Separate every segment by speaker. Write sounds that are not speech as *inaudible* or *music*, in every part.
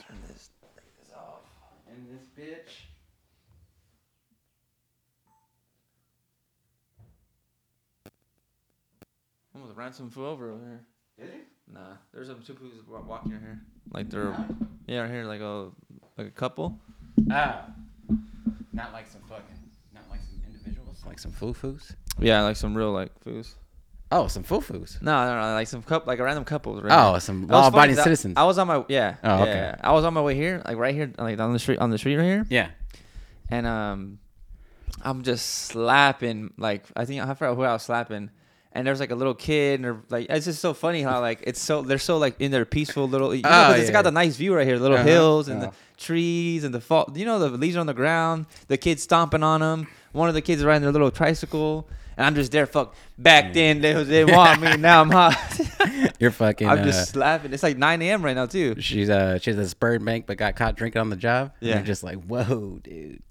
Speaker 1: turn this, take this off.
Speaker 2: And this bitch.
Speaker 1: Almost ran some fool over over here.
Speaker 2: Did he?
Speaker 1: Nah, there's some two who's wa- walking right here. Like they're yeah, right here, like a like a couple.
Speaker 2: Ah. Not like some fucking. Not like some individuals. Like some foo-foos.
Speaker 1: Yeah, like some real like foos.
Speaker 2: Oh, some foo-foos.
Speaker 1: No, no, no, like some cup, like a random couples. Right
Speaker 2: Oh,
Speaker 1: here.
Speaker 2: some
Speaker 1: That was funny
Speaker 2: law-abiding
Speaker 1: 'cause I-
Speaker 2: citizens.
Speaker 1: I was on my yeah.
Speaker 2: Oh,
Speaker 1: yeah,
Speaker 2: okay.
Speaker 1: yeah. I was on my way here, like right here, like down the street, on the street right here, *laughs*
Speaker 2: Yeah.
Speaker 1: and um, I'm just slapping. Like I think I forgot who I was slapping, and there's like a little kid, and they're, like it's just so funny how like it's so they're so like in their peaceful little. You know, 'cause
Speaker 2: Oh,
Speaker 1: it's
Speaker 2: yeah,
Speaker 1: got
Speaker 2: yeah.
Speaker 1: the nice view right here, little
Speaker 2: Uh-huh,
Speaker 1: hills and
Speaker 2: uh-huh.
Speaker 1: the trees and the fall. You know the leaves are on the ground, the kids stomping on them. One of the kids riding their little tricycle. And I'm just there, fuck. Back then, they was they want me. Now I'm hot.
Speaker 2: *laughs* You're fucking.
Speaker 1: *laughs* I'm
Speaker 2: uh,
Speaker 1: just laughing. It's like 9 a.m. right now too.
Speaker 2: She's uh she's a spurred bank but got caught drinking on the job.
Speaker 1: Yeah.
Speaker 2: Yeah. You're just like, whoa,
Speaker 1: *laughs*
Speaker 2: dude.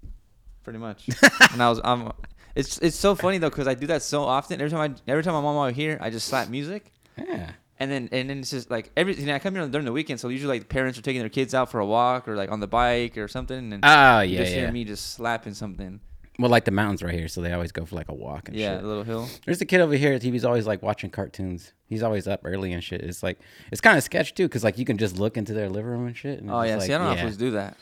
Speaker 2: *laughs*
Speaker 1: pretty much. and I was, I'm, it's it's so funny though because I do that so often. Every time I every time I'm out here, I just slap music,
Speaker 2: Yeah.
Speaker 1: and then and then it's just like every and I come here during the weekend, so usually like parents are taking their kids out for a walk or like on the bike or something, and
Speaker 2: Oh
Speaker 1: you
Speaker 2: yeah,
Speaker 1: just
Speaker 2: yeah.
Speaker 1: hear me just slapping something.
Speaker 2: Well, like the mountains right here, so they always go for like a walk and
Speaker 1: Yeah,
Speaker 2: shit.
Speaker 1: a little hill.
Speaker 2: There's a kid over here. He was always like watching cartoons. He's always up early and shit. It's like it's kind of sketch too, cause like you can just look into their living room and shit. And it's
Speaker 1: Oh yeah,
Speaker 2: just
Speaker 1: see, I
Speaker 2: like,
Speaker 1: don't know
Speaker 2: yeah.
Speaker 1: if fools do that.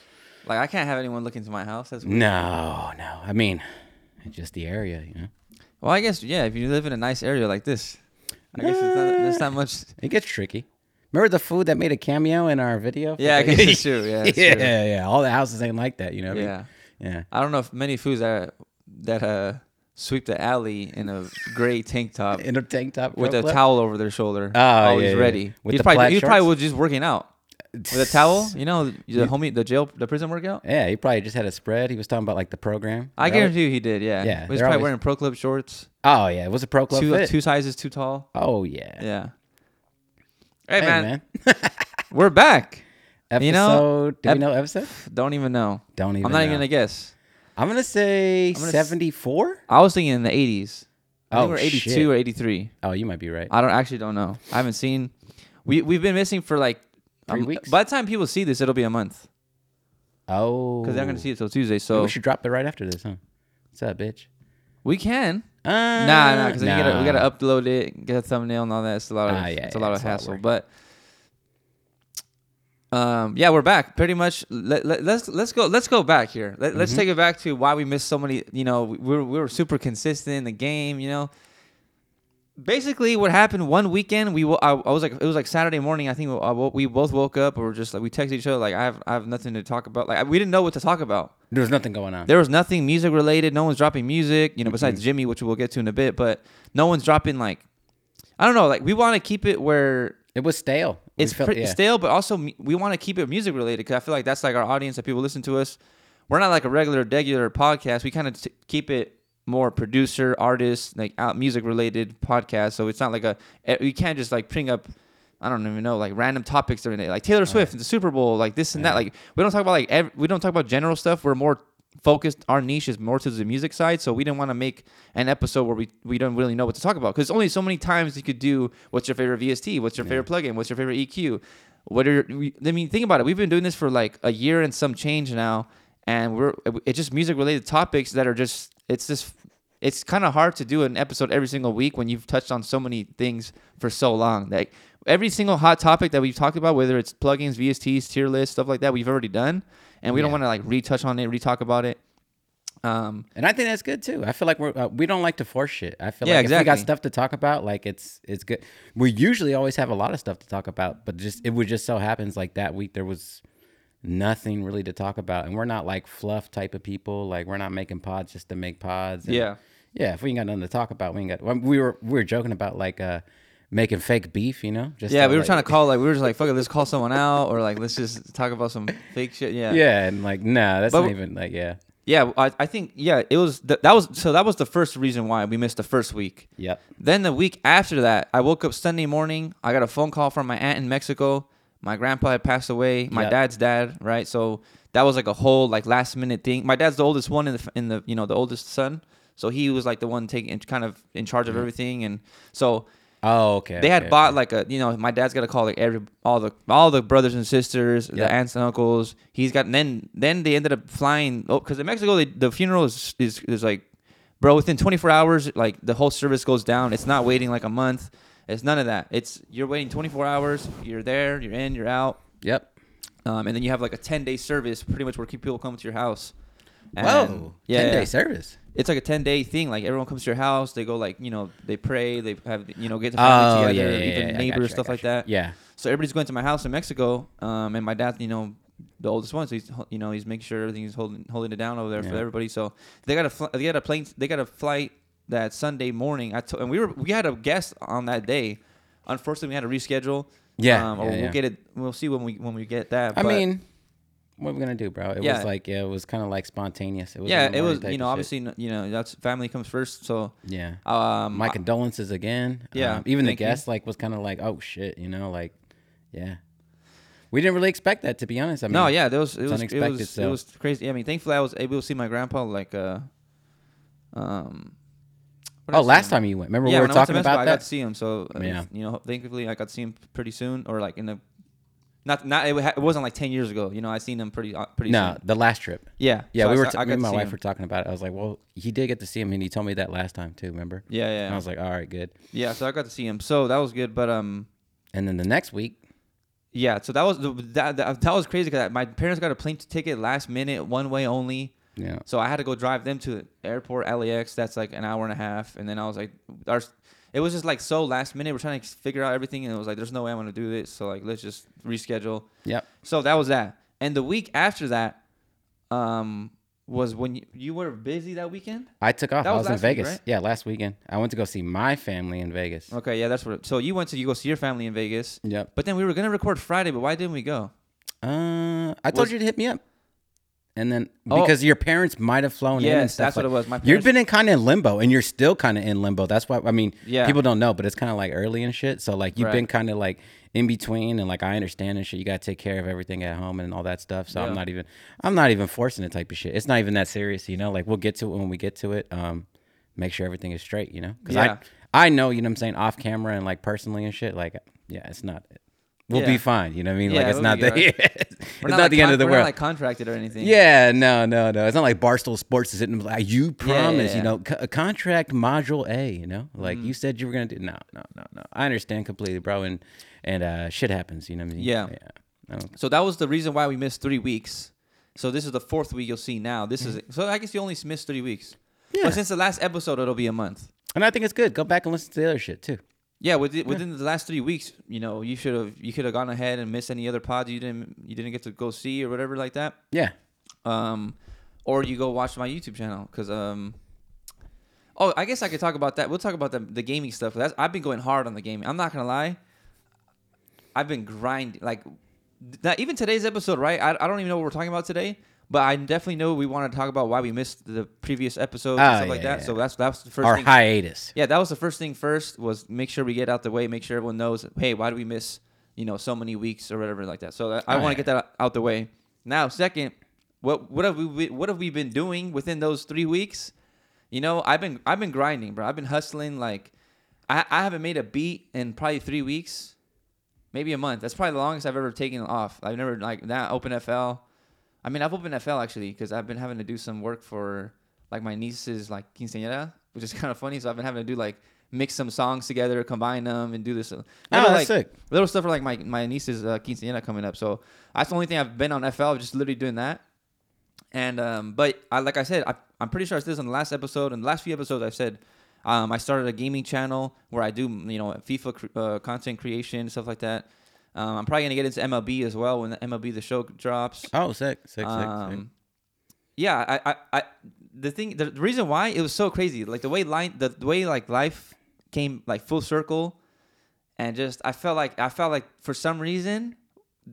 Speaker 1: Like I can't have anyone look into my house. That's weird.
Speaker 2: No, no. I mean, it's just the area, you know.
Speaker 1: well, I guess yeah. If you live in a nice area like this, I guess it's not, there's not much.
Speaker 2: It gets tricky. Remember the food that made a cameo in our video? *laughs*
Speaker 1: Yeah, I guess it's true.
Speaker 2: yeah,
Speaker 1: Yeah, it's true.
Speaker 2: yeah, yeah. All the houses ain't like that, you know. what *laughs* I mean?
Speaker 1: Yeah.
Speaker 2: yeah.
Speaker 1: I don't know if many foods that that uh sweep the alley in a gray
Speaker 2: *laughs*
Speaker 1: tank top
Speaker 2: In a tank top
Speaker 1: with a
Speaker 2: flip-flop?
Speaker 1: towel over their shoulder,
Speaker 2: Oh,
Speaker 1: always
Speaker 2: yeah, yeah.
Speaker 1: ready.
Speaker 2: With
Speaker 1: he's
Speaker 2: the
Speaker 1: probably
Speaker 2: plaid
Speaker 1: he probably
Speaker 2: shorts?
Speaker 1: was just working out with
Speaker 2: *laughs*
Speaker 1: a towel. You know, the homie, the jail, the prison workout.
Speaker 2: Yeah, he probably just had a spread. He was talking about like the program.
Speaker 1: I
Speaker 2: They're always-
Speaker 1: guarantee you he did. Yeah,
Speaker 2: Yeah,
Speaker 1: He was
Speaker 2: they're
Speaker 1: probably
Speaker 2: always-
Speaker 1: wearing pro club shorts,
Speaker 2: Oh yeah, it was a pro club
Speaker 1: two
Speaker 2: fit.
Speaker 1: two sizes too tall.
Speaker 2: Oh yeah.
Speaker 1: Yeah. Hey,
Speaker 2: Hey
Speaker 1: man,
Speaker 2: man.
Speaker 1: we're back.
Speaker 2: episode.
Speaker 1: You know,
Speaker 2: do
Speaker 1: ep-
Speaker 2: we know episode?
Speaker 1: Don't even know.
Speaker 2: Don't even.
Speaker 1: I'm not
Speaker 2: know.
Speaker 1: even gonna guess.
Speaker 2: I'm gonna say
Speaker 1: gonna s-
Speaker 2: seventy four.
Speaker 1: I was thinking in the 80s. I think
Speaker 2: Oh,
Speaker 1: we're 82
Speaker 2: shit.
Speaker 1: or 83.
Speaker 2: Oh, you might be right.
Speaker 1: I don't actually don't know. I haven't seen. We we've been missing for like
Speaker 2: Three weeks?
Speaker 1: By the time people see this, it'll be a month
Speaker 2: oh,
Speaker 1: because they're not gonna see it till Tuesday.
Speaker 2: Maybe
Speaker 1: So
Speaker 2: we should drop it right after this, huh? What's up, bitch?
Speaker 1: we can.
Speaker 2: Uh,
Speaker 1: Nah, nah, because we gotta we gotta upload it, get a thumbnail and all that. It's a lot of
Speaker 2: Ah, yeah,
Speaker 1: it's a
Speaker 2: yeah,
Speaker 1: lot
Speaker 2: it's
Speaker 1: of
Speaker 2: a lot of
Speaker 1: hassle,
Speaker 2: work.
Speaker 1: but. Um, yeah, we're back. Pretty much. Let, let, let's let's go. Let's go back here. Let, Let's
Speaker 2: Mm-hmm.
Speaker 1: take it back to why we missed so many. You know, we we were, we were super consistent in the game. You know, basically what happened one weekend we wo- I, I was like it was like saturday morning i think we, I wo- we both woke up or just like we texted each other like i have i have nothing to talk about like I, we didn't know what to talk about
Speaker 2: There was nothing going on.
Speaker 1: there was nothing music related no one's dropping music you know
Speaker 2: Mm-hmm.
Speaker 1: besides jimmy which we'll get to in a bit but no one's dropping like i don't know like we want to keep it where
Speaker 2: it was stale. We
Speaker 1: it's
Speaker 2: felt-
Speaker 1: pretty
Speaker 2: yeah.
Speaker 1: stale but also mu- we want to keep it music related because i feel like that's like our audience that people listen to us we're not like a regular regular podcast we kind of t- keep it more producer artist like out music related podcast so it's not like a eh, we can't just like bring up I don't even know like random topics during the day like Taylor Swift and the Super Bowl like this and that like we don't talk about like ev- we don't talk about general stuff we're more focused our niche is more to the music side so we didn't want to make an episode where we we don't really know what to talk about because only so many times you could do what's your favorite VST what's your favorite plugin what's your favorite EQ what are your, we, I mean think about it we've been doing this for like a year and some change now and we're it's just music related topics that are just it's just it's kind of hard to do an episode every single week when you've touched on so many things for so long like every single hot topic that we've talked about whether it's plugins vsts tier list stuff like that we've already done and we don't
Speaker 2: Yeah.
Speaker 1: want to like retouch on it retalk about it um
Speaker 2: And I think that's good too. I feel like we're uh, we don't like to force shit. I feel
Speaker 1: Yeah,
Speaker 2: like if we got
Speaker 1: exactly.
Speaker 2: stuff to talk about, like it's it's good. We usually always have a lot of stuff to talk about, but just it would just so happens like that week there was nothing really to talk about, and we're not like fluff type of people. Like we're not making pods just to make pods. And
Speaker 1: Yeah.
Speaker 2: yeah. If we ain't got nothing to talk about, we ain't got. well, We were we were joking about like uh making fake beef, you know? Just
Speaker 1: yeah
Speaker 2: to,
Speaker 1: we were
Speaker 2: like-
Speaker 1: trying to call like we were just like fuck it let's call someone out or like let's just talk about some fake shit yeah
Speaker 2: Yeah, and like nah, that's
Speaker 1: But-
Speaker 2: not even like yeah.
Speaker 1: yeah i, I think yeah it was th- that was so that was the first reason why we missed the first week
Speaker 2: Yep.
Speaker 1: Then the week after that, I woke up Sunday morning. I got a phone call from my aunt in Mexico. My grandpa had passed away. My
Speaker 2: Yeah.
Speaker 1: dad's dad, right? So that was like a whole like last minute thing. My dad's the oldest one in the f- in the you know the oldest son, so he was like the one taking kind of in charge of everything. And so
Speaker 2: Oh, okay.
Speaker 1: They had
Speaker 2: okay,
Speaker 1: bought like a, you know, my dad's got to call like every all the all the brothers and sisters,
Speaker 2: Yeah.
Speaker 1: the aunts and uncles. He's got and then then they ended up flying. Oh, because in Mexico, they, the funeral is, is is like, bro, within 24 hours, like the whole service goes down. It's not waiting like a month. It's none of that. It's you're waiting 24 hours. You're there. You're in. You're out.
Speaker 2: Yep.
Speaker 1: Um, and then you have like a 10 day service, pretty much where people come to your house. And-
Speaker 2: Whoa.
Speaker 1: Yeah.
Speaker 2: Ten
Speaker 1: yeah.
Speaker 2: day service.
Speaker 1: It's like a 10 day thing. Like everyone comes to your house. They go like, you know, they pray. They have, you know, get the family
Speaker 2: Oh yeah,
Speaker 1: together,
Speaker 2: yeah, yeah,
Speaker 1: even
Speaker 2: yeah, I
Speaker 1: neighbors,
Speaker 2: got you, I
Speaker 1: stuff
Speaker 2: got
Speaker 1: like
Speaker 2: you.
Speaker 1: that.
Speaker 2: Yeah.
Speaker 1: So everybody's going to my house in Mexico, um, and my dad, you know, the oldest one, so he's hol- you know he's making sure everything's holding holding it down over there for
Speaker 2: Yeah.
Speaker 1: everybody. So they got a fl- they got a plane they got a flight that Sunday morning. I told and we were we had a guest on that day. Unfortunately, we had to reschedule.
Speaker 2: Yeah,
Speaker 1: um, or
Speaker 2: yeah,
Speaker 1: we'll
Speaker 2: yeah.
Speaker 1: get it. We'll see when we when we get that.
Speaker 2: I
Speaker 1: but-
Speaker 2: mean, what are we gonna do, bro? It
Speaker 1: Yeah.
Speaker 2: was like yeah, it was kind of like spontaneous. It was
Speaker 1: yeah,
Speaker 2: an
Speaker 1: it
Speaker 2: online
Speaker 1: was
Speaker 2: type
Speaker 1: you know
Speaker 2: of
Speaker 1: obviously n- you know that's family comes first. So
Speaker 2: shit. Yeah.
Speaker 1: um,
Speaker 2: My
Speaker 1: I-
Speaker 2: condolences again.
Speaker 1: Yeah,
Speaker 2: Um, even the
Speaker 1: thank you.
Speaker 2: guest like was kind of like, oh shit, you know, like, yeah. We didn't really expect that to be honest. I mean,
Speaker 1: no, yeah, that was it was
Speaker 2: unexpected,
Speaker 1: it was, it
Speaker 2: so-
Speaker 1: was crazy. I mean, thankfully I was able to see my grandpa like uh, um. what did I
Speaker 2: Oh,
Speaker 1: see
Speaker 2: last
Speaker 1: him?
Speaker 2: time you went, remember
Speaker 1: yeah,
Speaker 2: we were
Speaker 1: when I went to
Speaker 2: talking
Speaker 1: Mexico,
Speaker 2: about
Speaker 1: I got
Speaker 2: that?
Speaker 1: to see him. So I mean,
Speaker 2: Yeah.
Speaker 1: you know, thankfully I got to see him pretty soon, or like in the not not it, wa- it wasn't like ten years ago. You know, I seen him pretty uh, pretty
Speaker 2: No,
Speaker 1: soon.
Speaker 2: the last trip.
Speaker 1: Yeah,
Speaker 2: Yeah,
Speaker 1: so
Speaker 2: we
Speaker 1: I
Speaker 2: were.
Speaker 1: saw-
Speaker 2: T-
Speaker 1: I
Speaker 2: me
Speaker 1: got
Speaker 2: and
Speaker 1: to
Speaker 2: my
Speaker 1: see
Speaker 2: wife
Speaker 1: him.
Speaker 2: were talking about it. I was like, well, he did get to see him, and he told me that last time too. Remember?
Speaker 1: Yeah,
Speaker 2: And I
Speaker 1: yeah,
Speaker 2: was like, all right, good.
Speaker 1: yeah. So I got to see him. So that was good, but um.
Speaker 2: And then the next week,
Speaker 1: Yeah, so that was the- that that, that was crazy because my parents got a plane ticket last minute, one way only.
Speaker 2: yeah,
Speaker 1: So I had to go drive them to the airport, LAX. That's like an hour and a half, and then I was like, our, it was just like so last minute. We're trying to figure out everything, and it was like, there's no way I'm gonna do this. So like, let's just reschedule.
Speaker 2: yep,
Speaker 1: So that was that. And the week after that, um, was when you, you were busy that weekend.
Speaker 2: I took off.
Speaker 1: That
Speaker 2: I was
Speaker 1: was
Speaker 2: in
Speaker 1: last week,
Speaker 2: Vegas.
Speaker 1: right? Oh.
Speaker 2: Yeah, last weekend. I went to go see my family in Vegas.
Speaker 1: Okay, yeah, that's what. So you went to you go see your family in Vegas,
Speaker 2: Yep.
Speaker 1: but then we were gonna record Friday, but why didn't we go?
Speaker 2: Uh, I told
Speaker 1: Was-
Speaker 2: you to hit me up, and then
Speaker 1: Oh.
Speaker 2: because your parents might have flown in. and
Speaker 1: Yes,
Speaker 2: stuff
Speaker 1: that's what
Speaker 2: like-
Speaker 1: it was. My
Speaker 2: You've
Speaker 1: parents,
Speaker 2: been in kind of limbo, and you're still kind of in limbo. That's why I mean,
Speaker 1: Yeah.
Speaker 2: people don't know, but it's kind of like early and shit. So like you've
Speaker 1: Right.
Speaker 2: been kind of like in between, and like I understand and shit. You gotta take care of everything at home and all that stuff. So
Speaker 1: Yeah.
Speaker 2: I'm not even, I'm not even forcing it type of shit. It's not even that serious, you know. Like we'll get to it when we get to it. Um, make sure everything is straight, you know. Because
Speaker 1: Yeah.
Speaker 2: I, I know, you know, what I'm saying off camera and like personally and shit. Like, yeah, it's not. We'll
Speaker 1: Yeah.
Speaker 2: be fine, you know what I mean?
Speaker 1: Yeah,
Speaker 2: like it's
Speaker 1: we'll
Speaker 2: not
Speaker 1: be
Speaker 2: the,
Speaker 1: alright.
Speaker 2: *laughs* it's
Speaker 1: we're
Speaker 2: not,
Speaker 1: like,
Speaker 2: the
Speaker 1: con-
Speaker 2: end of the
Speaker 1: we're
Speaker 2: world.
Speaker 1: Not like contracted or anything.
Speaker 2: Yeah, no, no, no. It's not like Barstool Sports is sitting like you
Speaker 1: yeah,
Speaker 2: promised,
Speaker 1: yeah. Mm-hmm.
Speaker 2: you know, co- a contract module A, you know, like you said you were gonna do. No, no, no, no. I understand completely, bro, and and uh, shit happens. You know what I mean?
Speaker 1: Yeah.
Speaker 2: yeah. I don't-
Speaker 1: So that was the reason why we missed three weeks. So this is the fourth week you'll see now. This is so I guess you only missed three weeks.
Speaker 2: Yeah.
Speaker 1: But since the last episode, it'll be a month.
Speaker 2: And I think it's good. Go back and listen to the other shit too.
Speaker 1: Yeah, within, within the last three weeks, you know, you should have you could have gone ahead and missed any other pods you didn't you didn't get to go see or whatever like that.
Speaker 2: Yeah,
Speaker 1: Um, or you go watch my YouTube channel because um. Oh, I guess I could talk about that. We'll talk about the, the gaming stuff. That's, I've been going hard on the gaming. I'm not gonna lie. I've been grinding. Like, not even today's episode, right? I, I don't even know what we're talking about today, but I definitely know we want to talk about why we missed the previous episode
Speaker 2: Ah,
Speaker 1: and stuff like
Speaker 2: yeah,
Speaker 1: that.
Speaker 2: yeah.
Speaker 1: So that's that's the first
Speaker 2: or
Speaker 1: thing.
Speaker 2: hiatus.
Speaker 1: Yeah, that was the first thing first was make sure we get out the way, make sure everyone knows, hey, why do we miss, you know, so many weeks or whatever like that. So I, I
Speaker 2: Oh,
Speaker 1: want
Speaker 2: yeah.
Speaker 1: to get that out the way. Now, second, what what have we what have we been doing within those 3 weeks? You know, I've been I've been grinding, bro. I've been hustling like I I haven't made a beat in probably 3 weeks. Maybe a month. That's probably the longest I've ever taken off. I've never like that open FL. I mean, I've opened FL actually because I've been having to do some work for like my niece's like quinceañera, which is *laughs* kind of funny. So I've been having to do like mix some songs together, combine them, and do this. Oh,
Speaker 2: that's
Speaker 1: like,
Speaker 2: sick.
Speaker 1: Little stuff for like my my niece's uh, quinceañera coming up. So that's the only thing I've been on FL, just literally doing that. And um, but I like I said, I, I'm pretty sure I said this on the last episode and the last few episodes. I've said um, I started a gaming channel where I do you know FIFA cr- uh, content creation stuff like that. Um, I'm probably gonna get into MLB as well when the MLB the show drops.
Speaker 2: Oh, sick, sick, sick, sick.
Speaker 1: Um, yeah, I, I, I, the thing, the reason why it was so crazy, like the way line, the, the way like life came like full circle, and just I felt like I felt like for some reason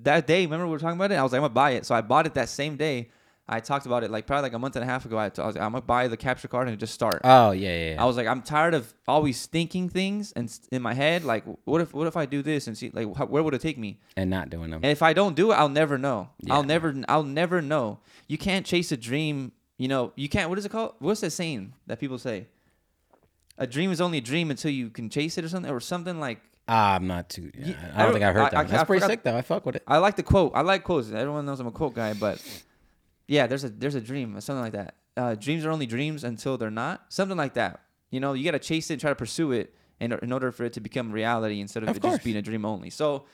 Speaker 1: that day, remember we were talking about it, I was like I'm gonna buy it, so I bought it that same day. I talked about it like probably like a month and a half ago. I, t- I was like, I'm gonna buy the capture card and just start.
Speaker 2: Oh yeah, yeah. yeah.
Speaker 1: I was like, I'm tired of always thinking things and s- in my head, like, what if what if I do this and see like how, where would it take me?
Speaker 2: and not doing them.
Speaker 1: And if I don't do it, I'll never know. I'll
Speaker 2: Yeah.
Speaker 1: never I'll never know. You can't chase a dream, you know, you can't what is it called? What's that saying that people say? a dream is only a dream until you can chase it or something or something like
Speaker 2: Ah, I'm not too. Yeah, I,
Speaker 1: I
Speaker 2: don't
Speaker 1: don't-
Speaker 2: think I've heard
Speaker 1: I-
Speaker 2: that.
Speaker 1: I-
Speaker 2: one. That's
Speaker 1: I
Speaker 2: pretty
Speaker 1: forgot-
Speaker 2: sick though. I fuck with it.
Speaker 1: I like the quote. I like quotes. Everyone knows I'm a quote guy, but yeah, there's a there's a dream, something like that. Uh, dreams are only dreams until they're not. Something like that. You know, you gotta chase it, try to pursue it, in, in order for it to become reality instead of,
Speaker 2: Of
Speaker 1: it
Speaker 2: course.
Speaker 1: just being a dream only. So,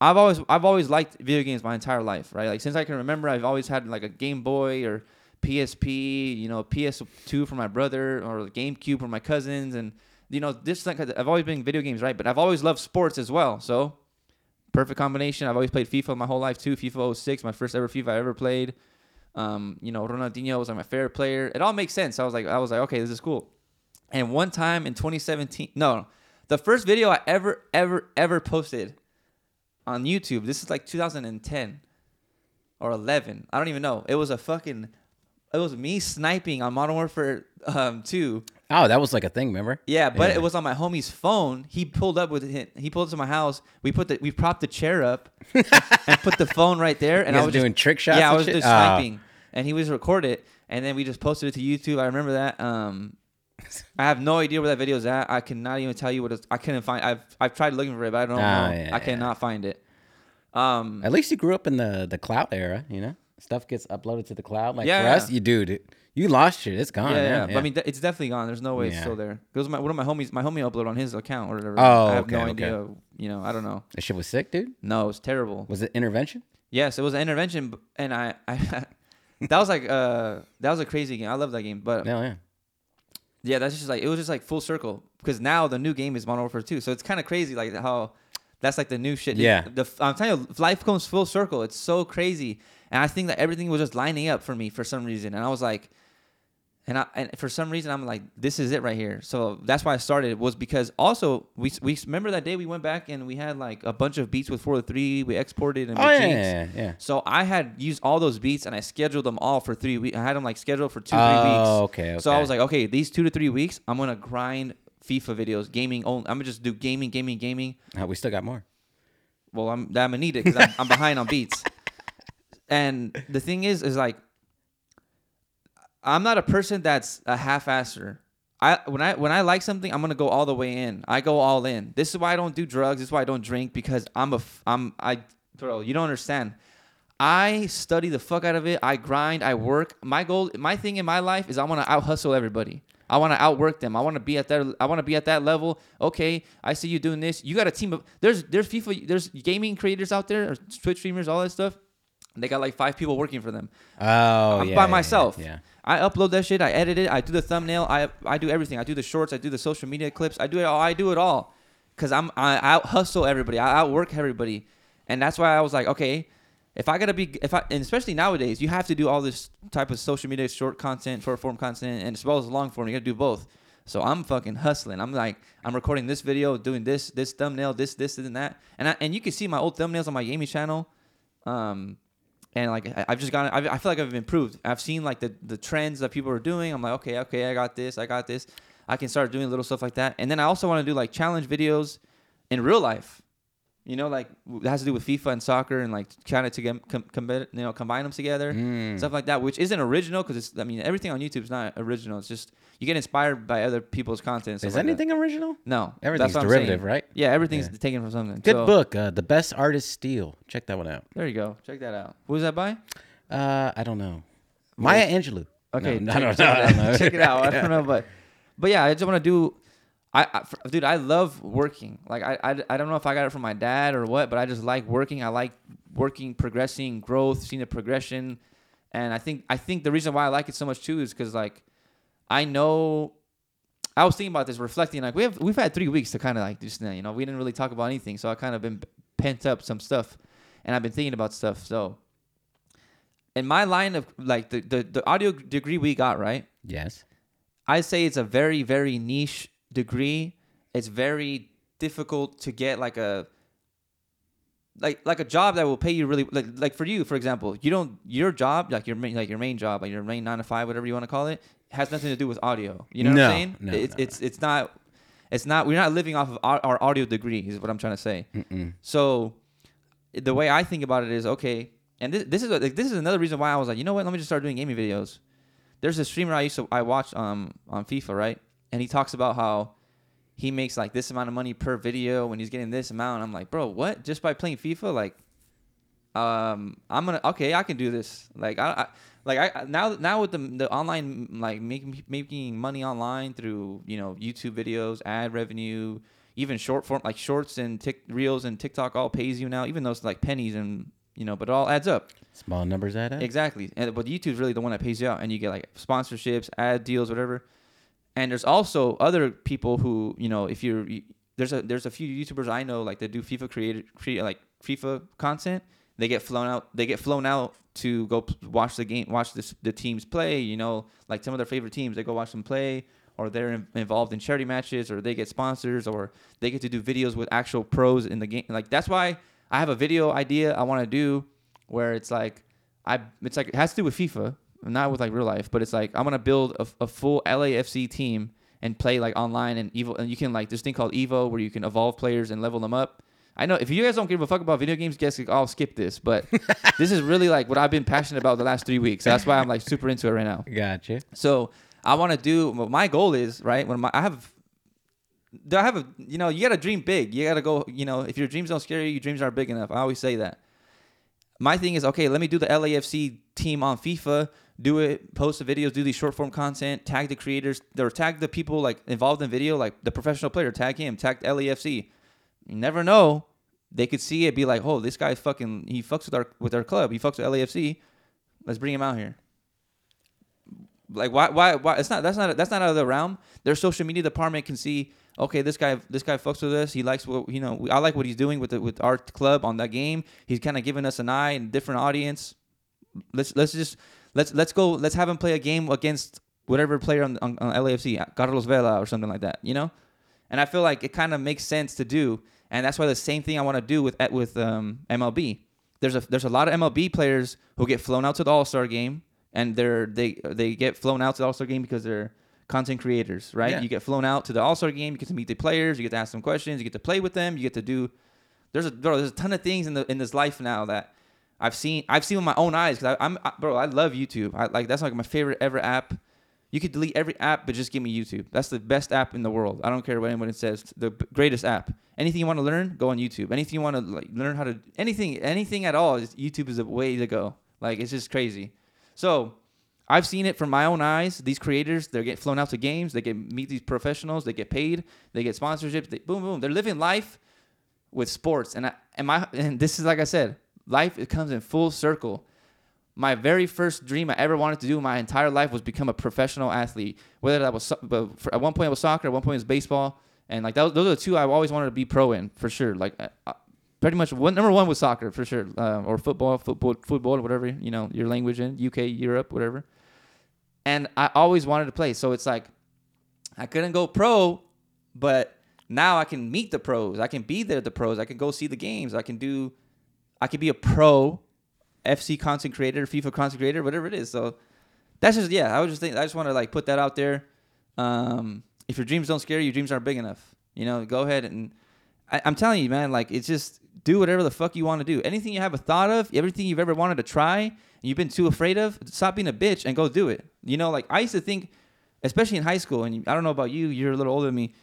Speaker 1: I've always I've always liked video games my entire life, right? Like since I can remember, I've always had like a Game Boy or PSP, you know, PS2 for my brother or the GameCube for my cousins, and you know, this like I've always been video games, right? But I've always loved sports as well, so perfect combination. I've always played FIFA my whole life too. FIFA 06, my first ever FIFA I ever played. Um, you know, Ronaldinho was like my favorite player. It all makes sense. I was like, I was like, okay, this is cool. And one time in 2017, no, the first video I ever, ever, ever posted on YouTube. This is like 2010 or 11. I don't even know. It was a fucking, it was me sniping on Modern Warfare um, 2.
Speaker 2: Oh, that was like a thing. Remember?
Speaker 1: Yeah, but
Speaker 2: Yeah.
Speaker 1: it was on my homie's phone. He pulled up with it. He pulled up to my house. We put the we propped the chair up and put the phone right there. And
Speaker 2: guys
Speaker 1: I was
Speaker 2: doing
Speaker 1: just,
Speaker 2: trick shots
Speaker 1: Yeah, I
Speaker 2: and
Speaker 1: was
Speaker 2: shit?
Speaker 1: just
Speaker 2: Oh.
Speaker 1: sniping, and he was recorded. And then we just posted it to YouTube. I remember that. Um, I have no idea where that video is at. I cannot even tell you what it's. I couldn't find. I've I've tried looking for it, but I don't
Speaker 2: Ah,
Speaker 1: know.
Speaker 2: yeah, yeah.
Speaker 1: I cannot find it. Um,
Speaker 2: At least you grew up in the the cloud era. You know, stuff gets uploaded to the cloud. Like
Speaker 1: Yeah,
Speaker 2: for
Speaker 1: yeah.
Speaker 2: us, you dude, you lost shit. It's gone.
Speaker 1: yeah,
Speaker 2: Yeah,
Speaker 1: yeah, But I mean, th- it's definitely gone. There's no way it's
Speaker 2: Yeah.
Speaker 1: still there. Because my one of my homies, my homie uploaded on his account or whatever.
Speaker 2: Oh,
Speaker 1: I have no
Speaker 2: okay, okay.
Speaker 1: idea. You know, I don't know.
Speaker 2: that shit was sick, dude.
Speaker 1: No, it's terrible.
Speaker 2: Was it intervention?
Speaker 1: Yes, it was an intervention, b- and I, *laughs* I that was like uh that was a crazy game. I love that game, but yeah,
Speaker 2: No, yeah.
Speaker 1: that's just like it was just like full circle because now the new game is Modern Warfare Two, so it's kind of crazy like how that's like the new shit.
Speaker 2: Yeah.
Speaker 1: the, I'm telling you, life comes full circle. It's so crazy, and I think that everything was just lining up for me for some reason, and I was like. And I and for some reason I'm like this is it right here. So that's why I started was because also we we remember that day we went back and we had like a bunch of beats with four three we exported and
Speaker 2: Oh
Speaker 1: we
Speaker 2: yeah,
Speaker 1: jinxed.
Speaker 2: yeah, yeah.
Speaker 1: So I had used all those beats and I scheduled them all for three weeks. I had them like scheduled for two, three
Speaker 2: Oh,
Speaker 1: weeks.
Speaker 2: okay,
Speaker 1: So I
Speaker 2: okay.
Speaker 1: was like, okay, these two to three weeks, I'm gonna grind FIFA videos, gaming only. I'm gonna just do gaming, gaming, gaming.
Speaker 2: yeah. Oh, we still got more.
Speaker 1: Well, I'm I'm gonna need it because I'm, I'm behind on beats. And the thing is, is like, I'm not a person that's a half-asser. I when I when I like something, I'm gonna go all the way in. I go all in. This is why I don't do drugs. This is why I don't drink because I'm a f- I'm I bro. You don't understand. I study the fuck out of it. I grind. I work. My goal, my thing in my life is I want to out hustle everybody. I want to outwork them. I want to be at that. I want to be at that level. Okay, I see you doing this. You got a team of there's there's FIFA there's gaming creators out there, or Twitch streamers, all that stuff. They got like five people working for them.
Speaker 2: Oh,
Speaker 1: I'm
Speaker 2: yeah,
Speaker 1: by
Speaker 2: yeah,
Speaker 1: myself.
Speaker 2: Yeah. yeah.
Speaker 1: I upload that shit. I edit it. I do the thumbnail. I I do everything. I do the shorts. I do the social media clips. I do it all. I do it all, cause I'm I out hustle everybody. I outwork everybody, and that's why I was like, okay, if I gotta be, if I, and especially nowadays, you have to do all this type of social media, short content, short form content, and as well as long form. You gotta do both. So I'm fucking hustling. I'm like, I'm recording this video, doing this, this thumbnail, this, this, and that, and I, and you can see my old thumbnails on my gaming channel. Um, and like I- I've just gotten, I've, I feel like I've improved. I've seen like the the trends that people are doing. I'm like, okay, okay, I got this, I got this. I can start doing little stuff like that. And then I also want to do like challenge videos in real life. You know, like w- that has to do with FIFA and soccer and like trying to com- com- combi- you know combine them together,
Speaker 2: Mm.
Speaker 1: stuff like that, which isn't original because it's. I mean, everything on YouTube is not original. It's just you get inspired by other people's content. and stuff
Speaker 2: Is
Speaker 1: like that.
Speaker 2: anything original?
Speaker 1: No, that's
Speaker 2: Everything's
Speaker 1: what I'm saying.
Speaker 2: derivative, right?
Speaker 1: Yeah, everything's
Speaker 2: Yeah.
Speaker 1: taken from something.
Speaker 2: Good
Speaker 1: So,
Speaker 2: book. Uh, the best artist steal. Check that one out.
Speaker 1: There you go. Check that out. Who's that by?
Speaker 2: Uh, I don't know. Maya Angelou. *laughs*
Speaker 1: Okay,
Speaker 2: no,
Speaker 1: check,
Speaker 2: no, no,
Speaker 1: check
Speaker 2: no,
Speaker 1: it out.
Speaker 2: no, no.
Speaker 1: *laughs* Check it
Speaker 2: *laughs*
Speaker 1: out. I don't know, but but yeah, I just want to do. I, I f- dude, I love working. Like I, I I don't know if I got it from my dad or what, but I just like working. I like working, progressing, growth, seeing the progression, and I think I think the reason why I like it so much too is because like I know. I was thinking about this, reflecting. Like we have, we've had three weeks to kind of like just you know we didn't really talk about anything, so I kind of been pent up some stuff, and I've been thinking about stuff. So, in my line of like the the, the audio degree we got right,
Speaker 2: Yes.
Speaker 1: I say it's a very very niche degree. It's very difficult to get like a like like a job that will pay you really like like for you for example you don't your job like your main like your main job like your main nine to five whatever you want to call it has nothing to do with audio you know
Speaker 2: No,
Speaker 1: what I'm saying
Speaker 2: no,
Speaker 1: it's
Speaker 2: no,
Speaker 1: it's it's not it's not we're not living off of our, our audio degree is what I'm trying to say
Speaker 2: Mm-mm.
Speaker 1: so the way I think about it is okay, and this, this is a, like, this is another reason why I was like, you know what? Let me just start doing gaming videos. There's a streamer I used to I watched um on FIFA right, and he talks about how he makes like this amount of money per video when he's getting this amount. I'm like, bro, what? Just by playing FIFA, like, um, I'm gonna okay, I can do this. Like, I, I like I now now with the the online like making making money online through you know YouTube videos, ad revenue, even short form like shorts and tick reels and TikTok all pays you now, even though it's like pennies and you know, but it all adds up.
Speaker 2: Small numbers add up.
Speaker 1: Exactly. And but YouTube's really the one that pays you out and you get like sponsorships, ad deals, whatever. And there's also other people who, you know, if you're you- there's a there's a few YouTubers I know like that do FIFA created create like FIFA content. They get flown out. They get flown out to go p- watch the game, watch this, the teams play. You know, like some of their favorite teams, they go watch them play, or they're in, involved in charity matches, or they get sponsors, or they get to do videos with actual pros in the game. Like that's why I have a video idea I want to do where it's like I it's like it has to do with FIFA, not with like real life, but it's like I'm gonna build a, a full LAFC team and play like online and evil and you can like this thing called Evo where you can evolve players and level them up. I know if you guys don't give a fuck about video games, guess I'll skip this, but this is really like what I've been passionate about the last three weeks. So that's why I'm like super into it right now.
Speaker 2: Gotcha.
Speaker 1: So I want to do what my goal is right when my, I have. Do I have a you know you got to dream big. You got to go you know if your dreams don't scare you, your dreams aren't big enough. I always say that. My thing is okay. Let me do the LAFC team on FIFA. Do it. Post the videos. Do these short form content. Tag the creators or tag the people like involved in video, like the professional player. Tag him. Tag LAFC. You never know. They could see it, be like, oh, this guy fucking he fucks with our with our club. He fucks with LAFC. Let's bring him out here like why why why it's not that's not that's not out of the realm their social media department can see okay this guy this guy fucks with us he likes what you know i like what he's doing with the, with our club on that game he's kind of giving us an eye and different audience let's let's just let's let's go let's have him play a game against whatever player on on, on LAFC Carlos Vela or something like that you know and i feel like it kind of makes sense to do and that's why the same thing i want to do with with um, MLB there's a there's a lot of MLB players who get flown out to the All-Star game and they're they they get flown out to the All Star game because they're content creators, right?
Speaker 2: Yeah.
Speaker 1: You get flown out to the All Star game, you get to meet the players, you get to ask them questions, you get to play with them, you get to do. There's a bro, there's a ton of things in the in this life now that I've seen I've seen with my own eyes because I'm I, bro I love YouTube I like that's like my favorite ever app. You could delete every app, but just give me YouTube. That's the best app in the world. I don't care what anyone says. It's The b- greatest app. Anything you want to learn, go on YouTube. Anything you want to like learn how to anything anything at all, is- YouTube is the way to go. Like it's just crazy. So I've seen it from my own eyes. These creators, they get flown out to games, they get meet these professionals, they get paid, they get sponsorships, they, boom, boom. They're living life with sports. And I *laughs* and my and this is like I said, life it comes in full circle. My very first dream I ever wanted to do in my entire life was become a professional athlete. Whether that was so- but for- at one point it was soccer, at one point it was baseball, and like that was, those are the two I always wanted to be pro in for sure. Like I- I- pretty much one number one was soccer for sure, uh, or football, football, football, whatever you know your language in UK, Europe, whatever. And I always wanted to play, so it's like I couldn't go pro, but now I can meet the pros. I can be there at the pros. I can go see the games. I can do I could be a pro FC content creator, FIFA content creator, whatever it is. So that's just yeah, I was just think I just want to like put that out there. Um if your dreams don't scare you, your dreams aren't big enough. You know, go ahead and I, I'm telling you, man, like it's just do whatever the fuck you want to do. Anything you have a thought of, everything you've ever wanted to try, and you've been too afraid of, stop being a bitch and go do it. You know, like I used to think, especially in high school, and I don't know about you, you're a little older than me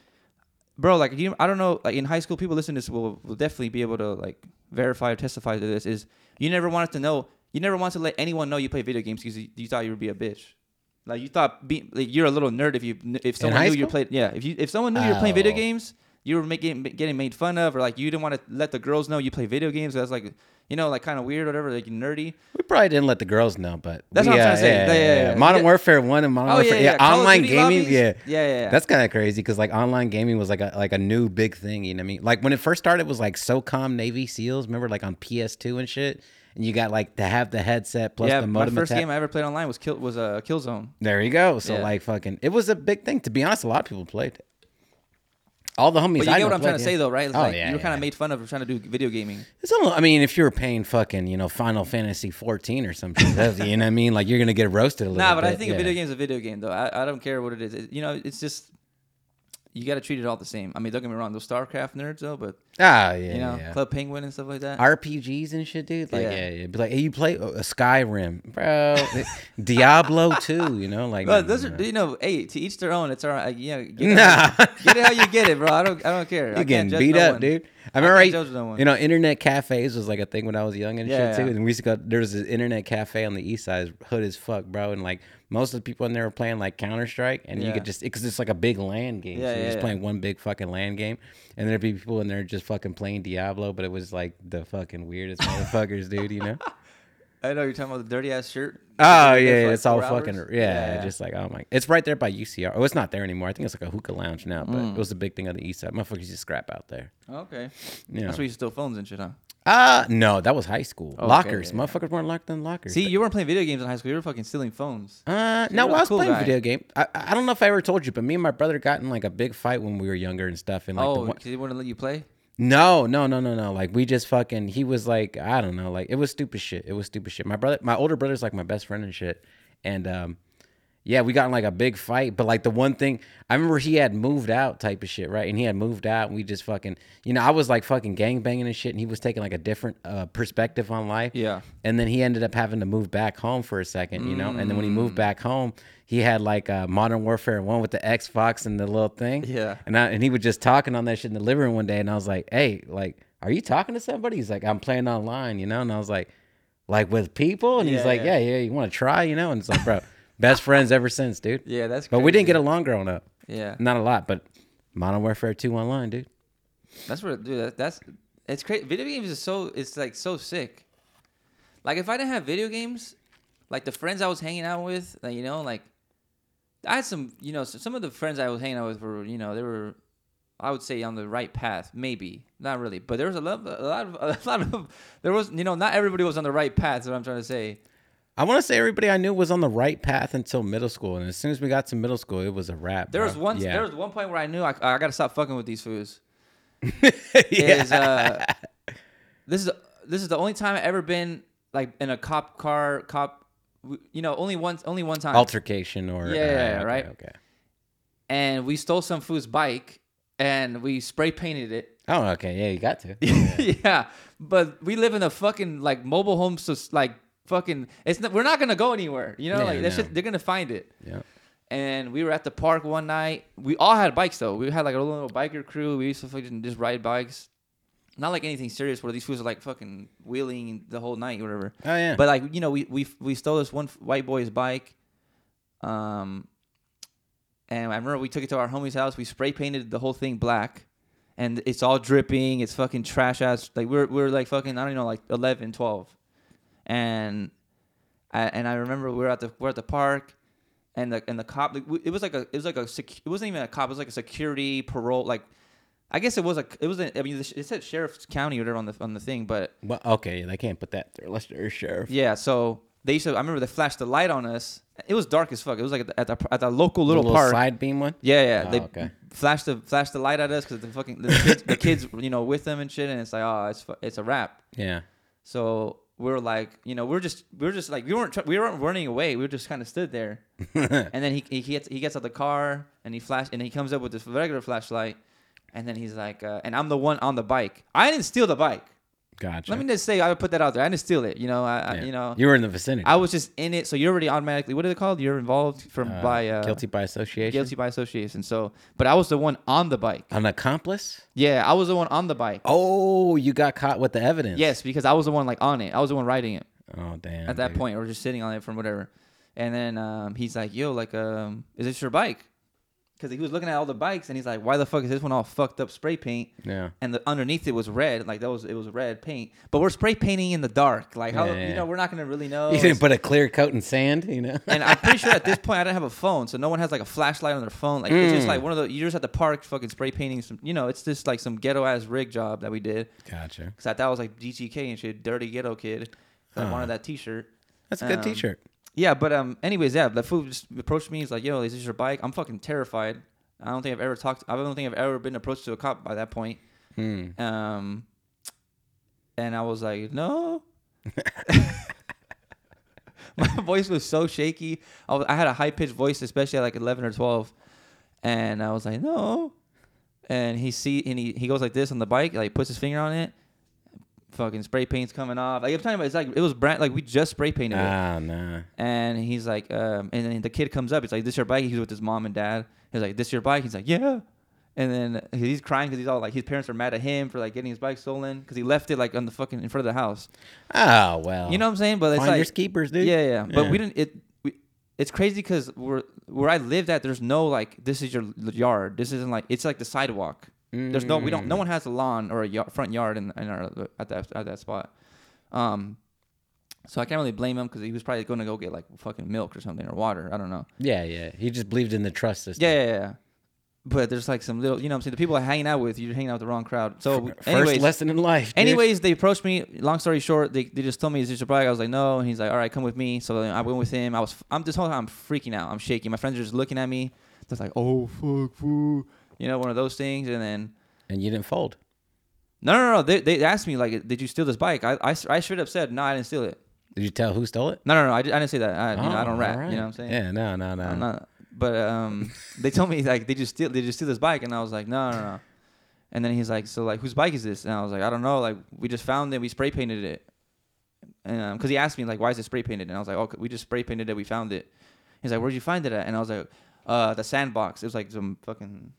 Speaker 1: bro like you i don't know like in high school people listening to this will, will definitely be able to like verify or testify to this is you never wanted to know you never wanted to let anyone know you play video games because you, you thought you would be a bitch like you thought be, like you're a little nerd if you kn- if someone
Speaker 2: high
Speaker 1: knew you
Speaker 2: school?
Speaker 1: played yeah if you if someone knew you were playing video
Speaker 2: Oh.
Speaker 1: games you were making getting made fun of or like you didn't want to let the girls know you play video games that's like you know like kind of weird or whatever like nerdy
Speaker 2: We probably didn't let the girls know, but
Speaker 1: That's
Speaker 2: we,
Speaker 1: what I'm
Speaker 2: uh,
Speaker 1: trying to say. Yeah, yeah, yeah.
Speaker 2: Modern
Speaker 1: Yeah.
Speaker 2: Warfare One and Modern
Speaker 1: Oh, yeah,
Speaker 2: Warfare E,
Speaker 1: yeah, yeah. Call of
Speaker 2: online
Speaker 1: Duty
Speaker 2: gaming,
Speaker 1: lobbies?
Speaker 2: yeah.
Speaker 1: Yeah, yeah, yeah.
Speaker 2: That's kind of crazy because like online gaming was like a like a new big thing. You know what I mean? Like when it first started, it was like SOCOM Navy SEAls. Remember, like on PS2 and shit. And you got like to have the headset plus
Speaker 1: yeah
Speaker 2: the
Speaker 1: my
Speaker 2: modem.
Speaker 1: first
Speaker 2: atta-
Speaker 1: game i ever played online was kill was a uh, kill zone
Speaker 2: There you go. So
Speaker 1: Yeah.
Speaker 2: like fucking, it was a big thing. To be honest, a lot of people played it. All the homies.
Speaker 1: but you
Speaker 2: I
Speaker 1: get
Speaker 2: know
Speaker 1: what i'm
Speaker 2: played,
Speaker 1: trying to
Speaker 2: yeah.
Speaker 1: say though right It's
Speaker 2: Oh,
Speaker 1: like
Speaker 2: yeah,
Speaker 1: you were
Speaker 2: yeah.
Speaker 1: kind of made fun of for trying to do video gaming
Speaker 2: It's a little, I mean, if you were paying fucking, you know, Final Fantasy 14 or something, that's, you know what I mean? Like, you're going to get roasted a little
Speaker 1: Nah, but
Speaker 2: bit.
Speaker 1: I think
Speaker 2: yeah.
Speaker 1: a video game's a video game, though. I, I don't care what it is. It- you know, it's just you got to treat it all the same. I mean, don't get me wrong, those StarCraft nerds though, but
Speaker 2: Ah, yeah,
Speaker 1: you know,
Speaker 2: yeah.
Speaker 1: Club Penguin and stuff like that.
Speaker 2: RPGs and shit, dude. Like,
Speaker 1: Yeah.
Speaker 2: yeah, yeah. Be like, hey, you play uh, Skyrim, bro. *laughs* Diablo 2, you know, like. nah,
Speaker 1: Bro, those
Speaker 2: nah.
Speaker 1: are you know, hey, to each their own. It's all right. Yeah, get,
Speaker 2: Nah.
Speaker 1: get it how you get it, bro. I don't, I don't care.
Speaker 2: You
Speaker 1: I
Speaker 2: getting
Speaker 1: can't judge
Speaker 2: beat
Speaker 1: no
Speaker 2: up,
Speaker 1: one.
Speaker 2: dude. I remember,
Speaker 1: can't
Speaker 2: I-
Speaker 1: judge no one.
Speaker 2: you know, internet cafes was like a thing when I was young and
Speaker 1: Yeah,
Speaker 2: shit
Speaker 1: yeah.
Speaker 2: too. And we used to go. There was this internet cafe on the east side, hood as fuck, bro. And like most of the people in there were playing like Counter Strike, and you
Speaker 1: Yeah.
Speaker 2: could just because it's like a big land game.
Speaker 1: Yeah,
Speaker 2: so you're
Speaker 1: yeah,
Speaker 2: just
Speaker 1: yeah.
Speaker 2: playing one big fucking land game, and there'd be people in there just fucking playing Diablo, but it was like the fucking weirdest *laughs* motherfuckers, dude. You know?
Speaker 1: I know you're talking about the dirty ass shirt.
Speaker 2: Oh yeah,
Speaker 1: It's
Speaker 2: yeah,
Speaker 1: like
Speaker 2: it's all
Speaker 1: four
Speaker 2: fucking
Speaker 1: hours.
Speaker 2: yeah, Just like oh my, it's right there by UCR. Oh, it's not there anymore. I think it's like a hookah lounge now,
Speaker 1: Mm.
Speaker 2: but it was a big thing on the east side. Motherfuckers used to scrap out there.
Speaker 1: okay.
Speaker 2: Yeah.
Speaker 1: That's where you steal phones and shit, huh?
Speaker 2: Uh no, that was high school.
Speaker 1: okay,
Speaker 2: lockers.
Speaker 1: yeah, yeah.
Speaker 2: Motherfuckers weren't locked in lockers.
Speaker 1: See, you weren't playing video games in high school. You were fucking stealing phones.
Speaker 2: uh
Speaker 1: you're
Speaker 2: no, well,
Speaker 1: a
Speaker 2: I was
Speaker 1: cool
Speaker 2: playing
Speaker 1: guy.
Speaker 2: video game. I, I I don't know if I ever told you, but me and my brother got in like a big fight when we were younger and stuff. And like the
Speaker 1: Oh,
Speaker 2: one,
Speaker 1: because they wouldn't let you play.
Speaker 2: no, no, no, no, no. Like we just fucking. He was like, I don't know. Like it was stupid shit. It was stupid shit. My brother, my older brother's like my best friend and shit. And um, yeah, we got in like a big fight. But like the one thing I remember, he had moved out type of shit, right? And he had moved out, and we just fucking. You know, I was like fucking gang banging and shit, and he was taking like a different uh, perspective on life.
Speaker 1: Yeah.
Speaker 2: And then he ended up having to move back home for a second, you know. And then when he
Speaker 1: Mm.
Speaker 2: moved back home, he had like uh, Modern Warfare one with the Xbox and the little thing.
Speaker 1: Yeah.
Speaker 2: And I, and he was just talking on that shit in the living room one day, and I was like, "Hey, like, are you talking to somebody?" He's like, "I'm playing online," you know. And I was like, "Like with people?" And
Speaker 1: Yeah,
Speaker 2: he's like,
Speaker 1: yeah.
Speaker 2: "Yeah, yeah, you want to try?" You know. And it's like, bro, *laughs* best friends ever since, dude.
Speaker 1: Yeah, that's.
Speaker 2: But we didn't get
Speaker 1: crazy.
Speaker 2: along growing up.
Speaker 1: Yeah,
Speaker 2: Not a lot, but Modern Warfare two online, dude.
Speaker 1: that's where, dude. That, that's it's crazy. Video games is so it's like so sick. Like if I didn't have video games, like the friends I was hanging out with, like, you know, like I had some, you know, s- some of the friends I was hanging out with were, you know, they were, I would say, on the right path, maybe not really, but there was a lot, a lot of, a *laughs* lot of, there was, you know, not everybody was on the right path. Is what I'm trying to say.
Speaker 2: I want to say everybody I knew was on the right path until middle school, and as soon as we got to middle school, it was a wrap.
Speaker 1: There
Speaker 2: bro.
Speaker 1: was one.
Speaker 2: Uh, Yeah.
Speaker 1: There was one point where I knew I, I got to stop fucking with these fools.
Speaker 2: *laughs* yeah.
Speaker 1: Is uh,
Speaker 2: *laughs*
Speaker 1: this is this is the only time I've ever been like in a cop car, cop. You know, only once, only one time.
Speaker 2: altercation or
Speaker 1: Yeah, yeah, yeah,
Speaker 2: okay,
Speaker 1: right.
Speaker 2: Okay.
Speaker 1: and we stole some fool's bike, and we spray
Speaker 2: *laughs*
Speaker 1: painted it.
Speaker 2: Oh, okay. Yeah, you got to.
Speaker 1: yeah, but we live in a fucking like mobile home, so like fucking, it's not, we're not gonna go anywhere. You know,
Speaker 2: Yeah,
Speaker 1: like that's
Speaker 2: no.
Speaker 1: just, they're gonna find it.
Speaker 2: yeah.
Speaker 1: And we were at the park one night. We all had bikes though. We had like a little biker crew. We used to fucking just ride bikes. Not like anything serious where these fools are like fucking wheeling the whole night or whatever.
Speaker 2: Oh yeah.
Speaker 1: But like you know, we we we stole this one white boy's bike, um, and I remember we took it to our homie's house. We spray painted the whole thing black, and it's all dripping. It's fucking trash ass. Like we're we're like fucking I don't know like 11, 12. and I, and I remember we were at the we're at the park. And the and the cop, like, we- it was like a it was like a sec, it wasn't even a cop, it was like a security parole, like I guess it was a it was a, I mean it said sheriff's county or whatever on the on the thing, but
Speaker 2: well, okay. Yeah, they can't put that through unless they're a sheriff.
Speaker 1: yeah, so they used to. I remember they flashed the light on us. It was dark as fuck. It was like at the at the, at the local
Speaker 2: The
Speaker 1: little, park.
Speaker 2: side beam one.
Speaker 1: Yeah, yeah.
Speaker 2: Oh,
Speaker 1: they
Speaker 2: okay.
Speaker 1: flashed the flashed the light at us because the fucking the kids, the kids, you know, with them and shit. And it's like, oh, it's fu- it's a wrap.
Speaker 2: Yeah.
Speaker 1: So we were like, you know, we we're just we were just like we weren't tr- we weren't running away. We were just kind of stood
Speaker 2: *laughs*
Speaker 1: there. and then he he gets he gets out the car and he flash and he comes up with this regular flashlight. And then he's like, uh, and I'm the one on the bike. I didn't steal the bike.
Speaker 2: Gotcha.
Speaker 1: Let me just say, I would put that out there. I didn't steal it. You know, I, I
Speaker 2: Yeah.
Speaker 1: you know,
Speaker 2: you were in the vicinity.
Speaker 1: I was just in it, so you're already automatically what is it called? You're involved from
Speaker 2: Uh,
Speaker 1: by uh,
Speaker 2: guilty by association.
Speaker 1: guilty by association. So, but I was the one on the bike.
Speaker 2: An accomplice.
Speaker 1: Yeah, I was the one on the bike.
Speaker 2: Oh, you got caught with the evidence.
Speaker 1: Yes, because I was the one like on it. I was the one riding it
Speaker 2: Oh damn.
Speaker 1: at that
Speaker 2: dude.
Speaker 1: point, or just sitting on it from whatever. And then um, he's like, "Yo, like, um, is this your bike?" Because he was looking at all the bikes, and he's like, "Why the fuck is this one all fucked up spray paint?"
Speaker 2: Yeah.
Speaker 1: And the underneath it was red, like that was it was red paint. But we're spray painting in the dark, like how
Speaker 2: Yeah, yeah,
Speaker 1: you
Speaker 2: yeah.
Speaker 1: know we're not gonna really know.
Speaker 2: You
Speaker 1: It's-
Speaker 2: didn't put a clear coat in sand, you know.
Speaker 1: and I'm pretty sure at this point I didn't have a phone, so no one has like a flashlight on their phone. Like it's just like one of the you just at the park fucking spray painting some. You know, it's just like some ghetto ass rig job that we did
Speaker 2: *laughs* gotcha.
Speaker 1: because I thought it was like DGK and shit, dirty ghetto kid. I wanted that T-shirt.
Speaker 2: That's a good
Speaker 1: Um,
Speaker 2: T-shirt.
Speaker 1: Yeah, but um, anyways, yeah, the fool just approached me. He's like, "Yo, is this your bike?" I'm fucking terrified. I don't think I've ever talked. I don't think I've ever been approached to a cop by that point.
Speaker 2: Hmm.
Speaker 1: Um, and I was like, no. *laughs* My voice was so shaky. I, was, I had a high pitched voice, especially at like 11 or 12. And I was like, no. and he see and he, he goes like this on the bike, like puts his finger on it, fucking spray paint's coming off. Like I'm talking about, it's like it was brand like we just spray painted it.
Speaker 2: Ah, nah.
Speaker 1: And he's like, um, and then the kid comes up. He's like, "This your bike?" He's with his mom and dad. He's like, "This your bike?" He's like, "Yeah." And then he's crying because he's all like, his parents are mad at him for like getting his bike stolen because he left it like on the fucking in front of the house.
Speaker 2: Oh well.
Speaker 1: You know what I'm saying? But it's
Speaker 2: Finders
Speaker 1: like,
Speaker 2: keepers, dude.
Speaker 1: yeah, yeah. But
Speaker 2: Yeah.
Speaker 1: we didn't. It we, it's crazy because where where I lived at, there's no like this is your l- yard. This isn't like it's like the sidewalk. There's no we
Speaker 2: Hmm.
Speaker 1: don't no one has a lawn or a ya- front yard in, in our at that at that spot. Um, so I can't really blame him because he was probably going to go get like fucking milk or something or water. I don't know.
Speaker 2: yeah, yeah. He just believed in the trust system.
Speaker 1: Yeah, yeah, yeah. But there's like some little, you know, what I'm saying the people I'm hanging out with, you're hanging out with the wrong crowd. So,
Speaker 2: First
Speaker 1: anyways,
Speaker 2: lesson in life. dude.
Speaker 1: Anyways, they approached me. Long story short, they, they just told me it's just a bike. I was like, no. And he's like, all right, come with me. So then I went with him. I was I'm this whole time I'm freaking out. I'm shaking. My friends are just looking at me. They're like, oh fuck, woo. you know, one of those things. And then
Speaker 2: and you didn't fold.
Speaker 1: no, no, no. They, they asked me like, did you steal this bike? I I, s- I straight up said no, I didn't steal it.
Speaker 2: Did you tell who stole it?
Speaker 1: No, no, no. I, di- I didn't say that. I, you know, I
Speaker 2: Oh,
Speaker 1: don't rap.
Speaker 2: alright.
Speaker 1: You know what I'm saying?
Speaker 2: Yeah, no, no, no.
Speaker 1: I'm not- but um, they told me like they just steal they just steal this bike, and I was like, no, no, no. And then he's like, so like whose bike is this? And I was like, I don't know. Like we just found it. We spray painted it. And because he asked me like, why is it spray painted? And I was like, oh, 'cause we just spray painted it. We found it. He's like, where'd you find it at? And I was like, uh, the sandbox. It was like some fucking,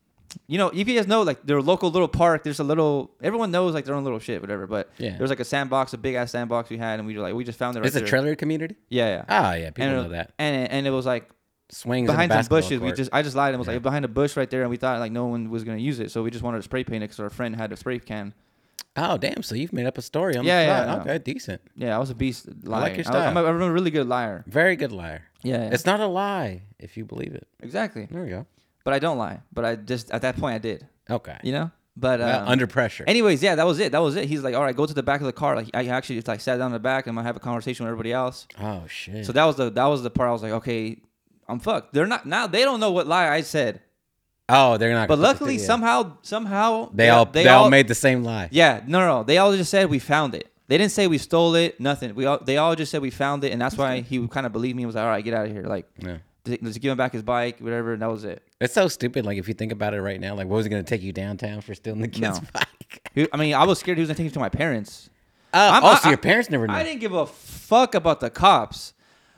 Speaker 1: you know, if you guys know like their local little park. There's a little everyone knows like their own little shit, whatever. But
Speaker 2: Yeah.
Speaker 1: there was like a sandbox, a big ass sandbox we had, and we were like, we just found it. Right
Speaker 2: it's a
Speaker 1: there.
Speaker 2: trailer community.
Speaker 1: Yeah, yeah.
Speaker 2: Ah, yeah, people
Speaker 1: and, it-
Speaker 2: know that.
Speaker 1: and it- and it was like
Speaker 2: Swings
Speaker 1: behind
Speaker 2: and a
Speaker 1: some
Speaker 2: basketball
Speaker 1: bushes. We
Speaker 2: court.
Speaker 1: just I just lied and was
Speaker 2: Yeah.
Speaker 1: like behind a bush right there, and we thought like no one was gonna use it, so we just wanted to spray paint it because our friend had a spray can.
Speaker 2: oh damn. So you've made up a story on
Speaker 1: Yeah,
Speaker 2: the
Speaker 1: yeah,
Speaker 2: fly.
Speaker 1: I know.
Speaker 2: okay, decent.
Speaker 1: Yeah, I was a beast liar.
Speaker 2: like your
Speaker 1: I, am
Speaker 2: style.
Speaker 1: a, I'm a really good liar.
Speaker 2: Very good liar.
Speaker 1: Yeah, yeah.
Speaker 2: It's not a lie if you believe it.
Speaker 1: exactly.
Speaker 2: There we go.
Speaker 1: But I don't lie. But I just at that point I did.
Speaker 2: Okay.
Speaker 1: You know. But
Speaker 2: Well,
Speaker 1: um,
Speaker 2: under pressure.
Speaker 1: Anyways, yeah, that was it. That was it. He's like, all right, go to the back of the car. Like I actually just like sat down in the back and I have a conversation with everybody else.
Speaker 2: oh shit.
Speaker 1: So that was the that was the part I was like, okay, I'm fucked. They're not now. They don't know what lie I said.
Speaker 2: oh, they're not. gonna put
Speaker 1: But
Speaker 2: the
Speaker 1: luckily,
Speaker 2: video.
Speaker 1: somehow, somehow
Speaker 2: they all they, all, made the same lie.
Speaker 1: Yeah, no, no, no. They all just said we found it. They didn't say we stole it. Nothing. We all they all just said we found it, and that's why he kind of believed me. and Was like, all right, get out of here. Like,
Speaker 2: Yeah.
Speaker 1: th- just give him back his bike, whatever, and that was it.
Speaker 2: It's so stupid. Like if you think about it right now, like what was it going to take you downtown for stealing the kid's
Speaker 1: No.
Speaker 2: bike?
Speaker 1: He- I mean, I was scared he was gonna take it to my parents.
Speaker 2: Oh,
Speaker 1: *laughs* I'm-
Speaker 2: oh,
Speaker 1: I-
Speaker 2: so your
Speaker 1: I-
Speaker 2: parents never knew.
Speaker 1: I didn't give a fuck about the cops.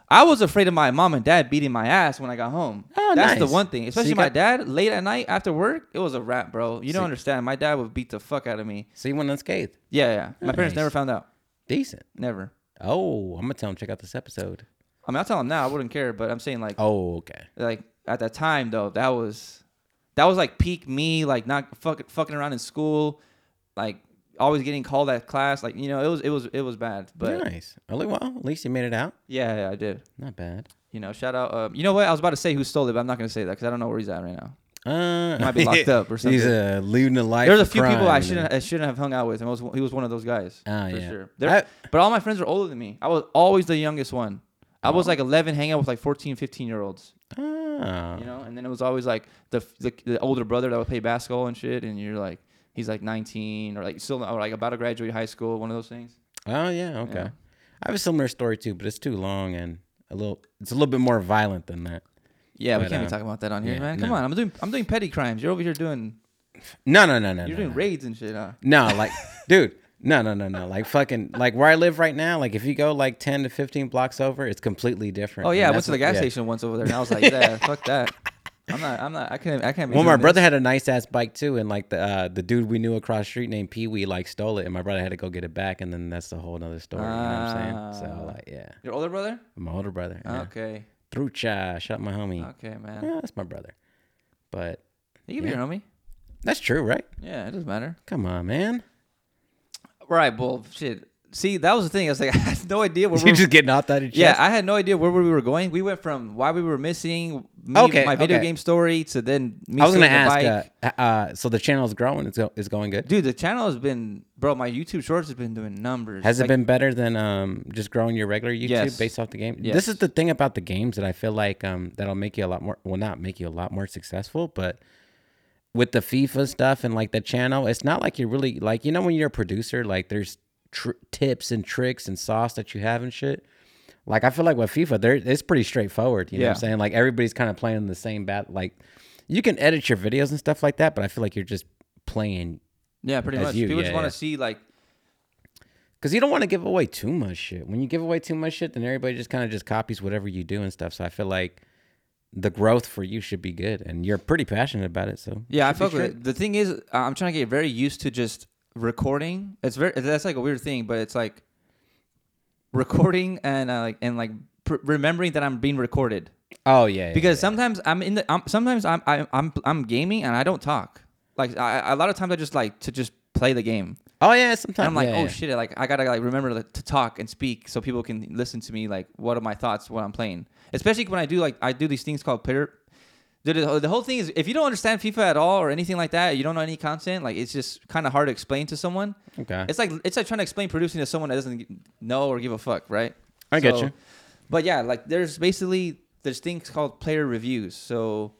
Speaker 1: I was afraid of my mom and dad beating my ass when I got home.
Speaker 2: Oh, nice.
Speaker 1: That's the one thing.
Speaker 2: So
Speaker 1: Especially
Speaker 2: you
Speaker 1: my
Speaker 2: got-
Speaker 1: dad, late at night after work, it was a wrap, bro. You don't
Speaker 2: So-
Speaker 1: understand. My dad would beat the fuck out of me.
Speaker 2: So you went unscathed.
Speaker 1: Yeah, yeah. My parents
Speaker 2: Ah, Nice.
Speaker 1: never found out.
Speaker 2: Decent.
Speaker 1: Never.
Speaker 2: Oh, I'm gonna tell them check out this episode.
Speaker 1: I mean, I'll tell them now. I wouldn't care, but I'm saying like,
Speaker 2: Oh, okay.
Speaker 1: like at that time though that was that was like peak me like not fuck, fucking around in school like always getting called at class like you know it was it was it was bad but
Speaker 2: nice. Only well, at least you made it out.
Speaker 1: yeah, yeah i did
Speaker 2: Not bad.
Speaker 1: you know shout out um, you know what i was about to say who stole it but i'm not going to say that because i don't know where he's at right now
Speaker 2: Uh,
Speaker 1: Might
Speaker 2: *laughs*
Speaker 1: be locked up or
Speaker 2: He's
Speaker 1: something.
Speaker 2: uh, leading a life.
Speaker 1: there's a
Speaker 2: of
Speaker 1: few people i
Speaker 2: crime.
Speaker 1: shouldn't i shouldn't have hung out with and I was, he was one of those guys
Speaker 2: Oh,
Speaker 1: for
Speaker 2: yeah.
Speaker 1: sure They're-
Speaker 2: I-
Speaker 1: but all my friends are older than me i was always the youngest one I was like 11, hanging out with like 14, 15 year olds,
Speaker 2: Ah.
Speaker 1: you know, and then it was always like the, the the older brother that would play basketball and shit, and you're like, he's like 19 or like still or like about to graduate high school, one of those things.
Speaker 2: Oh yeah. Okay.
Speaker 1: Yeah.
Speaker 2: I have a similar story too, but it's too long and a little. It's a little bit more violent than that.
Speaker 1: Yeah, we
Speaker 2: But,
Speaker 1: can't
Speaker 2: uh,
Speaker 1: be talking about that on here,
Speaker 2: yeah,
Speaker 1: man. Come
Speaker 2: no.
Speaker 1: on, I'm doing I'm doing petty crimes. You're over here doing
Speaker 2: No, no, no, no.
Speaker 1: you're
Speaker 2: no,
Speaker 1: doing
Speaker 2: no.
Speaker 1: raids and shit. Huh?
Speaker 2: No,
Speaker 1: *laughs*
Speaker 2: like, dude, no, no, no, no. Like, fucking, like where I live right now, like, if you go like 10 to 15 blocks over, it's completely different.
Speaker 1: Oh yeah, I
Speaker 2: And
Speaker 1: went to the
Speaker 2: that's what-
Speaker 1: gas
Speaker 2: yeah.
Speaker 1: station once over there, and I
Speaker 2: *laughs*
Speaker 1: was like, yeah, fuck that. I'm not I'm not I can't I can't. be
Speaker 2: Well, my
Speaker 1: doing
Speaker 2: brother had a nice ass bike too, and like the uh, the dude we knew across the street named Pee Wee like stole it, and my brother had to go get it back, and then that's a whole nother story. you know what I'm saying?
Speaker 1: Ah.
Speaker 2: So like, yeah,
Speaker 1: This. Your older brother?
Speaker 2: my older brother, yeah.
Speaker 1: Okay,
Speaker 2: Trucha, shot my homie.
Speaker 1: okay, man.
Speaker 2: Yeah, that's my brother, but
Speaker 1: You can be
Speaker 2: Yeah.
Speaker 1: your homie.
Speaker 2: that's true, right?
Speaker 1: Yeah, it doesn't matter.
Speaker 2: Come on, man,
Speaker 1: Right, well, shit. See, that was the thing. I was like, *laughs* I had no idea
Speaker 2: *laughs*
Speaker 1: where
Speaker 2: you
Speaker 1: we're
Speaker 2: just getting off that.
Speaker 1: *laughs* Yeah, I had no idea where we were going. We went from why we were missing, me,
Speaker 2: Okay,
Speaker 1: my video
Speaker 2: okay.
Speaker 1: game story, to then me
Speaker 2: I was gonna
Speaker 1: stealing the bike.
Speaker 2: ask. Uh, uh, so the channel's growing. It's go- it's going good.
Speaker 1: Dude, the channel has been, bro. My YouTube Shorts has been doing numbers.
Speaker 2: Has
Speaker 1: Like,
Speaker 2: it been better than um, just growing your regular YouTube
Speaker 1: Yes.
Speaker 2: based off the game?
Speaker 1: Yes.
Speaker 2: This is the thing about the games that I feel like um, that'll make you a lot more. Well, not make you a lot more successful, but with the FIFA stuff and like the channel, it's not like you're really like you know when you're a producer, like there's tr- tips and tricks and sauce that you have and shit. Like I feel like with FIFA, there it's pretty straightforward. You know what I'm
Speaker 1: Yeah.
Speaker 2: saying? Like everybody's kind of playing the same bat. Like you can edit your videos and stuff like that, but I feel like you're just playing
Speaker 1: Yeah, pretty
Speaker 2: That's
Speaker 1: much.
Speaker 2: you,
Speaker 1: People
Speaker 2: yeah,
Speaker 1: just want to
Speaker 2: yeah.
Speaker 1: see like
Speaker 2: because you don't want to give away too much shit. When you give away too much shit, then everybody just kind of just copies whatever you do and stuff. So I feel like the growth for you should be good, and you're pretty passionate about it. So
Speaker 1: Yeah, I
Speaker 2: should be
Speaker 1: fuck with
Speaker 2: straight.
Speaker 1: it. The thing is, uh, I'm trying to get very used to just recording. It's very that's like a weird thing, but it's like recording and uh, like and like pr- remembering that I'm being recorded
Speaker 2: Oh yeah, yeah,
Speaker 1: because sometimes I'm in the I'm, sometimes I'm, I'm I'm I'm gaming and I don't talk. Like I, I- a lot of times I just like to just play the game.
Speaker 2: yeah. oh yeah,
Speaker 1: And
Speaker 2: sometimes
Speaker 1: I'm like,
Speaker 2: yeah,
Speaker 1: oh
Speaker 2: yeah.
Speaker 1: shit! Like I gotta like remember like, to talk and speak so people can listen to me. Like, what are my thoughts when I'm playing? Especially when I do like I do these things called player. The, the- the whole thing is if you don't understand FIFA at all or anything like that, you don't know any content. Like it's just kind of hard to explain to someone.
Speaker 2: Okay.
Speaker 1: It's like it's like trying to explain producing to someone that doesn't know or give a fuck, right?
Speaker 2: I get you.
Speaker 1: But yeah, like there's basically there's things called player reviews. So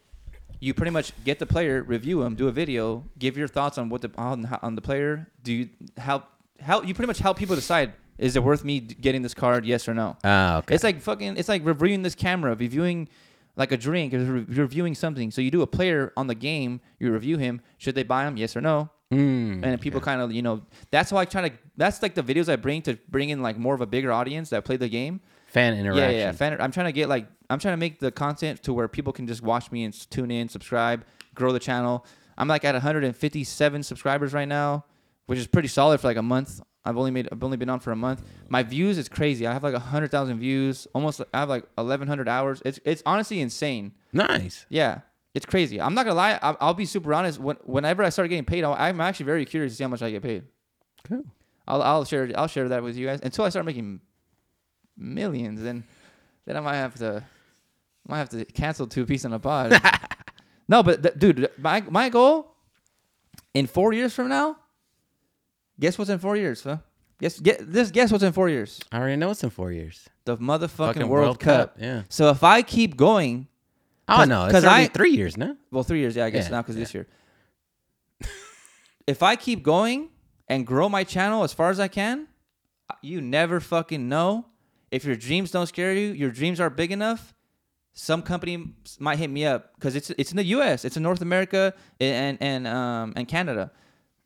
Speaker 1: you pretty much get the player, review him, do a video, give your thoughts on what the on, how- on the player. Do you help help you pretty much help people decide is it worth me d- getting this card, yes or no?
Speaker 2: Ah, okay.
Speaker 1: It's like fucking. It's like reviewing this camera, reviewing like a drink, or re- reviewing something. So you do a player on the game, you review him. Should they buy him? Yes or no?
Speaker 2: Mm,
Speaker 1: and people kind of you know that's why I try to. That's like the videos I bring to bring in like more of a bigger audience that play the game.
Speaker 2: fan
Speaker 1: Yeah,
Speaker 2: interaction.
Speaker 1: yeah. yeah. Fan, I'm trying to get like I'm trying to make the content to where people can just watch me and s- tune in, subscribe, grow the channel. I'm like at 157 subscribers right now, which is pretty solid for like a month. I've only made I've only been on for a month. My views is crazy. I have like 100,000 views. Almost I have like 1100 hours. It's it's honestly insane.
Speaker 2: Nice.
Speaker 1: Yeah. It's crazy. I'm not gonna lie. I'll, I'll be super honest. When, whenever I start getting paid, I'll, I'm actually very curious to see how much I get paid.
Speaker 2: Cool.
Speaker 1: I'll, I'll share I'll share that with you guys until I start making millions. Then then I might have to might have to cancel two piece on a pod. no, but th- dude, my my goal in four years from now. Guess what's in four years, huh? Guess get this. Guess what's in four years?
Speaker 2: I already know it's in four years.
Speaker 1: The motherfucking World, Cup.
Speaker 2: Yeah.
Speaker 1: So if I keep going,
Speaker 2: Oh
Speaker 1: Cause-
Speaker 2: no, it's
Speaker 1: cause
Speaker 2: already
Speaker 1: I-
Speaker 2: three years now.
Speaker 1: well, three years, yeah, I guess
Speaker 2: Yeah,
Speaker 1: now because this year. if I keep going and grow my channel as far as I can, uh, you never fucking know. If your dreams don't scare you, your dreams are big enough. Some company s- might hit me up because it's it's in the U.S., it's in North America and and um and Canada.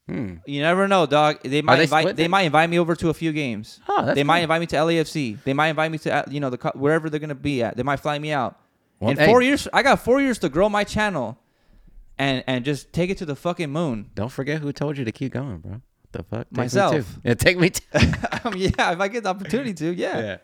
Speaker 2: Hmm.
Speaker 1: You never know, dog. They might
Speaker 2: they
Speaker 1: invite
Speaker 2: split
Speaker 1: they
Speaker 2: then?
Speaker 1: might invite me over to a few games.
Speaker 2: Oh, that's
Speaker 1: they might
Speaker 2: cool.
Speaker 1: invite me to LAFC. They might invite me to uh, you know the co- wherever they're gonna be at. They might fly me out.
Speaker 2: Well,
Speaker 1: in four
Speaker 2: hey.
Speaker 1: years, I got four years to grow my channel, and and just take it to the fucking *laughs* moon.
Speaker 2: Don't forget who told you to keep going, bro. The fuck. Take me too.
Speaker 1: Myself.
Speaker 2: Yeah, take me. Too.
Speaker 1: I mean, Um, yeah, if I get the opportunity to, yeah.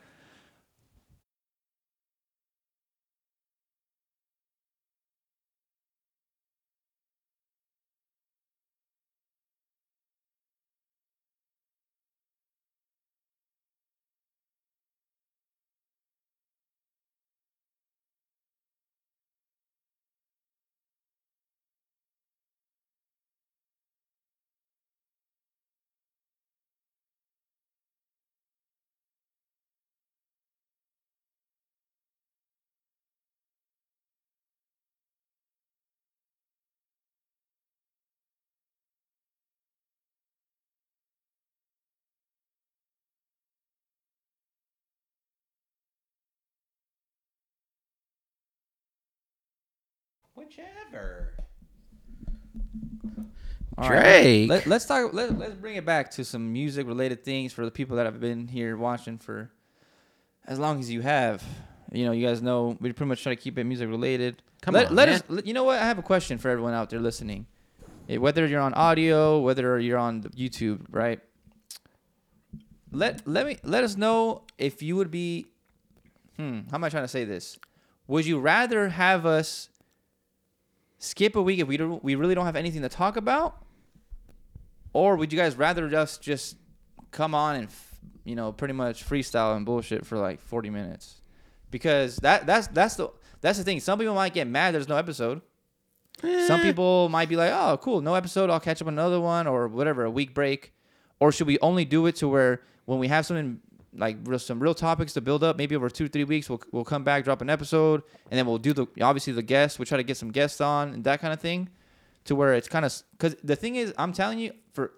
Speaker 2: Whichever.
Speaker 1: All
Speaker 2: Drake.
Speaker 1: Let, us talk. Let, let's bring it back to some music related things for the people that have been here watching for as long as you have. You know, you guys know we pretty much try to keep it music related.
Speaker 2: Come
Speaker 1: let,
Speaker 2: on,
Speaker 1: let
Speaker 2: man.
Speaker 1: us. let- you know what? I have a question for everyone out there listening. Eh, Whether you're on audio, whether you're on the YouTube, right? Let let me let us know if you would be. Hmm. How am I trying to say this? Would you rather have us skip a week if we don't we really don't have anything to talk about or would you guys rather us just come on and f- you know pretty much freestyle and bullshit for like 40 minutes because that that's that's the that's the thing some people might get mad there's no episode some people might be like oh cool no episode i'll catch up on another one or whatever a week break or should we only do it to where when we have something like real- some real topics to build up maybe over two three weeks we'll, we'll come back drop an episode and then we'll do the obviously the guests we'll try to get some guests on and that kind of thing to where it's kind of because the thing is i'm telling you for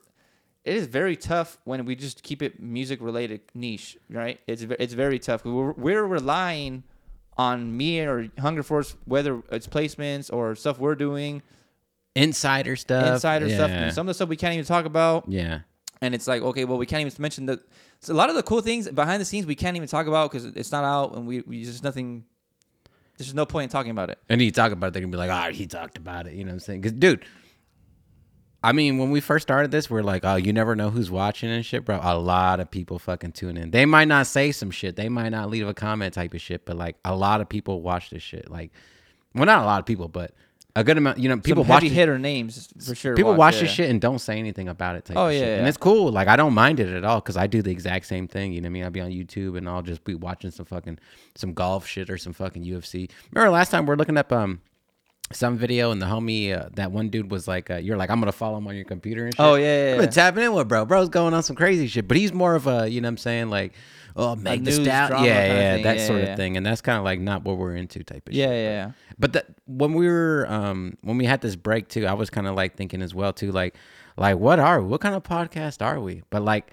Speaker 1: it is very tough when we just keep it music related niche, right? It's ve- it's very tough. We're, we're relying on me or Hunger Force, whether it's placements or stuff we're doing,
Speaker 2: insider stuff.
Speaker 1: insider
Speaker 2: yeah.
Speaker 1: stuff, and some of the stuff we can't even talk about.
Speaker 2: yeah.
Speaker 1: And it's like, okay, well, we can't even mention the. So a lot of the cool things behind the scenes we can't even talk about because it's not out, and we, we there's nothing. There's no point in talking about it.
Speaker 2: And you talk about it, they're gonna be like, "Ah, he talked about it." You know what I'm saying? Because, dude, I mean, when we first started this, we are like, "Oh, you never know who's watching and shit, bro." A lot of people fucking tune in. They might not say some shit, they might not leave a comment type of shit, but like, a lot of people watch this shit. Like, well, not a lot of people, but a good amount. You know, people
Speaker 1: People
Speaker 2: watch
Speaker 1: heavy
Speaker 2: this,
Speaker 1: hitter names for sure.
Speaker 2: people watch
Speaker 1: yeah.
Speaker 2: this shit and don't say anything about it. Type
Speaker 1: Oh,
Speaker 2: of shit.
Speaker 1: yeah,
Speaker 2: and
Speaker 1: yeah.
Speaker 2: it's cool. Like, I don't mind it at all because I do the exact same thing. You know what I mean? I'll be on YouTube and I'll just be watching some fucking some golf shit or some fucking UFC. Remember last time we are looking up um some video and the homie uh, that one dude was like, uh, "You're like, I'm gonna follow him on your computer and shit."
Speaker 1: Oh, yeah, yeah,
Speaker 2: I've been
Speaker 1: yeah.
Speaker 2: tapping in with bro. Bro's going on some crazy shit, but he's more of a you know what I'm saying like. Oh, make the
Speaker 1: news
Speaker 2: stout, yeah,
Speaker 1: drama kinda
Speaker 2: yeah,
Speaker 1: thing.
Speaker 2: that
Speaker 1: Yeah,
Speaker 2: sort
Speaker 1: yeah.
Speaker 2: of thing, and that's kind of like not what we're into, type of shit.
Speaker 1: Yeah, yeah, yeah.
Speaker 2: But that when we were um when we had this break too, I was kind of like thinking as well too, like like what are we? What kind of podcast are we? But like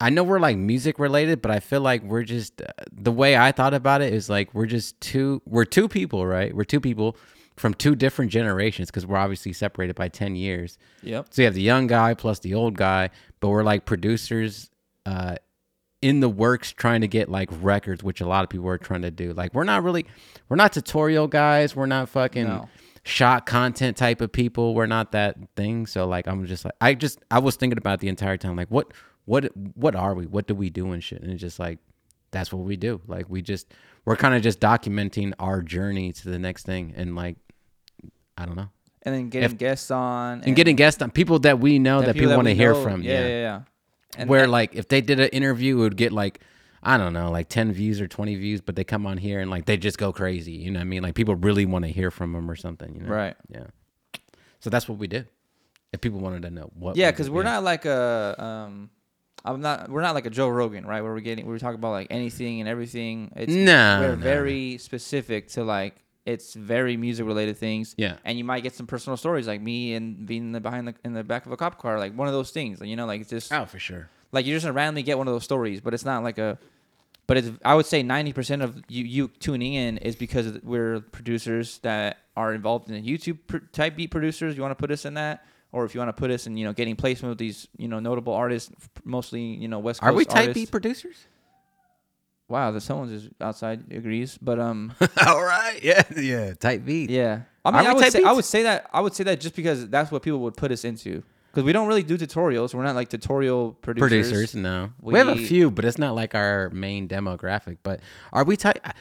Speaker 2: I know we're like music related, but I feel like we're just uh, the way I thought about it is like we're just two we're two people, right? We're two people from two different generations because we're obviously separated by 10 years.
Speaker 1: Yep.
Speaker 2: So you have the young guy plus the old guy, but we're like producers uh, in the works trying to get like records, which a lot of people are trying to do. Like we're not really, we're not tutorial guys. We're not fucking
Speaker 1: No.
Speaker 2: shot content type of people. We're not that thing. So like I'm just like I just I was thinking about it the entire time like what what what are we? What do we do and shit? And it's just like that's what we do. Like we just we're kind of just documenting our journey to the next thing and like I don't know
Speaker 1: And then getting guests on
Speaker 2: and getting guests on people that we know that, people,
Speaker 1: that
Speaker 2: want to
Speaker 1: we
Speaker 2: hear
Speaker 1: know.
Speaker 2: from.
Speaker 1: Yeah,
Speaker 2: Yeah.
Speaker 1: yeah, yeah. And
Speaker 2: Where
Speaker 1: that-
Speaker 2: like if they did an interview, it would get like I don't know, like ten views or twenty views, but they come on here and like they just go crazy. You know what I mean? Like people really want to hear from them or something. You know?
Speaker 1: right.
Speaker 2: Yeah. So that's what we did. If people wanted to know what. we
Speaker 1: Yeah,
Speaker 2: did,
Speaker 1: because we're not like a um, I'm not we're not like a Joe Rogan, right? Where we're getting we're talking about like anything and everything. It's
Speaker 2: No,
Speaker 1: we're
Speaker 2: no,
Speaker 1: very specific to like it's very music related things.
Speaker 2: Yeah.
Speaker 1: and you might get some personal stories like me and being in the behind the in the back of a cop car, like one of those things. You know, like it's just
Speaker 2: Oh, for sure.
Speaker 1: like you're just gonna randomly get one of those stories, but it's not like a. But it's I would say ninety percent of you you tuning in is because we're producers that are involved in the YouTube pr- type beat producers. You want to put us in that, or if you want to put us in, you know, getting placement with these you know notable artists, mostly you know West Coast.
Speaker 2: Are we type
Speaker 1: artists.
Speaker 2: B producers?
Speaker 1: *laughs* Wow, that someone just outside agrees,
Speaker 2: *laughs*
Speaker 1: but um,
Speaker 2: All right. Yeah. Yeah. Type B.
Speaker 1: yeah.
Speaker 2: Are
Speaker 1: I mean,
Speaker 2: we
Speaker 1: I would
Speaker 2: type
Speaker 1: say I
Speaker 2: Bs?
Speaker 1: would say that I would say that just because that's what people would put us into because we don't really do tutorials. We're not like tutorial producers.
Speaker 2: producers. no, we, have a
Speaker 1: We-
Speaker 2: few, but it's not like our main demographic. But are we type? I-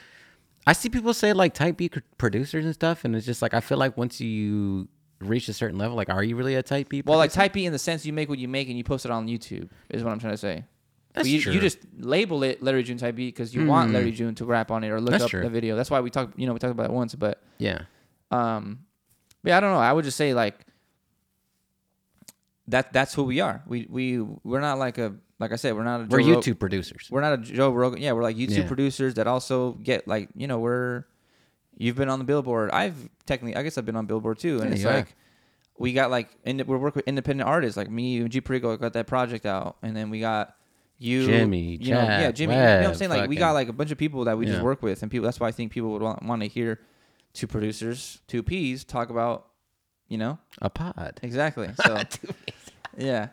Speaker 2: I see people say like type B c- producers and stuff, and it's just like I feel like once you reach a certain level, like are you really a type B?
Speaker 1: Well, like
Speaker 2: producer?
Speaker 1: type B in the sense you make what you make and you post it on YouTube is what I'm trying to say. But
Speaker 2: That's
Speaker 1: you,
Speaker 2: true. Hmm.
Speaker 1: you just label it Larry June type B because you want Larry June to rap on it or look
Speaker 2: That's
Speaker 1: up
Speaker 2: true.
Speaker 1: the video. That's why we talked. You know, we talked about it once, but
Speaker 2: yeah,
Speaker 1: um, but yeah, I don't know. I would just say like that. That's who we are. We we we're not like a like I said we're not a
Speaker 2: we're
Speaker 1: Joe Rog-
Speaker 2: YouTube producers.
Speaker 1: we're not a Joe Rogan. Yeah, we're like YouTube
Speaker 2: Yeah.
Speaker 1: producers that also get like you know we're you've been on the Billboard. I've technically I guess I've been on Billboard too, and
Speaker 2: Yeah,
Speaker 1: it's
Speaker 2: you are.
Speaker 1: like we got like ind- we're working with independent artists like me and G Perigo got that project out, and then we got you,
Speaker 2: Jimmy,
Speaker 1: you know, yeah,
Speaker 2: Chad,
Speaker 1: Jimmy. you know what I'm
Speaker 2: Webb,
Speaker 1: saying? Like we
Speaker 2: fucking-
Speaker 1: got like a bunch of people that we
Speaker 2: Yeah.
Speaker 1: just work with, and people. That's why I think people would want, want to hear two producers, two P's talk about you know
Speaker 2: A pod.
Speaker 1: exactly.
Speaker 2: *laughs*
Speaker 1: So yeah,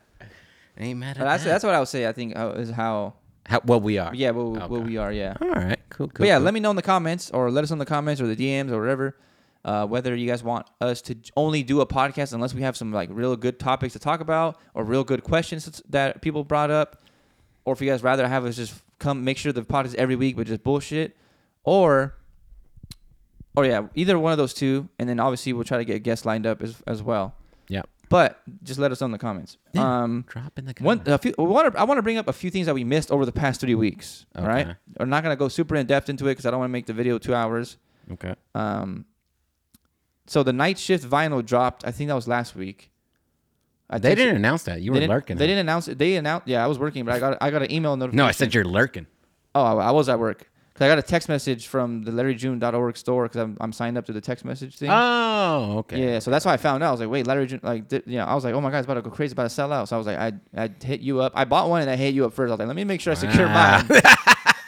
Speaker 2: Ain't mad at
Speaker 1: but that's
Speaker 2: that.
Speaker 1: that's what I would say. I think uh, is how
Speaker 2: How, what we are.
Speaker 1: yeah what,
Speaker 2: Okay.
Speaker 1: what we are yeah.
Speaker 2: All right. Cool. Cool.
Speaker 1: But yeah,
Speaker 2: cool.
Speaker 1: let me know in the comments or let us know in the comments or the DMs or whatever uh, whether you guys want us to j- only do a podcast unless we have some like real good topics to talk about or real good questions that's- that people brought up, or if you guys rather have us just come make sure the pod is every week but just bullshit, or or yeah, either one of those two, and then obviously we'll try to get guests lined up as as well.
Speaker 2: Yeah.
Speaker 1: But just let us know in the comments.
Speaker 2: Yeah.
Speaker 1: Um,
Speaker 2: Drop in the
Speaker 1: one,
Speaker 2: comments.
Speaker 1: a few, we wanna- I want to bring up a few things that we missed over the past three weeks. All right,
Speaker 2: Okay.
Speaker 1: I'm not gonna go super in depth into it because I don't want to make the video two hours.
Speaker 2: Okay.
Speaker 1: Um, so the night shift vinyl dropped. I think that was last week. I
Speaker 2: They
Speaker 1: texted-
Speaker 2: didn't announce that. You
Speaker 1: They
Speaker 2: were
Speaker 1: didn't,
Speaker 2: lurking.
Speaker 1: They didn't announce it. They announced. Yeah, I was working, but I got I got an email notification.
Speaker 2: No, I said you're lurking.
Speaker 1: Oh, I, I was at work. 'Cause I got a text message from the LarryJune.org store because I'm, I'm signed up to the text message thing.
Speaker 2: Oh, okay.
Speaker 1: Yeah, so that's why I found out. I was like, wait, Larry, June, like, th- you know, I was like, oh my God, it's about to go crazy, about to sell out. So I was like, I, I hit
Speaker 2: *laughs*
Speaker 1: you up. I bought one and I hit you up first. I was like, let me make sure I secure
Speaker 2: Wow.
Speaker 1: mine,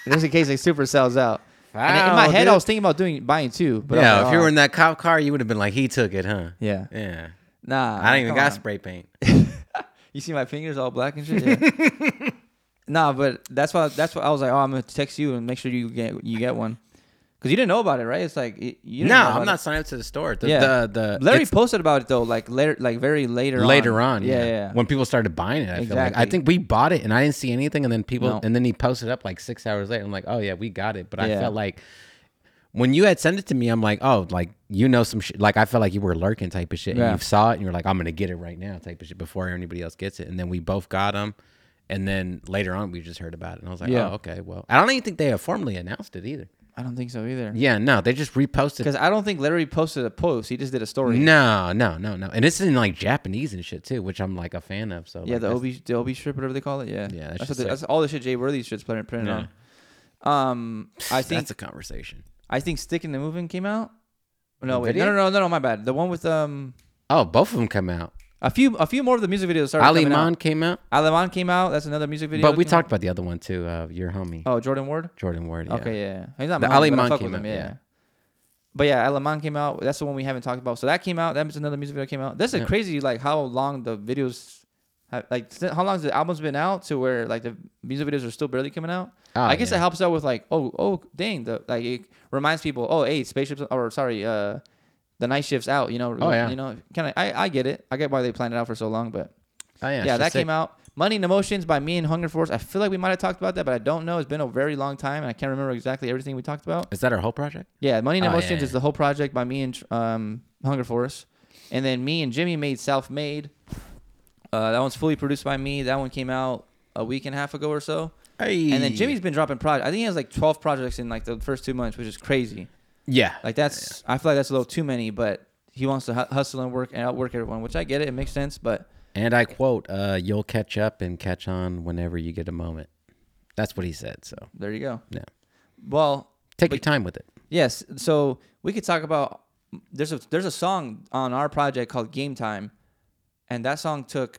Speaker 1: just in case it super sells out. And in my
Speaker 2: foul,
Speaker 1: head,
Speaker 2: dude.
Speaker 1: I was thinking about doing buying two. But I'm
Speaker 2: yeah,
Speaker 1: like,
Speaker 2: if you were
Speaker 1: "Oh,
Speaker 2: in that cop car, you would have been like, he took it, huh?
Speaker 1: yeah,
Speaker 2: uh, Yeah.
Speaker 1: nah,
Speaker 2: I didn't even
Speaker 1: come
Speaker 2: got
Speaker 1: on.
Speaker 2: spray paint.
Speaker 1: You see my fingers all black *laughs* and shit. Yeah. nah, but that's why that's why I was like, oh, I'm gonna text you and make sure you get you get one, because you didn't know about it, right? It's like it, you. didn't
Speaker 2: No,
Speaker 1: know about
Speaker 2: I'm not
Speaker 1: it.
Speaker 2: signed up to the store. The,
Speaker 1: Yeah.
Speaker 2: the, the,
Speaker 1: Larry
Speaker 2: it's
Speaker 1: posted about it though, like later, like very later.
Speaker 2: later
Speaker 1: on.
Speaker 2: on.
Speaker 1: Yeah, yeah. yeah.
Speaker 2: When people started buying it, I feel like. I
Speaker 1: Exactly.
Speaker 2: think we bought it and I didn't see anything. And then people,
Speaker 1: No.
Speaker 2: and then he posted up like six hours later. I'm like, oh, yeah, we got it. But I
Speaker 1: Yeah.
Speaker 2: felt like when you had sent it to me, I'm like, oh, like, you know, some shit. Like, I felt like you were lurking type of shit.
Speaker 1: Yeah.
Speaker 2: And you saw it and you're like, I'm going to get it right now type of shit before anybody else gets it. And then we both got them. And then later on, we just heard about it. And I was like,
Speaker 1: Yeah.
Speaker 2: oh, okay, well. I don't even think they formally announced it either.
Speaker 1: I don't think so either.
Speaker 2: Yeah, no, they just reposted.
Speaker 1: Because I don't think Larry posted a post. He just did a story.
Speaker 2: No, no, no, no. And it's in like Japanese and shit too, which I'm like a fan of. So
Speaker 1: Yeah,
Speaker 2: like,
Speaker 1: the
Speaker 2: that's-
Speaker 1: OB, the OB strip, whatever they call it. Yeah,
Speaker 2: Oh Yeah, that's
Speaker 1: that's,
Speaker 2: just
Speaker 1: what the,
Speaker 2: like-
Speaker 1: that's all the shit Jay Worthy's shit's printed printed
Speaker 2: Yeah.
Speaker 1: on. Um, I think
Speaker 2: that's a conversation.
Speaker 1: I think Stick in the Moving came out. No,
Speaker 2: The
Speaker 1: wait, no,
Speaker 2: video?
Speaker 1: no, no, no, no, my bad. The one with um
Speaker 2: Oh, both of them come out.
Speaker 1: a few a few more of the music videos started
Speaker 2: Ali
Speaker 1: coming
Speaker 2: Mon
Speaker 1: out.
Speaker 2: came out,
Speaker 1: Aliman came out. That's another music video.
Speaker 2: but
Speaker 1: that
Speaker 2: we
Speaker 1: came
Speaker 2: talked about the other one too. Uh, your homie
Speaker 1: out. Oh, Jordan Ward.
Speaker 2: Jordan Ward. Yeah.
Speaker 1: Okay, yeah, yeah. he's not
Speaker 2: The
Speaker 1: my homie,
Speaker 2: Ali
Speaker 1: but I
Speaker 2: Mon
Speaker 1: fuck with
Speaker 2: came
Speaker 1: him,
Speaker 2: out,
Speaker 1: yeah.
Speaker 2: yeah.
Speaker 1: But yeah, Alaman came out. That's the one we haven't talked about. So that came out. That's another music video came out. That's a
Speaker 2: Yeah.
Speaker 1: crazy like how long the videos, have, like si- how long has the album's been out to where like the music videos are still barely coming out.
Speaker 2: Oh,
Speaker 1: I guess
Speaker 2: yeah.
Speaker 1: it helps out with like oh oh dang the like it reminds people oh hey spaceships or sorry uh the night shift's out you know
Speaker 2: Oh, yeah.
Speaker 1: you know kind of I I get it I get why they planned it out for so long but
Speaker 2: Oh yeah,
Speaker 1: yeah, that came out. Money and Emotions by me and Hunger Force. I feel like we might have talked about that, but I don't know. It's been a very long time, and I can't remember exactly everything we talked about.
Speaker 2: Is that our whole project?
Speaker 1: Yeah, Money and
Speaker 2: Oh,
Speaker 1: Emotions
Speaker 2: yeah.
Speaker 1: is the whole project by me and um, Hunger Force, and then me and Jimmy made Self Made. Uh, that one's fully produced by me. That one came out a week and a half ago or so. And then Jimmy's been dropping projects. I think he has like twelve projects in like the first two months, which is crazy.
Speaker 2: Yeah.
Speaker 1: Like that's I feel like that's a little too many, but he wants to hu- hustle and work and outwork everyone, which I get it. It makes sense, but
Speaker 2: and I quote, uh, "You'll catch up and catch on whenever you get a moment." That's what he said. So
Speaker 1: there you go.
Speaker 2: Yeah.
Speaker 1: Well,
Speaker 2: take
Speaker 1: But-
Speaker 2: your time with it.
Speaker 1: Yes. So we could talk about there's a there's a song on our project called Game Time, and that song took.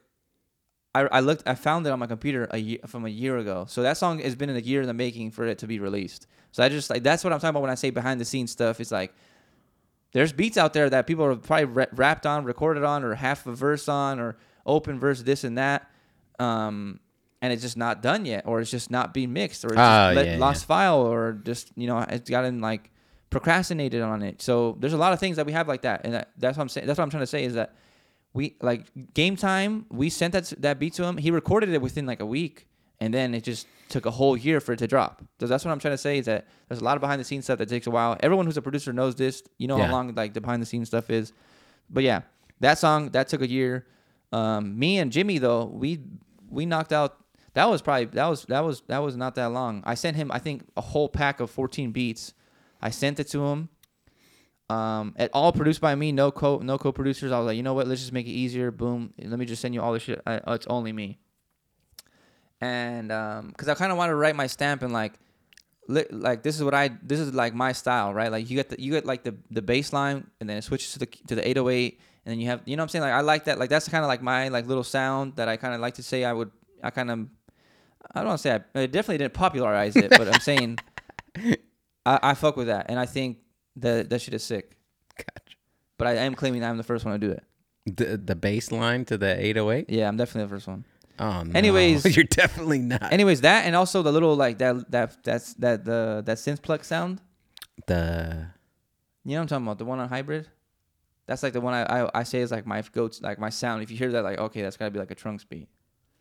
Speaker 1: I, I looked I found it on my computer a year, from a year ago. So that song has been in a year in the making for it to be released. So I just like that's what I'm talking about when I say behind the scenes stuff. It's like there's beats out there that people are probably ra- rapped on, recorded on, or half a verse on, or open verse this and that, um, and it's just not done yet, or it's just not being mixed, or it's
Speaker 2: Ah,
Speaker 1: just let-
Speaker 2: yeah,
Speaker 1: lost file, or just you know it's gotten like procrastinated on it. So there's a lot of things that we have like that, and that, that's what I'm saying. That's what I'm trying to say is that we like game time. We sent that that beat to him. He recorded it within like a week, and then it just took a whole year for it to drop. So that's what I'm trying to say is that there's a lot of behind the scenes stuff that takes a while. Everyone who's a producer knows this. You know
Speaker 2: Yeah.
Speaker 1: how long like the behind the scenes stuff is. But yeah, that song that took a year. Um, me and Jimmy though we we knocked out. That was probably that was that was that was not that long. I sent him I think a whole pack of 14 beats. I sent it to him. Um, it all produced by me, no co no co producers. I was like, you know what? Let's just make it easier. Boom. Let me just send you all this shit. I, oh, it's only me. And um, cause I kind of want to write my stamp and like, li- like this is what I this is like my style, right? Like you get the you get like the the bass line and then it switches to the to the 808 and then you have you know what I'm saying? Like I like that. Like that's kind of like my like little sound that I kind of like to say I would I kind of I don't want to say I, I definitely didn't popularize it, but I'm saying I, I fuck with that and I think that that shit is sick
Speaker 2: Gotcha.
Speaker 1: but I am claiming I'm the first one to do it.
Speaker 2: The the baseline to the 808.
Speaker 1: Yeah, I'm definitely the first one.
Speaker 2: Oh no.
Speaker 1: Anyways-
Speaker 2: *laughs* you're definitely not
Speaker 1: Anyways, that and also the little like that that that's that the that synth pluck sound.
Speaker 2: the.
Speaker 1: You know what I'm talking about? The one on hybrid. That's like the one I I, I say is like my go to like my sound. If you hear that, like okay, that's gotta be like a trunks beat.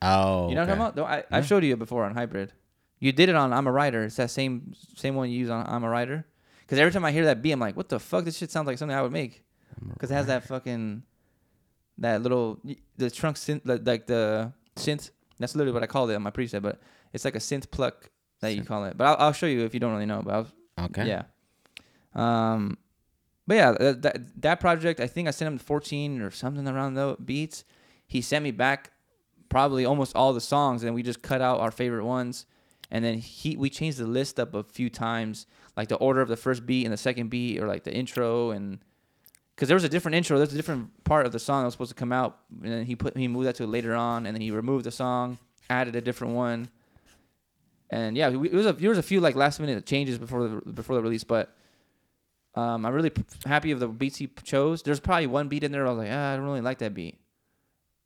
Speaker 2: Oh,
Speaker 1: You
Speaker 2: okay.
Speaker 1: know what I'm talking about? Though I, I showed you it before on hybrid. You did it on I'm a writer. It's that same same one you use on I'm a writer. Because every time I hear that beat, I'm like, what the fuck? This shit sounds like something I would make. Because it has that fucking that little the trunk synth like- like the synth. That's literally what I called it on my preset, but it's like a synth pluck that you call it. But I'll, I'll show you if you don't really know. But I was,
Speaker 2: Okay.
Speaker 1: yeah. Um, but yeah, that, that that project, I think I sent him 14 or something around those beats. He sent me back probably almost all the songs, and we just cut out our favorite ones. And then he we changed the list up a few times, like the order of the first beat and the second beat, or like the intro and because there was a different intro, there's a different part of the song that was supposed to come out, and then he put he moved that to later on, and then he removed the song, added a different one. and yeah, we, it was a, there was a few like last minute changes before the before the release, but um, I'm really p- happy of the beats he p- chose. There's probably one beat in there I was like, ah, I don't really like that beat,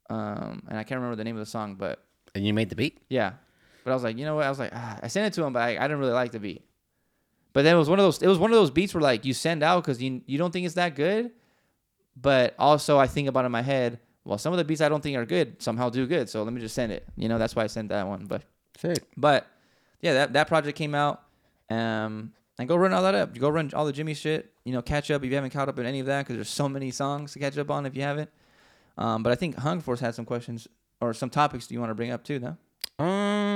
Speaker 1: um, and I can't remember the name of the song, but
Speaker 2: And you made the beat?
Speaker 1: yeah, but I was like, you know what? I was like, ah. I sent it to him, but I, I didn't really like the beat. But then it was one of those. It was one of those beats where like you send out because you you don't think it's that good, but also I think about it in my head. Well, some of the beats I don't think are good somehow do good. So let me just send it. You know, that's why I sent that one. But
Speaker 2: Sick.
Speaker 1: but yeah, that that project came out. Um, and go run all that up. Go run all the Jimmy shit. You know, catch up if you haven't caught up in any of that because there's so many songs to catch up on if you haven't. Um, but I think Hung Force had some questions or some topics that you want to bring up too. No,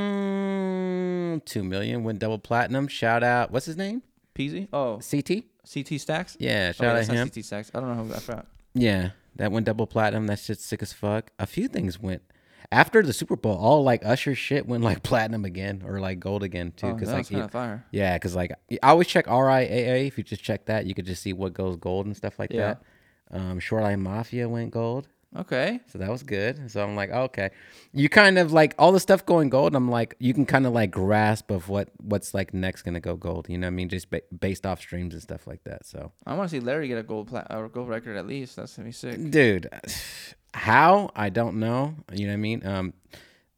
Speaker 2: Um, two million went double platinum. Shout out. What's his name?
Speaker 1: Peasy. Oh,
Speaker 2: CT.
Speaker 1: CT Stacks?
Speaker 2: Yeah,
Speaker 1: Oh,
Speaker 2: shout out
Speaker 1: that's not
Speaker 2: him.
Speaker 1: CT Stacks. I don't know who I forgot.
Speaker 2: Yeah, that went double platinum. That shit's sick as fuck. A few things went after the Super Bowl. All like Usher shit went like *laughs* platinum again or like gold again too.
Speaker 1: Oh,
Speaker 2: Because
Speaker 1: that
Speaker 2: like
Speaker 1: was kind
Speaker 2: you-
Speaker 1: of fire.
Speaker 2: yeah, because like I always check RIAA. If you just check that, you could just see what goes gold and stuff like
Speaker 1: Yeah.
Speaker 2: that. Um, Shoreline Mafia went gold.
Speaker 1: Okay.
Speaker 2: So that was good. So I'm like, okay. You kind of like all the stuff going gold. I'm like, you can kind of like grasp of what what's like next gonna go gold. You know what I mean? Just ba- based off streams and stuff like that. So,
Speaker 1: I want to see Larry get a gold plat or gold record at least. That's gonna be sick.
Speaker 2: dude, how I don't know. You know what I mean? Um,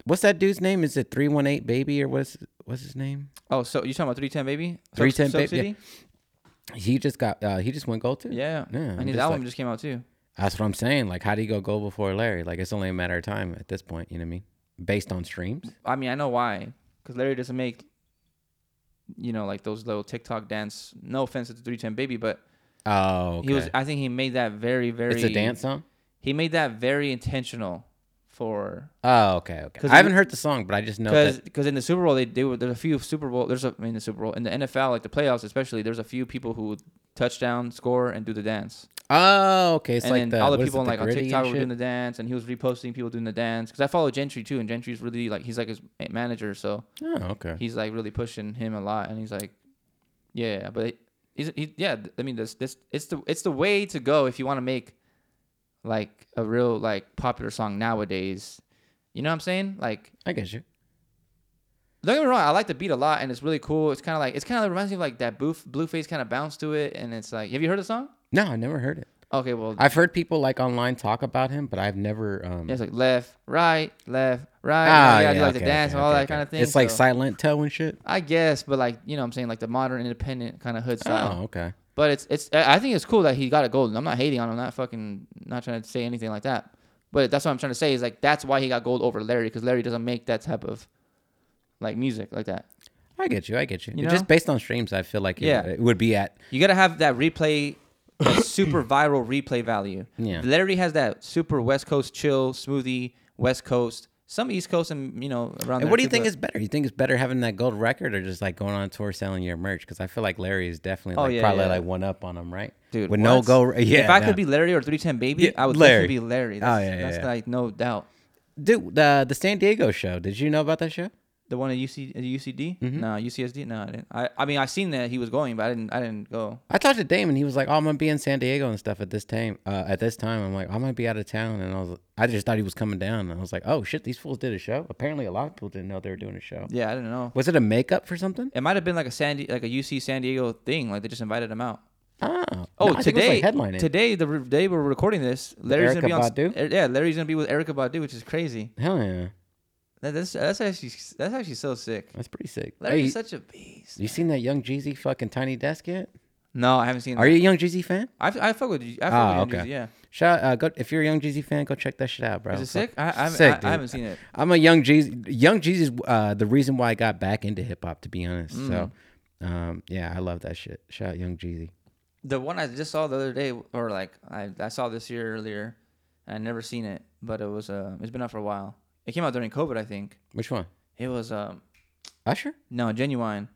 Speaker 2: what's that dude's name? Is it three one eight baby or what's what's his name?
Speaker 1: Oh, so you talking about three ten baby?
Speaker 2: 310
Speaker 1: Sub-
Speaker 2: Baby, yeah.
Speaker 1: Subsidy?
Speaker 2: He just got uh, he just went gold too.
Speaker 1: Yeah.
Speaker 2: Yeah, I'm
Speaker 1: and his
Speaker 2: just
Speaker 1: album
Speaker 2: like-
Speaker 1: just came out too.
Speaker 2: That's what I'm saying. Like, how do you go gold before Larry? Like, it's only a matter of time at this point. You know what I mean? Based on streams.
Speaker 1: I mean, I know why. Because Larry doesn't make, you know, like those little TikTok dance. No offense to 310 Baby, but
Speaker 2: Oh, okay.
Speaker 1: he was. I think he made that very, very.
Speaker 2: it's a dance song.
Speaker 1: He made that very intentional for
Speaker 2: Oh, okay, okay.
Speaker 1: 'Cause
Speaker 2: I haven't
Speaker 1: you-
Speaker 2: heard the song, but I just know
Speaker 1: because
Speaker 2: that.
Speaker 1: because in the Super Bowl they, they were there's a few Super Bowl there's a I mean the Super Bowl in the NFL like the playoffs especially there's a few people who touchdown score and do the dance
Speaker 2: Oh, okay. It's
Speaker 1: and
Speaker 2: like
Speaker 1: then
Speaker 2: the,
Speaker 1: all
Speaker 2: what
Speaker 1: the
Speaker 2: is it,
Speaker 1: people on
Speaker 2: the
Speaker 1: like on
Speaker 2: gritty and
Speaker 1: TikTok were
Speaker 2: shit?
Speaker 1: doing the dance and he was reposting people doing the dance because I follow Gentry too and Gentry's really like he's like his manager so
Speaker 2: Oh, okay.
Speaker 1: he's like really pushing him a lot, and he's like, yeah, but it- he's he, yeah. th- I mean, this this it's the it's the way to go if you want to make like a real like popular song nowadays. You know what I'm saying? Like,
Speaker 2: I get you.
Speaker 1: don't get me wrong, I like the beat a lot, and it's really cool. It's kind of like it's kind of reminds me of like that boof blueface kind of bounce to it, and it's like, have you heard the song?
Speaker 2: No, I never heard it.
Speaker 1: Okay, well,
Speaker 2: I've heard people like online talk about him, but I've never. Um,
Speaker 1: yeah, it's like left, right, left, right.
Speaker 2: ah,
Speaker 1: you know,
Speaker 2: yeah,
Speaker 1: you gotta do like
Speaker 2: okay,
Speaker 1: the dance
Speaker 2: okay,
Speaker 1: and all
Speaker 2: okay,
Speaker 1: that
Speaker 2: okay.
Speaker 1: kind of thing.
Speaker 2: It's like
Speaker 1: so-
Speaker 2: silent toe and shit.
Speaker 1: I guess, but like you know, what I'm saying like the modern independent kind of hood style.
Speaker 2: Oh, okay.
Speaker 1: But it's it's. I I think it's cool that he got a golden. I'm not hating on him. I'm not fucking not trying to say anything like that. But that's what I'm trying to say is like that's why he got gold over Larry because Larry doesn't make that type of like music like that.
Speaker 2: I get you. I get you.
Speaker 1: You know?
Speaker 2: Just based on streams, I feel like yeah.
Speaker 1: Yeah.
Speaker 2: it, would be at.
Speaker 1: You gotta have that replay, that *coughs* super viral replay value.
Speaker 2: Yeah.
Speaker 1: Larry has that super West Coast chill smoothie West Coast, some East Coast, and you know around.
Speaker 2: And
Speaker 1: there
Speaker 2: what do you
Speaker 1: too,
Speaker 2: think
Speaker 1: but-
Speaker 2: is better? You think it's better having that gold record or just like going on tour selling your merch? Because I feel like Larry is definitely
Speaker 1: Oh,
Speaker 2: like
Speaker 1: yeah,
Speaker 2: probably
Speaker 1: yeah.
Speaker 2: like one up on him, right?
Speaker 1: dude
Speaker 2: with no
Speaker 1: what?
Speaker 2: gold. re- Yeah,
Speaker 1: If I
Speaker 2: nah.
Speaker 1: could be Larry or 310 Baby,
Speaker 2: Yeah,
Speaker 1: I would
Speaker 2: Larry.
Speaker 1: definitely be Larry.
Speaker 2: Oh,
Speaker 1: That's,
Speaker 2: yeah, yeah,
Speaker 1: that's
Speaker 2: yeah.
Speaker 1: like no doubt.
Speaker 2: dude, the the San Diego show. Did you know about that show?
Speaker 1: The one at UC at UCD?
Speaker 2: Mm-hmm.
Speaker 1: No, UCSD? No, I didn't. I, I mean I seen that he was going, but I didn't I didn't go.
Speaker 2: I talked to Damon. He was like, "Oh, I'm gonna be in San Diego and stuff at this time. Uh, at this time, I'm like, I might be out of town." And I was, I just thought he was coming down. And I was like, "Oh shit, these fools did a show." Apparently, a lot of people didn't know they were doing a show.
Speaker 1: Yeah, I didn't know.
Speaker 2: Was it a makeup for something?
Speaker 1: It might have been like a San Di- like a UC San Diego thing. Like they just invited him out.
Speaker 2: Oh,
Speaker 1: Oh,
Speaker 2: No, I think it was,
Speaker 1: today
Speaker 2: like headlining.
Speaker 1: today the re- day we're recording this, Larry's
Speaker 2: Erykah
Speaker 1: gonna be on. s-
Speaker 2: Badu?
Speaker 1: Er- yeah, Larry's gonna be with Erica Badu, which is crazy.
Speaker 2: Hell yeah,
Speaker 1: That, that's that's actually that's actually so sick.
Speaker 2: that's pretty sick. Hey,
Speaker 1: Larry's
Speaker 2: you,
Speaker 1: such a beast.
Speaker 2: you seen that Young Jeezy fucking tiny desk yet?
Speaker 1: No, I haven't seen.
Speaker 2: Are
Speaker 1: that.
Speaker 2: you a Young Jeezy fan?
Speaker 1: I I fuck with you. I fuck
Speaker 2: Ah,
Speaker 1: with you,
Speaker 2: okay.
Speaker 1: Yeah,
Speaker 2: Shout, uh, go if you're a Young Jeezy fan, go check that shit out, bro.
Speaker 1: is it
Speaker 2: Fuck-
Speaker 1: sick? I I haven't,
Speaker 2: Sick,
Speaker 1: I, I
Speaker 2: dude.
Speaker 1: haven't seen it.
Speaker 2: I'm a young Jeezy. Young Jeezy's uh, the reason why I got back into hip hop, to be honest. So,
Speaker 1: Mm.
Speaker 2: um, yeah, I love that shit. Shout out Young Jeezy.
Speaker 1: The one I just saw the other day, or like I, I saw this year earlier, and I never seen it, but it was uh, it's been out for a while. It came out during COVID, I think.
Speaker 2: Which one?
Speaker 1: It was um
Speaker 2: Usher?
Speaker 1: no genuine.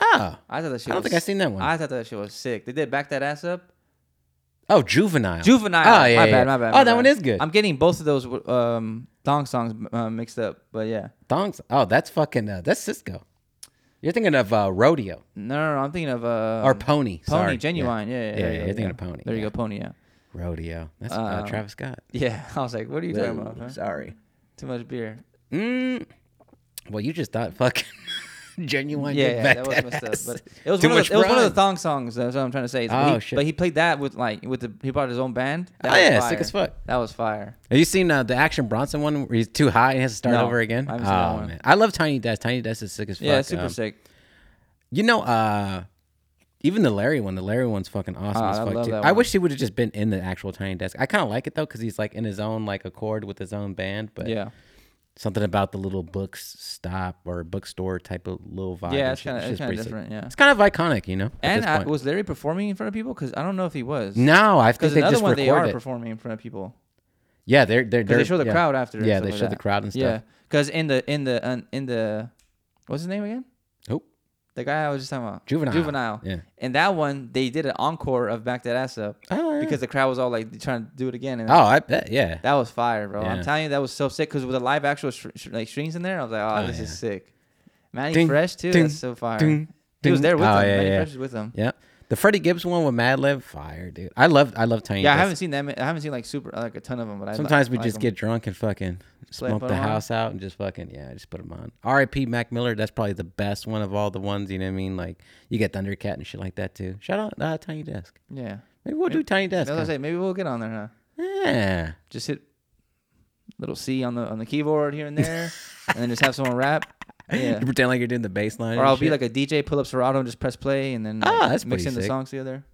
Speaker 2: Oh,
Speaker 1: I thought that shit.
Speaker 2: I don't
Speaker 1: was,
Speaker 2: think I seen that one.
Speaker 1: Ah, I thought that shit was sick. Did they back that ass up?
Speaker 2: oh, Juvenile.
Speaker 1: Juvenile.
Speaker 2: Oh, yeah,
Speaker 1: my
Speaker 2: yeah, yeah.
Speaker 1: bad, my bad.
Speaker 2: Oh,
Speaker 1: my
Speaker 2: that
Speaker 1: bad.
Speaker 2: one is good.
Speaker 1: I'm getting both of those um thong songs uh, mixed up, but yeah.
Speaker 2: Thongs. Oh, that's fucking. Uh, that's Cisco. You're thinking of uh, Rodeo
Speaker 1: No, no, no, I'm thinking of uh
Speaker 2: or Pony.
Speaker 1: Pony
Speaker 2: sorry.
Speaker 1: genuine. Yeah, yeah,
Speaker 2: Yeah,
Speaker 1: there you
Speaker 2: yeah,
Speaker 1: go,
Speaker 2: you're thinking of Pony,
Speaker 1: There you
Speaker 2: yeah.
Speaker 1: go, Pony. Yeah, *laughs*
Speaker 2: Yeah. Rodeo. That's uh,
Speaker 1: Um,
Speaker 2: Travis Scott.
Speaker 1: yeah. I was like, what are you talking about? huh?
Speaker 2: Sorry.
Speaker 1: Too much beer.
Speaker 2: Mm. Well, you just thought fucking. *laughs* Genuine
Speaker 1: Yeah,
Speaker 2: Dick
Speaker 1: yeah, that was
Speaker 2: Van
Speaker 1: messed up.
Speaker 2: Ness.
Speaker 1: But it was
Speaker 2: Too
Speaker 1: one of
Speaker 2: much
Speaker 1: the, it was one of
Speaker 2: run.
Speaker 1: the thong songs. That's what I'm trying to say. But
Speaker 2: Oh,
Speaker 1: he,
Speaker 2: shit.
Speaker 1: But he played that with like with the he brought his own band. That
Speaker 2: Oh,
Speaker 1: was
Speaker 2: yeah,
Speaker 1: fire.
Speaker 2: sick as fuck.
Speaker 1: That was fire.
Speaker 2: Have you seen uh, the Action Bronson one where he's too high and he has to start
Speaker 1: No,
Speaker 2: over again?
Speaker 1: I haven't seen
Speaker 2: oh,
Speaker 1: that one.
Speaker 2: Man. I love Tiny Desk. Tiny Desk is sick as fuck.
Speaker 1: Yeah, it's super
Speaker 2: Um,
Speaker 1: sick.
Speaker 2: You know, uh, even the Larry one, the Larry one's fucking awesome
Speaker 1: Ah,
Speaker 2: as
Speaker 1: I
Speaker 2: fuck
Speaker 1: love
Speaker 2: too.
Speaker 1: that
Speaker 2: I
Speaker 1: one.
Speaker 2: wish he would have just been in the actual Tiny Desk. I kind of like it though because he's like in his own like accord with his own band, but
Speaker 1: Yeah,
Speaker 2: something about the little books stop or bookstore type of little vibe.
Speaker 1: yeah,
Speaker 2: and
Speaker 1: it's
Speaker 2: shit.
Speaker 1: kind of
Speaker 2: just
Speaker 1: it's kind
Speaker 2: pretty
Speaker 1: of
Speaker 2: sick.
Speaker 1: different. Yeah.
Speaker 2: It's kind of iconic, you know. at
Speaker 1: And
Speaker 2: this
Speaker 1: I,
Speaker 2: point.
Speaker 1: was Larry performing in front of people? Because I don't know if he was.
Speaker 2: no, I think
Speaker 1: Because
Speaker 2: they
Speaker 1: another
Speaker 2: just
Speaker 1: one they are
Speaker 2: recorded. it.
Speaker 1: performing in front of people.
Speaker 2: Yeah, they're they're,
Speaker 1: 'Cause
Speaker 2: they're
Speaker 1: they show the
Speaker 2: yeah.
Speaker 1: crowd after. and
Speaker 2: Yeah,
Speaker 1: stuff
Speaker 2: they
Speaker 1: like
Speaker 2: show the
Speaker 1: that.
Speaker 2: crowd and stuff.
Speaker 1: Yeah, because in the in the un- in the what's his name again?
Speaker 2: Who?
Speaker 1: The guy I was just talking about.
Speaker 2: Juvenile.
Speaker 1: Juvenile.
Speaker 2: Yeah.
Speaker 1: And that one they did an encore of back that ass up
Speaker 2: Oh, yeah.
Speaker 1: because the crowd was all like trying to do it again and
Speaker 2: oh, I bet. Yeah.
Speaker 1: that was fire, bro. I'm
Speaker 2: Yeah.
Speaker 1: telling you that was so sick because with the live actual str- str- like strings in there, I was like, oh,
Speaker 2: Oh,
Speaker 1: this is
Speaker 2: yeah.
Speaker 1: sick. Manny
Speaker 2: Ding,
Speaker 1: Fresh too.
Speaker 2: ding,
Speaker 1: That's so fire.
Speaker 2: Ding,
Speaker 1: He was
Speaker 2: ding.
Speaker 1: there with
Speaker 2: Oh,
Speaker 1: them.
Speaker 2: yeah,
Speaker 1: Manny
Speaker 2: yeah.
Speaker 1: Fresh was with them.
Speaker 2: Yeah. The Freddie Gibbs one with Madlib, fire, dude. I love I love Tiny
Speaker 1: Yeah, I
Speaker 2: Desk.
Speaker 1: haven't seen that. ma- I haven't seen like super like a ton of them, but I li-
Speaker 2: Sometimes we
Speaker 1: like
Speaker 2: just
Speaker 1: 'em.
Speaker 2: get drunk and fucking
Speaker 1: like
Speaker 2: smoke
Speaker 1: put
Speaker 2: the
Speaker 1: 'em on.
Speaker 2: house out and just fucking yeah, just put them on. R.I.P. Mac Miller. That's probably the best one of all the ones. You know what I mean? Like you get Thundercat and shit like that too. Shout out uh, Tiny Desk.
Speaker 1: yeah.
Speaker 2: Maybe we'll do Tiny Desk.
Speaker 1: That's what I
Speaker 2: huh?
Speaker 1: say. Maybe we'll get on there, huh?
Speaker 2: Yeah. *laughs*
Speaker 1: Just hit little C on the on the keyboard here and
Speaker 2: *laughs*
Speaker 1: there, and then just have someone rap. Yeah.
Speaker 2: You pretend like you're doing the bass line.
Speaker 1: Or I'll be like a DJ, pull up Serato and just press play, and then
Speaker 2: Ah,
Speaker 1: like,
Speaker 2: that's
Speaker 1: mix
Speaker 2: pretty
Speaker 1: in the
Speaker 2: sick.
Speaker 1: songs together.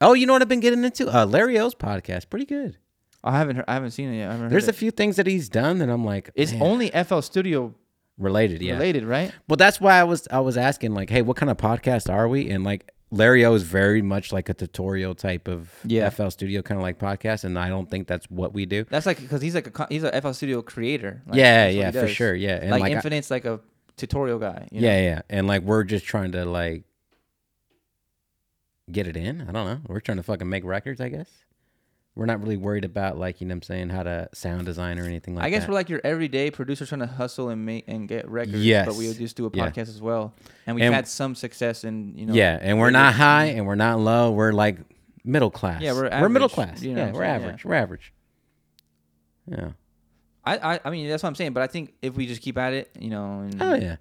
Speaker 2: oh, you know what I've been getting into? Uh, Larry O's podcast, pretty good.
Speaker 1: Oh, I haven't heard, I haven't seen it yet. I haven't
Speaker 2: There's
Speaker 1: heard
Speaker 2: a few things that he's done that I'm like,
Speaker 1: it. It's
Speaker 2: man,
Speaker 1: only FL Studio
Speaker 2: related, yeah.
Speaker 1: related, right?
Speaker 2: Well, that's why I was I was asking like, hey, what kind of podcast are we? And like Larry O is very much like a tutorial type of
Speaker 1: Yeah.
Speaker 2: FL Studio kind of like podcast, and I don't think that's what we do.
Speaker 1: That's like because he's like a co- he's a FL Studio creator. Like,
Speaker 2: yeah,
Speaker 1: that's what
Speaker 2: yeah,
Speaker 1: he
Speaker 2: for
Speaker 1: does.
Speaker 2: sure, yeah, and
Speaker 1: like,
Speaker 2: I-
Speaker 1: Infinite's like a tutorial guy. you know?
Speaker 2: yeah, yeah, and like we're just trying to like get it in. I don't know. We're trying to fucking make records, I guess. We're not really worried about like you know what I'm saying how to sound design or anything like
Speaker 1: I guess
Speaker 2: that.
Speaker 1: we're like your everyday producer trying to hustle and make and get records. but we
Speaker 2: Yes.
Speaker 1: just do a
Speaker 2: Yeah.
Speaker 1: podcast as well, and we've
Speaker 2: And-
Speaker 1: had some success in you know. mm.
Speaker 2: yeah, and we're not high and we're not low. We're like middle class.
Speaker 1: Yeah, we're
Speaker 2: we're middle
Speaker 1: average,
Speaker 2: class.
Speaker 1: you know what
Speaker 2: yeah,
Speaker 1: I'm
Speaker 2: we're
Speaker 1: saying? Yeah.
Speaker 2: average. We're average. Yeah.
Speaker 1: I, I I mean that's what I'm saying, but I think if we just keep at it, you know. And,
Speaker 2: Oh yeah.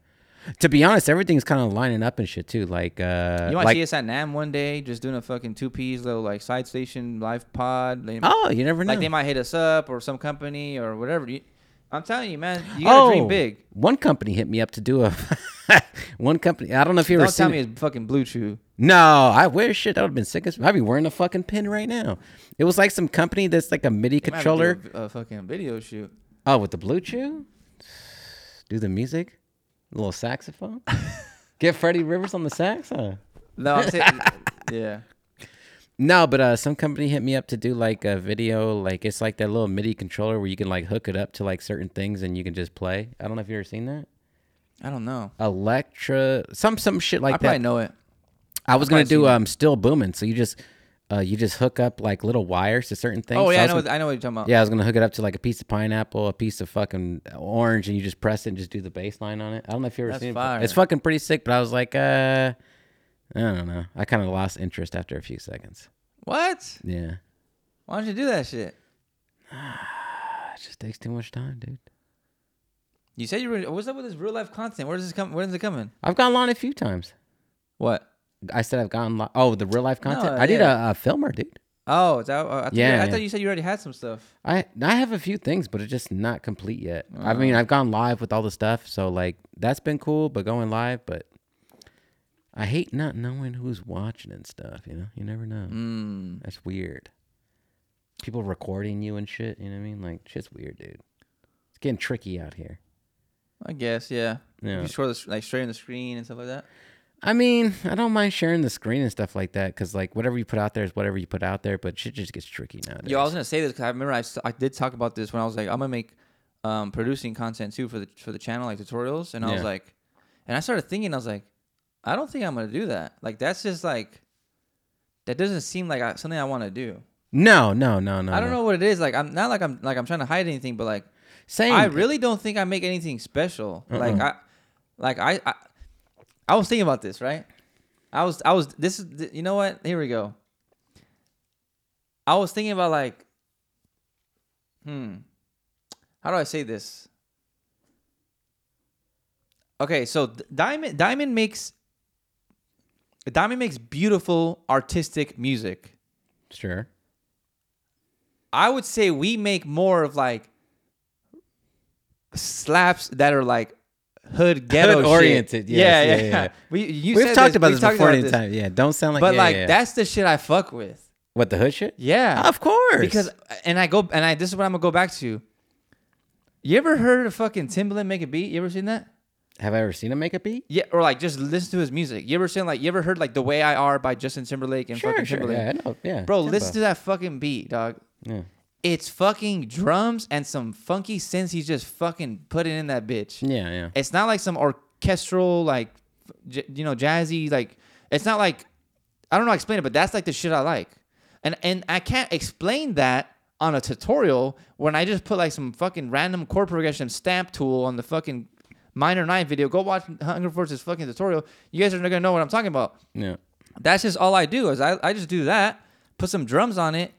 Speaker 2: To be honest, everything's kind of lining up and shit too. Like, uh,
Speaker 1: You might
Speaker 2: like
Speaker 1: see us at Nam one day, just doing a fucking two piece little like side station live pod. They-
Speaker 2: oh, you never know.
Speaker 1: Like they might hit us up or some company or whatever. You, I'm telling you, man, you gotta dream
Speaker 2: Oh,
Speaker 1: big.
Speaker 2: One company hit me up to do a. *laughs* one company. I don't know if you ever
Speaker 1: Don't
Speaker 2: seen.
Speaker 1: tell me
Speaker 2: it.
Speaker 1: it's fucking blue chew.
Speaker 2: No, I wish shit. That would have been sick as. I'd be wearing a fucking pin right now. It was like some company that's like a MIDI
Speaker 1: You might have to
Speaker 2: controller.
Speaker 1: do A, a fucking video shoot.
Speaker 2: Oh, with the blue chew. Do the music, a little *laughs* saxophone. Get Freddie Rivers on the sax, huh?
Speaker 1: No,
Speaker 2: *laughs*
Speaker 1: I'm saying, yeah.
Speaker 2: No, but uh, some company hit me up to do like a video. Like it's like that little MIDI controller where you can like hook it up to like certain things and you can just play. I don't know if you ever seen that.
Speaker 1: I don't know.
Speaker 2: Electra, some some shit like
Speaker 1: I
Speaker 2: that.
Speaker 1: probably know it.
Speaker 2: I was gonna
Speaker 1: probably
Speaker 2: do
Speaker 1: seen
Speaker 2: um still booming. So you just uh you just hook up like little wires to certain things.
Speaker 1: Oh
Speaker 2: So
Speaker 1: yeah, I
Speaker 2: was
Speaker 1: know.
Speaker 2: gonna-
Speaker 1: what- I know what you're talking about.
Speaker 2: yeah, I was gonna hook it up to like a piece of pineapple, a piece of fucking orange, and you just press it and just do the bass line on it. I don't know if you ever
Speaker 1: That's
Speaker 2: seen
Speaker 1: fire.
Speaker 2: it. It's fucking pretty sick, but I was like, uh, I don't know. I kind of lost interest after a few seconds.
Speaker 1: What?
Speaker 2: Yeah, *sighs*
Speaker 1: Why don't you do that shit?
Speaker 2: it just takes too much time, dude.
Speaker 1: You said you were. What's up with this real life content? Where's this come? When's it coming?
Speaker 2: I've gone live a few times.
Speaker 1: What?
Speaker 2: I said I've gone live. Oh, the real life content.
Speaker 1: No,
Speaker 2: I did
Speaker 1: yeah.
Speaker 2: a, a filmer, dude.
Speaker 1: Oh, is that, oh, I thought you-
Speaker 2: Yeah,
Speaker 1: I
Speaker 2: yeah.
Speaker 1: thought you said you already had some stuff.
Speaker 2: I I have a few things, but it's just not complete yet.
Speaker 1: Uh.
Speaker 2: I mean, I've gone live with all the stuff, so like that's been cool. But going live, but I hate not knowing who's watching and stuff. You know, you never know.
Speaker 1: Mm.
Speaker 2: That's weird. People recording you and shit. You know what I mean? Like shit's weird, dude. It's getting tricky out here.
Speaker 1: I guess. Yeah.
Speaker 2: Yeah.
Speaker 1: You score the, like sharing the screen and stuff like that.
Speaker 2: I mean, I don't mind sharing the screen and stuff like that because like whatever you put out there is whatever you put out there. But shit just gets tricky nowadays.
Speaker 1: Yo, I was gonna say this because I remember I, s- I did talk about this when I was like, I'm gonna make um, producing content too for the for the channel, like tutorials, and I was
Speaker 2: Yeah.
Speaker 1: like, and I started thinking, I was like, I don't think I'm gonna do that. Like that's just like, that doesn't seem like I, something I want to do.
Speaker 2: no, no, no, no.
Speaker 1: I don't
Speaker 2: no.
Speaker 1: know what it is. Like I'm not like I'm like I'm trying to hide anything, but like
Speaker 2: Same.
Speaker 1: I really don't think I make anything special. Like I, like I, I, I was thinking about this, right? I was, I was. This is, th- you know what? Here we go. I was thinking about like, hmm, how do I say this? Okay, so D- Diamond Diamond makes Diamond makes beautiful artistic music.
Speaker 2: Sure.
Speaker 1: I would say we make more of like slaps that are like
Speaker 2: *laughs*
Speaker 1: hood ghetto shit.
Speaker 2: oriented, yes,
Speaker 1: yeah,
Speaker 2: yeah,
Speaker 1: yeah, yeah,
Speaker 2: yeah.
Speaker 1: *laughs* We you
Speaker 2: We've
Speaker 1: said
Speaker 2: talked about
Speaker 1: we've
Speaker 2: this before
Speaker 1: about
Speaker 2: in time. Yeah. Don't sound like
Speaker 1: but
Speaker 2: yeah,
Speaker 1: like
Speaker 2: yeah.
Speaker 1: that's the shit I fuck with.
Speaker 2: what the hood shit?
Speaker 1: Yeah,
Speaker 2: Of course.
Speaker 1: because and I go and I this is what I'm gonna go back to. You ever heard of fucking Timbaland make a beat? You ever seen that?
Speaker 2: have I ever seen him make a beat?
Speaker 1: Yeah, or like just listen to his music. You ever seen like you ever heard like the way I are by Justin Timberlake and fucking Timberlake?
Speaker 2: Yeah, I know. Yeah.
Speaker 1: Bro,
Speaker 2: Timbo.
Speaker 1: listen to that fucking beat, dog.
Speaker 2: Yeah.
Speaker 1: It's fucking drums and some funky synths he's just fucking putting in that bitch.
Speaker 2: Yeah, yeah.
Speaker 1: It's not like some orchestral like j- you know jazzy like it's not like I don't know how to explain it, but that's like the shit I like. And and I can't explain that on a tutorial when I just put like some fucking random chord progression stamp tool on the fucking minor nine video. Go watch Hunger Force's fucking tutorial. You guys are not gonna know what I'm talking about
Speaker 2: Yeah.
Speaker 1: that's just all I do is I, I just do that, put some drums on it,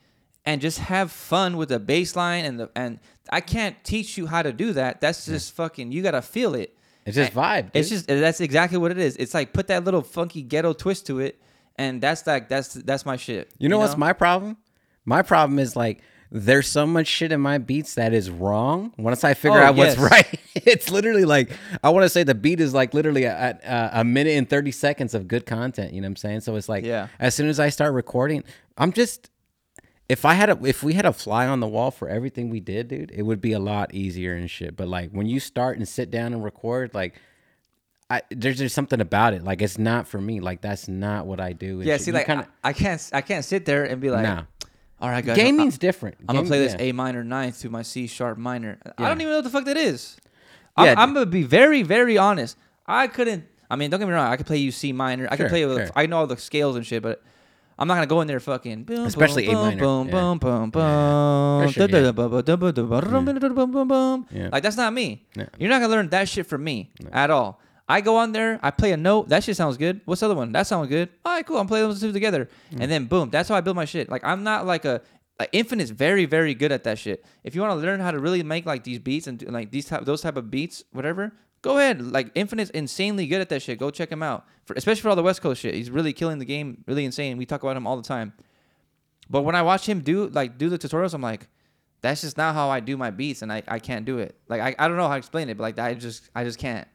Speaker 1: and just have fun with the bass line and the and I can't teach you how to do that. That's just fucking you gotta feel it.
Speaker 2: It's just vibe.
Speaker 1: It's just that's exactly what it is. It's like put that little funky ghetto twist to it, and that's like that's that's my shit.
Speaker 2: You know what's my problem? My problem is like there's so much shit in my beats that is wrong. Once I figure
Speaker 1: Oh,
Speaker 2: out what's
Speaker 1: yes.
Speaker 2: *laughs* right, it's literally like I want to say the beat is like literally a, a, a minute and thirty seconds of good content. You know what I'm saying? So it's like
Speaker 1: Yeah.
Speaker 2: as soon as I start recording, I'm just if I had a if we had a fly on the wall for everything we did, dude, it would be a lot easier and shit. But like when you start and sit down and record, like. I, there's just something about it. Like it's not for me. Like that's not what I do. and
Speaker 1: yeah.
Speaker 2: shit.
Speaker 1: See,
Speaker 2: You
Speaker 1: like
Speaker 2: kinda-
Speaker 1: I, I can't I can't sit there and be like,
Speaker 2: No.
Speaker 1: all right, guys,
Speaker 2: gaming's different.
Speaker 1: I'm gonna
Speaker 2: Gaming-
Speaker 1: play this
Speaker 2: yeah.
Speaker 1: A minor ninth to my C sharp minor. I
Speaker 2: Yeah.
Speaker 1: don't even know what the fuck that is.
Speaker 2: Yeah, d-
Speaker 1: I'm, I'm gonna be very, very honest. I couldn't. I mean, don't get me wrong. I could play you C minor. I could
Speaker 2: Sure,
Speaker 1: play. With,
Speaker 2: sure.
Speaker 1: I know all the scales and shit, but I'm not gonna go in there fucking. Boom,
Speaker 2: Especially
Speaker 1: boom,
Speaker 2: A minor,
Speaker 1: Boom,
Speaker 2: yeah.
Speaker 1: boom, boom, boom,
Speaker 2: For sure, yeah.
Speaker 1: boom.
Speaker 2: Yeah.
Speaker 1: Like that's not me.
Speaker 2: Yeah.
Speaker 1: You're not gonna learn that shit from me at all. I go on there, I play a note. That shit sounds good. What's the other one? That sounds good. All right, cool. I'm playing those two together, and then boom. That's how I build my shit. Like I'm not like a. Like Infinite's very, very good at that shit. If you want to learn how to really make like these beats and do, like these type, those type of beats, whatever, go ahead. Like Infinite's insanely good at that shit. Go check him out, for, especially for all the West Coast shit. He's really killing the game. Really insane. We talk about him all the time. But when I watch him do like do the tutorials, I'm like, that's just not how I do my beats, and I, I can't do it. Like I, I don't know how to explain it, but like I just I just can't.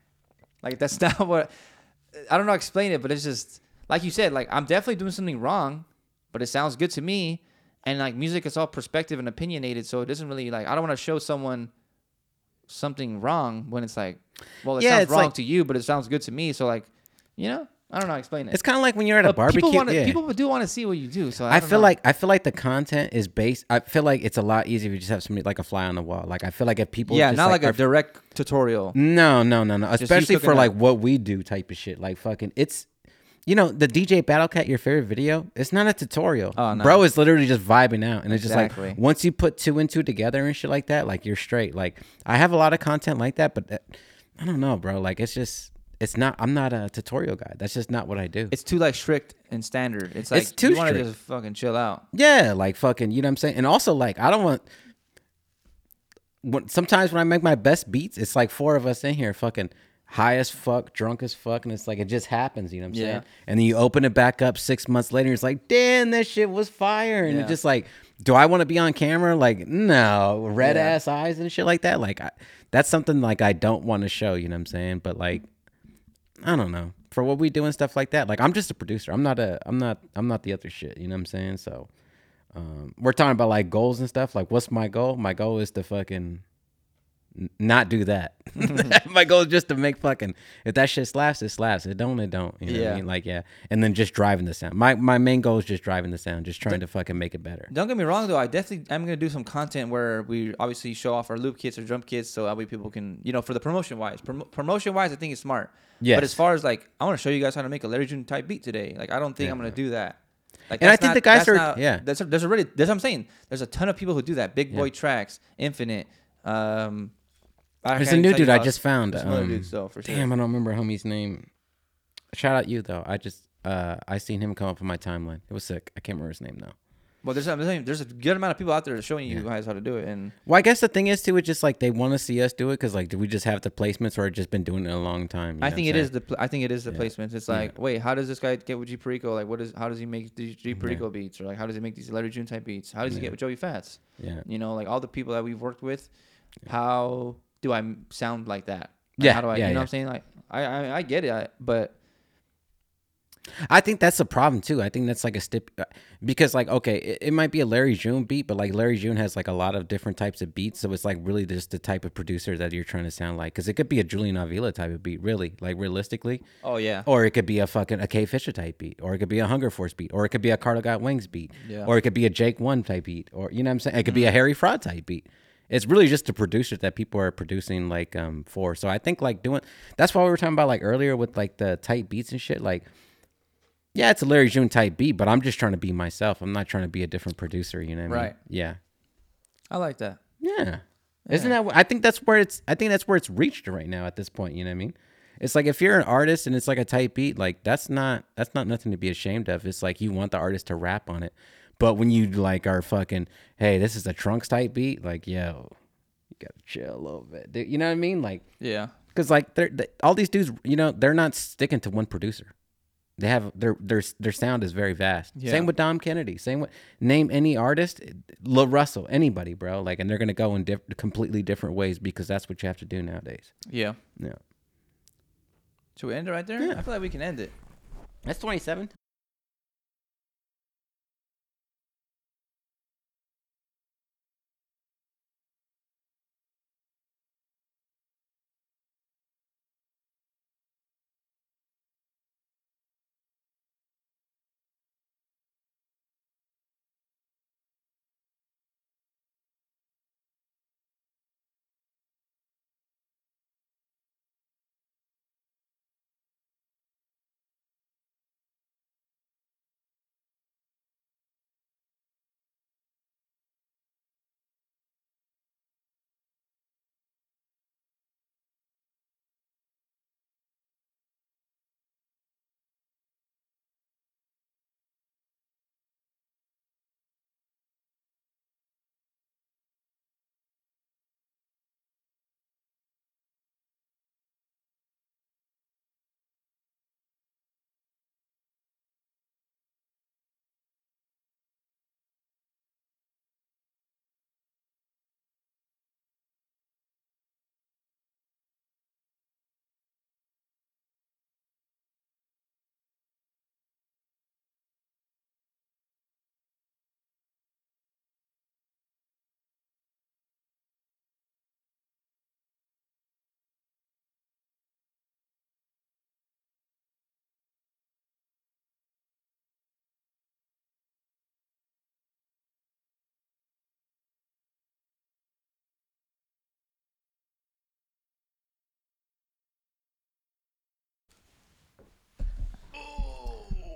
Speaker 1: Like that's *laughs* not what I don't know how to explain it, but it's just like you said, like I'm definitely doing something wrong, but it sounds good to me. And like music is all perspective and opinionated, so it doesn't really like I don't want to show someone something wrong when it's like, well, it
Speaker 2: Yeah,
Speaker 1: sounds
Speaker 2: it's
Speaker 1: wrong
Speaker 2: like-
Speaker 1: to you, but it sounds good to me. So like, you know, I don't know how to explain it.
Speaker 2: It's kind of like when you're at a
Speaker 1: But
Speaker 2: barbecue.
Speaker 1: People, wanna,
Speaker 2: yeah.
Speaker 1: people do want to see what you do. So I,
Speaker 2: I
Speaker 1: don't
Speaker 2: feel
Speaker 1: know.
Speaker 2: like I feel like the content is based. I feel like it's a lot easier if you just have somebody like a fly on the wall. Like I feel like if people,
Speaker 1: yeah,
Speaker 2: just,
Speaker 1: not like, a
Speaker 2: are-
Speaker 1: direct tutorial.
Speaker 2: no, no, no, no.
Speaker 1: you
Speaker 2: Especially
Speaker 1: cooking
Speaker 2: for
Speaker 1: up.
Speaker 2: like what we do type of shit. Like fucking, it's you know the DJ Battlecat your favorite video. It's not a tutorial,
Speaker 1: Oh, no.
Speaker 2: bro. It's literally just vibing out, and it's just
Speaker 1: Exactly.
Speaker 2: like once you put two and two together and shit like that, like you're straight. Like I have a lot of content like that, but that, I don't know, bro. Like it's just. It's not. I'm not a tutorial guy. That's just not what I do.
Speaker 1: It's too like strict and standard. It's like
Speaker 2: too
Speaker 1: you wanna
Speaker 2: strict.
Speaker 1: just fucking chill out.
Speaker 2: Yeah, like fucking, you know what I'm saying? And also like I don't want when sometimes when I make my best beats, it's like four of us in here fucking high as fuck, drunk as fuck, and it's like it just happens, you know what I'm
Speaker 1: Yeah.
Speaker 2: saying? And then you open it back up six months later, and it's like, damn, that shit was fire. And
Speaker 1: Yeah.
Speaker 2: it's just like, do I want to be on camera? Like, no, red
Speaker 1: Yeah.
Speaker 2: ass eyes and shit like that. Like I, that's something like I don't want to show, you know what I'm saying? But like I don't know. For what we do and stuff like that. Like I'm just a producer. I'm not a I'm not I'm not the other shit. You know what I'm saying? So um we're talking about like goals and stuff. Like what's my goal? My goal is to fucking n- not do that. *laughs*
Speaker 1: Mm-hmm.
Speaker 2: my goal is just to make fucking if that shit slaps, it slaps. It don't, it don't. You know what
Speaker 1: Yeah.
Speaker 2: I mean? Like yeah. And then just driving the sound. My my main goal is just driving the sound, just trying to fucking make it better.
Speaker 1: Don't get me wrong though. I definitely am gonna do some content where we obviously show off our loop kits or drum kits, so that way people can you know for the promotion wise. Prom- promotion wise, I think it's smart.
Speaker 2: Yes.
Speaker 1: But as far as like, I want to show you guys how to make a Larry June type beat today. Like, I don't think I'm gonna do that. Like,
Speaker 2: And I
Speaker 1: that's
Speaker 2: think the guys
Speaker 1: that's
Speaker 2: are-
Speaker 1: not-
Speaker 2: yeah.
Speaker 1: That's there's already that's what I'm saying. There's a ton of people who do that. Big boy tracks, infinite. Um, I
Speaker 2: There's
Speaker 1: can't
Speaker 2: a
Speaker 1: even
Speaker 2: new
Speaker 1: tell you
Speaker 2: dude I
Speaker 1: about-
Speaker 2: just found.
Speaker 1: there's another
Speaker 2: um,
Speaker 1: dude, so for sure.
Speaker 2: Damn, I don't remember homie's name. Shout out you though. I just uh I seen him come up on my timeline. It was sick. I can't remember his name now.
Speaker 1: Well, there's I'm saying there's a good amount of people out there showing you guys how to do it, and
Speaker 2: Well, I guess the thing is too, it's just like they want to see us do it because like, do we just have the placements or just been doing it a long time? you
Speaker 1: I
Speaker 2: know
Speaker 1: think
Speaker 2: what
Speaker 1: it
Speaker 2: I'm
Speaker 1: is the pl- I think it is the placements. It's like, wait, how does this guy get with G Perico? Like, what is how does he make these G Perico beats, or like how does he make these Larry June type beats? How does he get with Joey Fats?
Speaker 2: saying? Yeah.
Speaker 1: You know, like all the people that we've worked with, how do I m- sound like that? Like,
Speaker 2: Yeah,
Speaker 1: how do I?
Speaker 2: yeah,
Speaker 1: you know
Speaker 2: yeah.
Speaker 1: what I'm saying? Like, I I, I get it, I, but
Speaker 2: I think that's the problem too. I think that's like a stip uh, because like okay, it, it might be a Larry June beat, but like Larry June has like a lot of different types of beats, so it's like really just the type of producer that you're trying to sound like. Because it could be a Julian Avila type of beat, really, like realistically,
Speaker 1: oh yeah,
Speaker 2: or it could be a fucking a K Fisher type beat, or it could be a Hunger Force beat, or it could be a Carter Got Wings beat,
Speaker 1: Yeah. Mm-hmm.
Speaker 2: or it could be a Jake One type beat, or you know what I'm saying? It could be a Harry Fraud type beat. It's really just the producer that people are producing like um for. So I think like doing that's why we were talking about like earlier with like the tight beats and shit. Like, yeah, it's a Larry June type beat, but I'm just trying to be myself. I'm not trying to be a different producer. You know what I mean?
Speaker 1: Right.
Speaker 2: Yeah.
Speaker 1: I like that.
Speaker 2: Yeah. Isn't that? wh- I think that's where it's. I think that's where it's reached right now at this point. You know what I mean? It's like if you're an artist and it's like a tight beat, like that's not that's not nothing to be ashamed of. It's like you want the artist to rap on it, but when you like are fucking, hey, this is a trunks type beat, like yo, you gotta chill a little bit, dude. You know what I mean? Like,
Speaker 1: Yeah,
Speaker 2: cause like they're they, all these dudes, you know, they're not sticking to one producer. They have their their their sound is very vast.
Speaker 1: Yeah.
Speaker 2: Same with Dom Kennedy. Same with name any artist, La Russell, anybody, bro. Like, and they're gonna go in diff- completely different ways because that's what you have to do nowadays.
Speaker 1: yeah.
Speaker 2: Yeah,
Speaker 1: Should we end it right there? I feel like we can end it.
Speaker 2: that's twenty seven.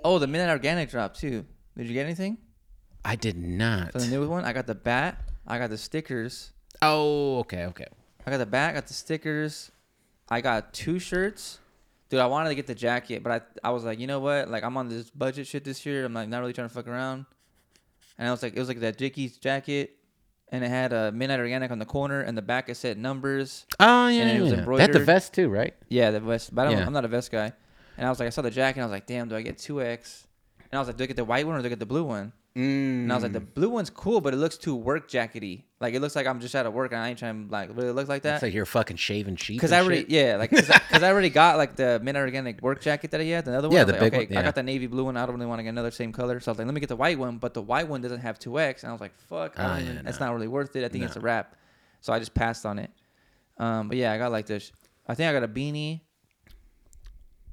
Speaker 1: Oh, the Midnight Organic drop too. Did you get anything
Speaker 2: I did not.
Speaker 1: for the new one? I got the bat. I got the stickers.
Speaker 2: Oh, okay, okay.
Speaker 1: I got the bat. I got the stickers. I got two shirts. Dude, I wanted to get the jacket, but I I was like, you know what? Like I'm on this budget shit this year. I'm like not really trying to fuck around. And I was like, it was like that Dickies jacket, and it had a Midnight Organic on the corner, and the back it said numbers.
Speaker 2: Oh yeah,
Speaker 1: And it
Speaker 2: yeah. yeah.
Speaker 1: was
Speaker 2: They had the
Speaker 1: embroidered.
Speaker 2: vest too, right?
Speaker 1: Yeah, the vest. But I don't,
Speaker 2: Yeah.
Speaker 1: I'm not a vest guy. And I was like, I saw the jacket, and I was like, damn, do I get two X? And I was like, do I get the white one or do I get the blue one?
Speaker 2: Mm.
Speaker 1: And I was like, the blue one's cool, but it looks too work jackety. Like it looks like I'm just out of work and I ain't trying to like really look like
Speaker 2: that's
Speaker 1: that.
Speaker 2: like you're fucking shaving sheep.
Speaker 1: Cause
Speaker 2: and
Speaker 1: I already,
Speaker 2: shit.
Speaker 1: yeah, like cause I, 'cause I already got like the mint organic work jacket that I had, the other one.
Speaker 2: Yeah,
Speaker 1: I was
Speaker 2: the
Speaker 1: like,
Speaker 2: big
Speaker 1: okay,
Speaker 2: one,
Speaker 1: I
Speaker 2: yeah.
Speaker 1: got the navy blue one. I don't really want to get another same color, so I was like, let me get the white one. But the white one doesn't have two X, and I was like, fuck, I
Speaker 2: Ah,
Speaker 1: don't
Speaker 2: yeah,
Speaker 1: even, that's not really worth it. I think it's a wrap, so I just passed on it. Um, but yeah, I got like this. I think I got a beanie.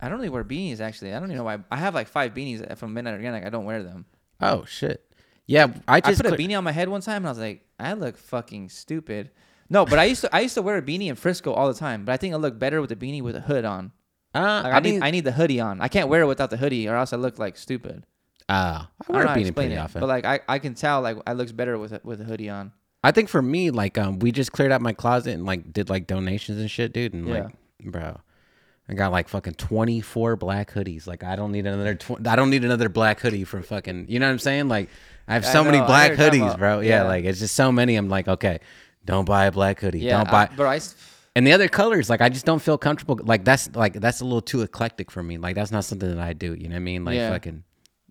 Speaker 1: I don't really wear beanies actually. I don't even know why. I have like five beanies from Midnight Organic. I don't wear them.
Speaker 2: Oh shit. Yeah, I
Speaker 1: I
Speaker 2: just
Speaker 1: put a
Speaker 2: clear-
Speaker 1: beanie on my head one time, and I was like, I look fucking stupid. No, but I used to I used to wear a beanie in Frisco all the time, but I think I look better with a beanie with a hood on.
Speaker 2: Uh,
Speaker 1: Like, I, need I need the hoodie on. I can't wear it without the hoodie, or else I look like stupid.
Speaker 2: Uh, I
Speaker 1: I don't
Speaker 2: wear
Speaker 1: know
Speaker 2: a
Speaker 1: how to
Speaker 2: beanie
Speaker 1: explain
Speaker 2: pretty
Speaker 1: it,
Speaker 2: often.
Speaker 1: but like I, I can tell like I looks better with a, with a hoodie on.
Speaker 2: I think for me, like, um, we just cleared out my closet and like did like donations and shit, dude, and like, bro, I got like fucking 24 black hoodies. Like I don't need another tw- I don't need another black hoodie from fucking, you know what I'm saying? Like I have
Speaker 1: I
Speaker 2: so many
Speaker 1: know, I
Speaker 2: black
Speaker 1: know what you're talking
Speaker 2: hoodies,
Speaker 1: about.
Speaker 2: bro. Yeah,
Speaker 1: Yeah.
Speaker 2: like it's just so many. I'm like, okay, don't buy a black hoodie.
Speaker 1: Yeah,
Speaker 2: don't buy
Speaker 1: I, bro, I s-
Speaker 2: And the other colors, like I just don't feel comfortable. Like that's like that's a little too eclectic for me. Like that's not something that I do, you know what I mean? Like
Speaker 1: Yeah.
Speaker 2: fucking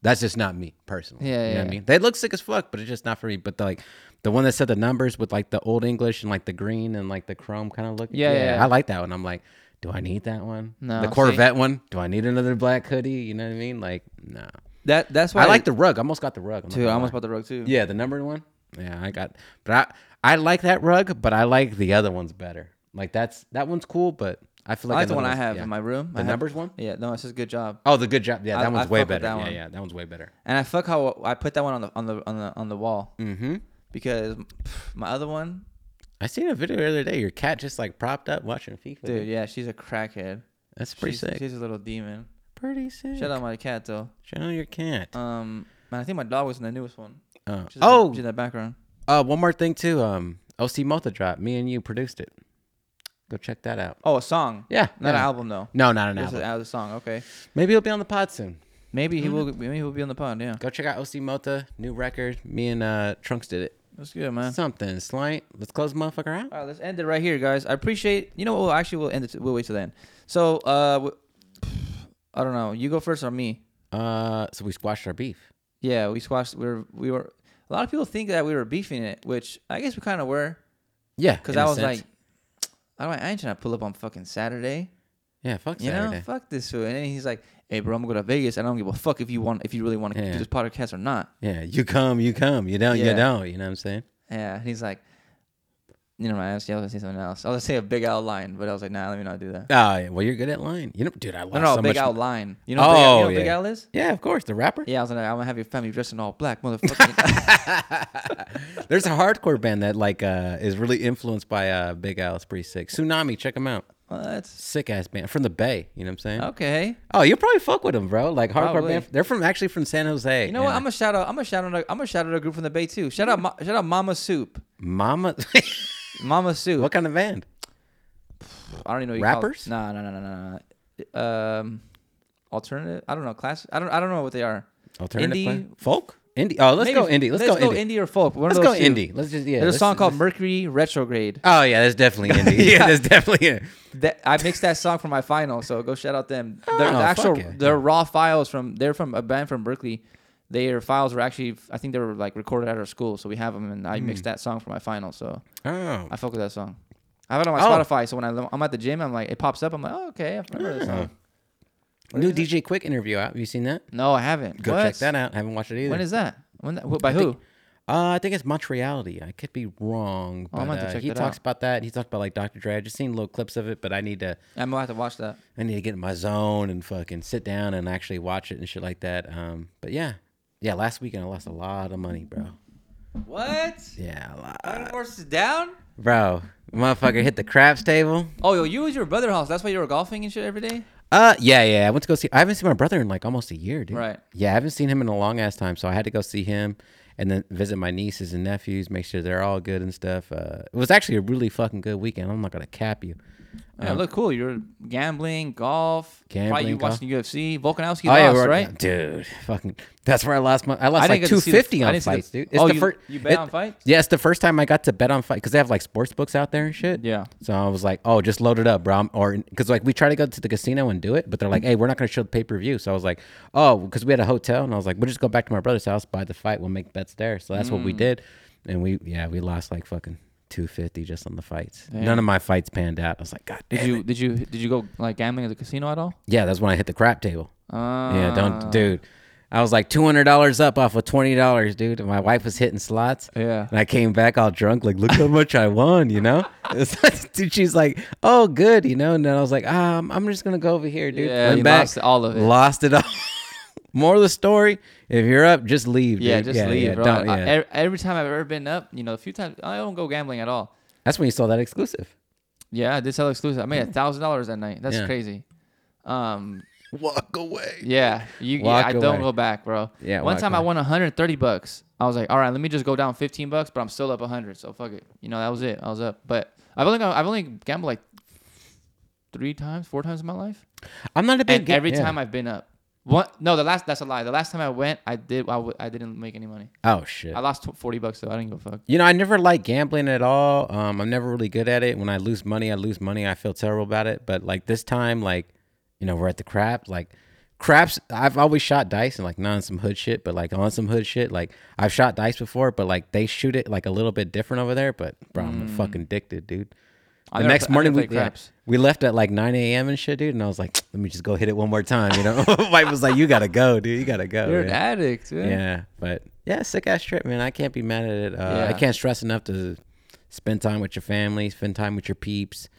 Speaker 2: that's just not me personally.
Speaker 1: Yeah,
Speaker 2: you know what I
Speaker 1: yeah.
Speaker 2: mean? They look sick as fuck, but it's just not for me. But the, like the one that said the numbers with like the old English and like the green and like the chrome kind of look.
Speaker 1: Yeah, yeah, yeah.
Speaker 2: I like that one. I'm like, do I need that one?
Speaker 1: No,
Speaker 2: The
Speaker 1: see?
Speaker 2: Corvette one. Do I need another black hoodie? You know what I mean? Like, no.
Speaker 1: that that's why
Speaker 2: I like the rug. I almost got the rug. I'm not
Speaker 1: too.
Speaker 2: gonna
Speaker 1: I almost
Speaker 2: lie.
Speaker 1: bought the rug too.
Speaker 2: Yeah, the numbered one. Yeah, I got. But I I like that rug, but I like the other ones better. Like that's that one's cool, but I feel
Speaker 1: I
Speaker 2: like
Speaker 1: like the
Speaker 2: another
Speaker 1: one I
Speaker 2: one's-
Speaker 1: have
Speaker 2: yeah.
Speaker 1: in my room.
Speaker 2: the
Speaker 1: I have-
Speaker 2: numbers one.
Speaker 1: Yeah, no, it says good job.
Speaker 2: Oh, the good job. Yeah,
Speaker 1: I-
Speaker 2: that one's
Speaker 1: I
Speaker 2: way
Speaker 1: fuck with
Speaker 2: better.
Speaker 1: that
Speaker 2: yeah,
Speaker 1: one.
Speaker 2: yeah, that one's way better.
Speaker 1: And I fuck how I put that one on the on the on the on the wall
Speaker 2: Mm-hmm.
Speaker 1: because pff, my other one,
Speaker 2: I seen a video the other day. Your cat just like propped up watching FIFA.
Speaker 1: dude, yeah, she's a crackhead.
Speaker 2: that's pretty
Speaker 1: she's,
Speaker 2: sick.
Speaker 1: She's a little demon.
Speaker 2: pretty sick.
Speaker 1: Shout out my cat though.
Speaker 2: Shout out your cat.
Speaker 1: Um, man, I think my dog was in the newest one.
Speaker 2: Uh,
Speaker 1: She's in the-
Speaker 2: oh,
Speaker 1: she's in the background.
Speaker 2: uh, one more thing too. Um, OC Multa drop. Me and you produced it. Go check that out.
Speaker 1: Oh, a song.
Speaker 2: Yeah,
Speaker 1: Not an
Speaker 2: yeah.
Speaker 1: album though.
Speaker 2: No, not an
Speaker 1: This
Speaker 2: album. Mm-hmm.
Speaker 1: is out of the song. Okay.
Speaker 2: Maybe he'll be on the pod soon.
Speaker 1: Maybe he will. Maybe he will be on the pod. Yeah.
Speaker 2: Go check out OC Mota, new record. Me and uh, Trunks did it.
Speaker 1: That's good, man.
Speaker 2: Something slight. Let's close the motherfucker out.
Speaker 1: All right, let's end it right here, guys. I appreciate. You know what? We'll actually, we'll end it. We'll wait till the end. So, uh, w- I don't know. You go first or me?
Speaker 2: Uh, so we squashed our beef.
Speaker 1: Yeah, we squashed. We were. We were. A lot of people think that we were beefing it, which I guess we kind of were,
Speaker 2: Yeah,
Speaker 1: because
Speaker 2: in a
Speaker 1: I was
Speaker 2: sense.
Speaker 1: like, I, don't- I ain't trying to pull up on fucking Saturday.
Speaker 2: yeah, fuck
Speaker 1: You
Speaker 2: Saturday.
Speaker 1: know, fuck this food. And then he's like, Hey, bro, I'm gonna go to Vegas. I don't give a fuck if you want, if you really want to
Speaker 2: Yeah.
Speaker 1: do this podcast or not.
Speaker 2: Yeah, you come, you come. You don't,
Speaker 1: Yeah.
Speaker 2: you don't. You know what I'm saying?
Speaker 1: Yeah, and he's like, you know, I was, I was gonna say something else. I was gonna say a big outline, but I was like, nah, let me not do that.
Speaker 2: Ah, yeah, well, you're good at lying. You know, dude, I lost
Speaker 1: No, no,
Speaker 2: so
Speaker 1: big
Speaker 2: much.
Speaker 1: outline. You know, what big, Al- you know
Speaker 2: Oh,
Speaker 1: what big
Speaker 2: yeah.
Speaker 1: Al is?
Speaker 2: Yeah, of course, the rapper.
Speaker 1: Yeah, I was like, I'm gonna have your family dressed in all black, motherfucker.
Speaker 2: *laughs* There's a hardcore band that like uh is really influenced by uh Big Al. It's pretty sick. Tsunami, check them out.
Speaker 1: *laughs* what?
Speaker 2: Sick ass band from the Bay. You know what I'm saying?
Speaker 1: Okay.
Speaker 2: Oh, you'll probably fuck with them, bro. Like hardcore
Speaker 1: Probably.
Speaker 2: band. They're from actually from San Jose.
Speaker 1: You know what? I'm gonna shout out. I'm gonna shout out. I'm gonna shout out a group from the Bay too. Shout out. Ma- shout out Mama Soup.
Speaker 2: Mama. *laughs*
Speaker 1: Mama Soup.
Speaker 2: what kind of band?
Speaker 1: I don't even know. What you call it.
Speaker 2: Rappers?
Speaker 1: Nah, no, no, no, no, no. Um, alternative. I don't know. Class. I don't. I don't know what they are.
Speaker 2: Alternative
Speaker 1: Indie?
Speaker 2: plan? folk, indie. Oh, let's go
Speaker 1: Maybe-
Speaker 2: indie. Let's, go, indie.
Speaker 1: or folk. One
Speaker 2: Let's
Speaker 1: of
Speaker 2: go
Speaker 1: those two.
Speaker 2: indie. Let's just yeah.
Speaker 1: There's a
Speaker 2: let's-
Speaker 1: song called
Speaker 2: let's-
Speaker 1: Mercury Retrograde.
Speaker 2: Oh *laughs* yeah, that's *laughs* definitely indie. yeah. that's definitely it.
Speaker 1: That I mixed that song for my final, so go shout out them. Their-
Speaker 2: Oh,
Speaker 1: the actual,
Speaker 2: fuck yeah.
Speaker 1: their raw files from they're from a band from Berkeley. Their files were actually, I think they were like recorded at our school, so we have them,
Speaker 2: Hmm.
Speaker 1: and I mixed that song for my final, so
Speaker 2: Oh,
Speaker 1: I fuck with that song. I have it on my
Speaker 2: Oh.
Speaker 1: Spotify, so when I, I'm at the gym, I'm like, it pops up. I'm like, oh, okay, I remember this song.
Speaker 2: oh, new DJ Quick interview out. Have you seen that?
Speaker 1: No, I haven't.
Speaker 2: Go
Speaker 1: What?
Speaker 2: check that out. I haven't watched it either.
Speaker 1: When is that? When that, wh- by who?
Speaker 2: think- Uh, I think it's Montreality. I could be wrong, but
Speaker 1: Oh, I'm gonna have to
Speaker 2: uh,
Speaker 1: check
Speaker 2: he
Speaker 1: that
Speaker 2: talks
Speaker 1: out.
Speaker 2: about that. He talked about like Dr. Dre. I just seen little clips of it, but I need to
Speaker 1: I'm gonna have to watch that.
Speaker 2: I need to get in my zone and fucking sit down and actually watch it and shit like that. Um, but yeah, yeah. Last weekend I lost a lot of money, bro.
Speaker 1: What?
Speaker 2: Yeah, a lot.
Speaker 1: Horses down?
Speaker 2: Bro, motherfucker hit the craps table.
Speaker 1: Oh, yo, you was your brother house. That's why you were golfing and shit every day.
Speaker 2: Uh, yeah, yeah. I went to go see. I haven't seen my brother in like almost a year, dude.
Speaker 1: Right.
Speaker 2: Yeah, I haven't seen him in a long ass time, so I had to go see him and then visit my nieces and nephews, make sure they're all good and stuff. Uh, it was actually a really fucking good weekend. I'm not gonna cap you.
Speaker 1: Yeah, look cool. You're gambling, golf. probably you
Speaker 2: Gambling, golf.
Speaker 1: watching UFC. Volkanovski
Speaker 2: oh
Speaker 1: lost,
Speaker 2: yeah, we're-
Speaker 1: right?
Speaker 2: dude. Fucking, that's where I lost my. I lost
Speaker 1: I didn't
Speaker 2: like
Speaker 1: get to
Speaker 2: two
Speaker 1: see the-
Speaker 2: fifty
Speaker 1: I
Speaker 2: on
Speaker 1: didn't see the-
Speaker 2: fights, dude. It's
Speaker 1: Oh,
Speaker 2: the
Speaker 1: you-
Speaker 2: first.
Speaker 1: you bet on fights?
Speaker 2: Yeah, it's the first time I got to bet on fight because they have like sports books out there and shit.
Speaker 1: Yeah.
Speaker 2: So I was like, oh, just load it up, bro. I'm- or because like we try to go to the casino and do it, but they're like, hey, we're not going to show the pay per view. So I was like, oh, because we had a hotel, and I was like, we'll just go back to my brother's house, buy the fight, we'll make bets there. So that's what
Speaker 1: Mm.
Speaker 2: we did, and we yeah we lost like fucking two fifty just on the fights. None of my fights panned out. I was like, god damn.
Speaker 1: Did you did you did you go like gambling at the casino at all?
Speaker 2: Yeah, that's when I hit the crap table.
Speaker 1: Uh,
Speaker 2: Yeah, don't, dude. I was like two hundred dollars up off of twenty dollars, dude. And my wife was hitting slots.
Speaker 1: Yeah.
Speaker 2: and I came back all drunk, like, look how much I won, you know. *laughs* It's like- dude, she's like, oh, good, you know. And then I was like, um, I'm just gonna go over here, dude.
Speaker 1: Yeah,
Speaker 2: Went
Speaker 1: you
Speaker 2: back,
Speaker 1: lost all of it.
Speaker 2: lost it all. *laughs* More of the story: If you're up, just leave.
Speaker 1: Yeah,
Speaker 2: dude.
Speaker 1: just leave, bro.
Speaker 2: don't-
Speaker 1: I-
Speaker 2: yeah.
Speaker 1: e- every time I've ever been up, you know, a few times I don't go gambling at all.
Speaker 2: That's when you saw that exclusive.
Speaker 1: Yeah, I did sell exclusive. I made a thousand dollars that night. That's
Speaker 2: Yeah.
Speaker 1: crazy. Um,
Speaker 2: Walk away.
Speaker 1: yeah, you. Yeah,
Speaker 2: Walk
Speaker 1: I don't
Speaker 2: away.
Speaker 1: go back, bro.
Speaker 2: Yeah,
Speaker 1: One
Speaker 2: walk
Speaker 1: time I
Speaker 2: away.
Speaker 1: won 130 bucks. I was like, all right, let me just go down 15 bucks, but I'm still up 100. So fuck it. You know, that was it. I was up, but I've only gone, I've only gambled like three times, four times in my life,
Speaker 2: I'm not a big
Speaker 1: and
Speaker 2: ga-
Speaker 1: every
Speaker 2: yeah.
Speaker 1: time I've been up. What? No, the last that's a lie. The last time I went, I did. I, w- I didn't make any money.
Speaker 2: Oh shit.
Speaker 1: I lost tw- forty bucks though. I didn't give a fuck.
Speaker 2: You know, I never like gambling at all. Um, I'm never really good at it. When I lose money, I lose money. I feel terrible about it. But like this time, like, you know, we're at the crap. Like, craps. I've always shot dice and like not on some hood shit, but like on some hood shit. Like I've shot dice before, but like they shoot it like a little bit different over there. But bro, I'm fucking addicted, dude.
Speaker 1: Hmm. I
Speaker 2: The
Speaker 1: never
Speaker 2: next
Speaker 1: pla- I
Speaker 2: morning
Speaker 1: never
Speaker 2: we
Speaker 1: played
Speaker 2: yeah,
Speaker 1: craps.
Speaker 2: we left at like 9 a.m. and shit, dude. And I was like, let me just go hit it one more time. You know, *laughs* my wife was like, you gotta go, dude. You gotta go.
Speaker 1: You're
Speaker 2: man.
Speaker 1: an addict. Yeah.
Speaker 2: Yeah, but yeah, sick ass trip, man. I can't be mad at it. Uh, I
Speaker 1: Yeah.
Speaker 2: can't stress enough to spend time with your family, spend time with your peeps.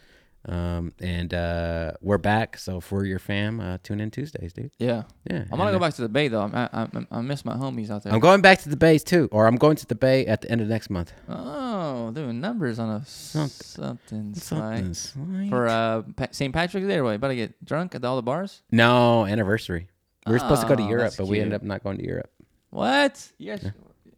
Speaker 2: Um, and uh, we're back. So for your fam, uh, tune in Tuesdays, dude.
Speaker 1: Yeah.
Speaker 2: Yeah,
Speaker 1: I'm gonna go back to the bay though. I'm, I, I I miss my homies out there.
Speaker 2: I'm going back to the bays too, or I'm going to the bay at the end of next month.
Speaker 1: oh, doing numbers on a something, something,
Speaker 2: Something
Speaker 1: something.
Speaker 2: slight.
Speaker 1: for uh pa- St. Patrick's Day. or What? You about to get drunk at all the bars?
Speaker 2: no anniversary. We were supposed to go to
Speaker 1: Oh,
Speaker 2: Europe,
Speaker 1: that's
Speaker 2: but we ended
Speaker 1: cute.
Speaker 2: up not going to Europe.
Speaker 1: What? Yes.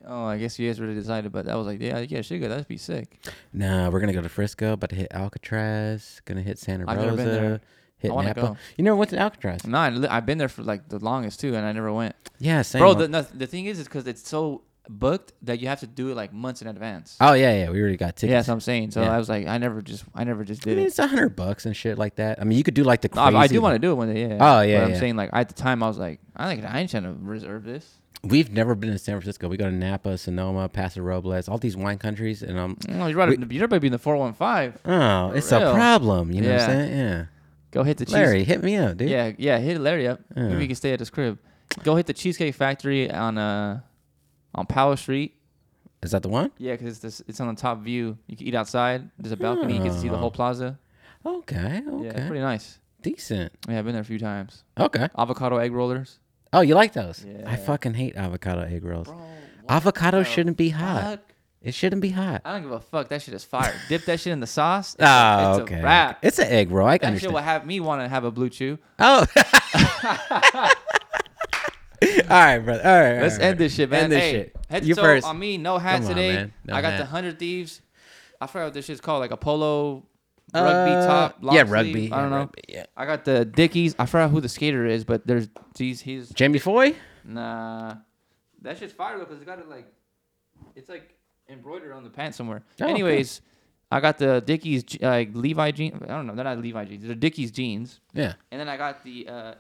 Speaker 1: Oh, I guess you guys already decided, but I was like, yeah, yeah, sure, go. That'd be sick.
Speaker 2: Nah, we're gonna go to Frisco, about to hit Alcatraz, gonna hit Santa
Speaker 1: I've
Speaker 2: Rosa,
Speaker 1: never been there.
Speaker 2: hit
Speaker 1: I wanna
Speaker 2: Napa.
Speaker 1: go. Mm.
Speaker 2: You never went to Alcatraz?
Speaker 1: No, I li- I've been there for like the longest too, and I never went.
Speaker 2: Yeah, same.
Speaker 1: Bro,
Speaker 2: one.
Speaker 1: the, no, the thing is, is because it's so booked that you have to do it like months in advance.
Speaker 2: oh yeah, yeah, we already got tickets.
Speaker 1: yeah, that's what I'm saying. So
Speaker 2: Yeah.
Speaker 1: I was like, I never just, I never just
Speaker 2: I
Speaker 1: did
Speaker 2: mean,
Speaker 1: it.
Speaker 2: it's a hundred bucks and shit like that. I mean, you could do like the
Speaker 1: No,
Speaker 2: crazy.
Speaker 1: I, I do want to do it one day. Yeah.
Speaker 2: Oh, yeah,
Speaker 1: But
Speaker 2: yeah.
Speaker 1: I'm saying like at the time I was like, I think I ain't trying to reserve this.
Speaker 2: We've never been to San Francisco. We go to Napa, Sonoma, Paso Robles, all these wine countries, and I'm
Speaker 1: No, you're right. You're about to be in the 415.
Speaker 2: oh, it's a
Speaker 1: real?
Speaker 2: problem. You know what I'm
Speaker 1: Yeah.
Speaker 2: saying? Yeah,
Speaker 1: Go hit the cheese.
Speaker 2: Larry, hit me up, dude.
Speaker 1: Yeah, yeah, hit Larry up.
Speaker 2: Yeah.
Speaker 1: Maybe we can stay at his crib. Go hit the Cheesecake Factory on uh on Powell Street.
Speaker 2: Is that the one?
Speaker 1: Yeah, because it's this, it's on the top view. You can eat outside. There's a balcony. You can see the whole plaza.
Speaker 2: Okay,
Speaker 1: Yeah, it's
Speaker 2: okay,
Speaker 1: pretty nice.
Speaker 2: decent.
Speaker 1: Yeah, I've been there a few times.
Speaker 2: Okay.
Speaker 1: Avocado egg rollers.
Speaker 2: Oh, you like those? I
Speaker 1: Yeah.
Speaker 2: fucking hate avocado egg rolls. avocado shouldn't be hot.
Speaker 1: Fuck.
Speaker 2: It shouldn't be hot.
Speaker 1: I don't give a fuck. That shit is fire. Dip that shit in the sauce. It's, a,
Speaker 2: Oh,
Speaker 1: it's
Speaker 2: okay.
Speaker 1: a wrap.
Speaker 2: It's an egg roll. I can
Speaker 1: That shit
Speaker 2: understand.
Speaker 1: will have me want to have a blue chew. *laughs*
Speaker 2: Oh. *laughs* all right, brother. All right. all
Speaker 1: Let's
Speaker 2: right.
Speaker 1: end this shit, man.
Speaker 2: End this
Speaker 1: hey,
Speaker 2: shit.
Speaker 1: Head
Speaker 2: You
Speaker 1: to toe
Speaker 2: first.
Speaker 1: on me. No hat
Speaker 2: Come on,
Speaker 1: today.
Speaker 2: man. No
Speaker 1: I got the
Speaker 2: hat.
Speaker 1: hundred thieves. I forgot what this shit's called. Like a polo, rugby
Speaker 2: Uh,
Speaker 1: top. long
Speaker 2: yeah,
Speaker 1: sleeve.
Speaker 2: rugby.
Speaker 1: I don't
Speaker 2: Yeah,
Speaker 1: know.
Speaker 2: rugby, yeah.
Speaker 1: I got the Dickies. I forgot who the skater is, but there's these. He's
Speaker 2: Jamie Foy?
Speaker 1: nah. That shit's fire though, cause it's got it like, it's like embroidered on the pants somewhere.
Speaker 2: Oh, okay.
Speaker 1: Anyways, I got the Dickies je- like Levi jeans. I don't know. They're not Levi jeans. They're Dickies jeans.
Speaker 2: Yeah.
Speaker 1: And then I got the uh,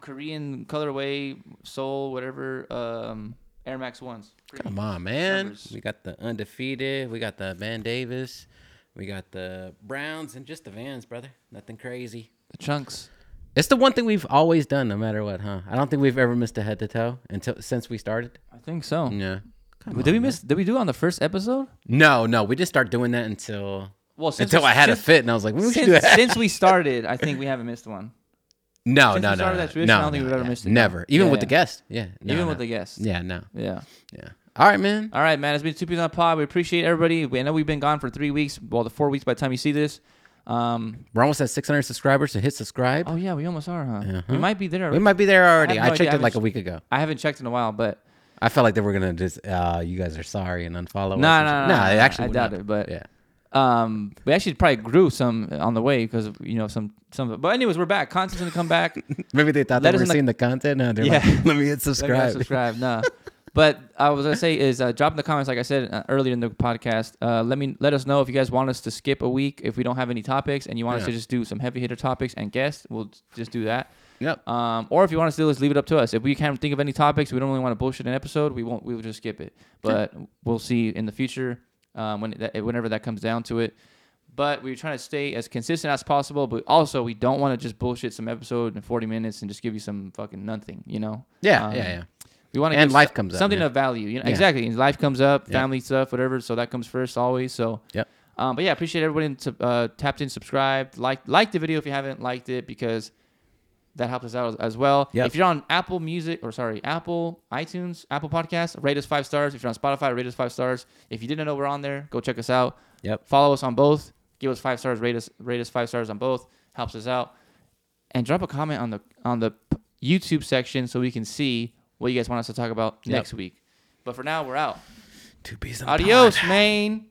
Speaker 1: Korean colorway Soul whatever um, Air Max ones. Pretty-
Speaker 2: Come on, man.
Speaker 1: numbers.
Speaker 2: We got the undefeated. We got the Van Davis. We got the Browns and just the Vans, brother. Nothing crazy.
Speaker 1: The chunks.
Speaker 2: It's the one thing we've always done, no matter what, huh? I don't think we've ever missed a head to toe until since we started.
Speaker 1: I think so.
Speaker 2: Yeah.
Speaker 1: But Mm. did we miss? Did we do it on the first episode?
Speaker 2: No, no, we didn't start doing that until
Speaker 1: Well,
Speaker 2: until I had
Speaker 1: since,
Speaker 2: a fit, and I was like,
Speaker 1: *laughs*
Speaker 2: we should do *laughs*
Speaker 1: Since,
Speaker 2: that.
Speaker 1: since we started, I think we haven't missed one.
Speaker 2: no, no,
Speaker 1: since
Speaker 2: no,
Speaker 1: we started
Speaker 2: no,
Speaker 1: that tradition,
Speaker 2: no,
Speaker 1: I don't think
Speaker 2: no,
Speaker 1: we've ever
Speaker 2: yeah.
Speaker 1: missed it.
Speaker 2: Never, even
Speaker 1: Yeah,
Speaker 2: with
Speaker 1: yeah.
Speaker 2: the guest. Yeah, no,
Speaker 1: Even
Speaker 2: no.
Speaker 1: with the guests.
Speaker 2: Yeah, no,
Speaker 1: Yeah.
Speaker 2: yeah. All right, man.
Speaker 1: All right, man. It's been two peas on a pod. We appreciate everybody. We, I know we've been gone for three weeks. Well, the four weeks by the time you see this. Um.
Speaker 2: We're almost at 600 subscribers, so hit subscribe.
Speaker 1: Oh yeah, we almost are, huh? Uh-huh. We might be there.
Speaker 2: we might be there already.
Speaker 1: no
Speaker 2: I,
Speaker 1: idea.
Speaker 2: checked
Speaker 1: I
Speaker 2: it like a
Speaker 1: haven't-
Speaker 2: week ago.
Speaker 1: I haven't checked in a while, but
Speaker 2: I felt like they were gonna just uh you guys are sorry and unfollow.
Speaker 1: No,
Speaker 2: us.
Speaker 1: no, no,
Speaker 2: no.
Speaker 1: no,
Speaker 2: it
Speaker 1: no,
Speaker 2: actually
Speaker 1: I
Speaker 2: would
Speaker 1: doubt
Speaker 2: not.
Speaker 1: it, but-
Speaker 2: yeah,
Speaker 1: Um, we actually probably grew some on the way because you know some some. But anyways, we're back. Content's gonna come back. Let
Speaker 2: maybe they thought
Speaker 1: Let
Speaker 2: they
Speaker 1: us
Speaker 2: were
Speaker 1: in the-
Speaker 2: seeing the content. No, they're
Speaker 1: Yeah.
Speaker 2: like, let me hit
Speaker 1: me
Speaker 2: subscribe.
Speaker 1: know subscribe. No, but I was gonna say is uh, drop in the comments like I said uh, earlier in the podcast. Uh, let me let us know if you guys want us to skip a week if we don't have any topics and you want
Speaker 2: Yeah.
Speaker 1: us to just do some heavy hitter topics and guests. We'll just do that.
Speaker 2: Yep.
Speaker 1: Um, or if you want us to do this, leave it up to us. If we can't think of any topics, we don't really want to bullshit an episode. We won't. We will just skip it. But we'll see in the future um, when that, whenever that comes down to it. But we're trying to stay as consistent as possible. But also, we don't want to just bullshit some episode in 40 minutes and just give you some fucking nothing. You know?
Speaker 2: Yeah,
Speaker 1: Um,
Speaker 2: yeah, yeah.
Speaker 1: We want to
Speaker 2: And
Speaker 1: give
Speaker 2: life
Speaker 1: so-
Speaker 2: comes up,
Speaker 1: something
Speaker 2: man.
Speaker 1: of value. You know?
Speaker 2: Yeah.
Speaker 1: Exactly. And life comes up,
Speaker 2: Yeah.
Speaker 1: family stuff, whatever. So that comes first always. So
Speaker 2: Yep.
Speaker 1: um, but yeah, appreciate everybody to, uh, tapped in, subscribed, liked, liked the video if you haven't liked it because that helps us out as, as well.
Speaker 2: Yep.
Speaker 1: If you're on Apple Music or sorry, Apple iTunes, Apple Podcasts, rate us five stars. If you're on Spotify, rate us five stars. If you didn't know we're on there, go check us out.
Speaker 2: Yep.
Speaker 1: Follow us on both. Give us five stars. Rate us. Rate us five stars on both. Helps us out. And drop a comment on the on the p- YouTube section so we can see what you guys want us to talk about
Speaker 2: Yep.
Speaker 1: next week. But for now, we're out.
Speaker 2: Two peas. in a pod.
Speaker 1: Adios, man.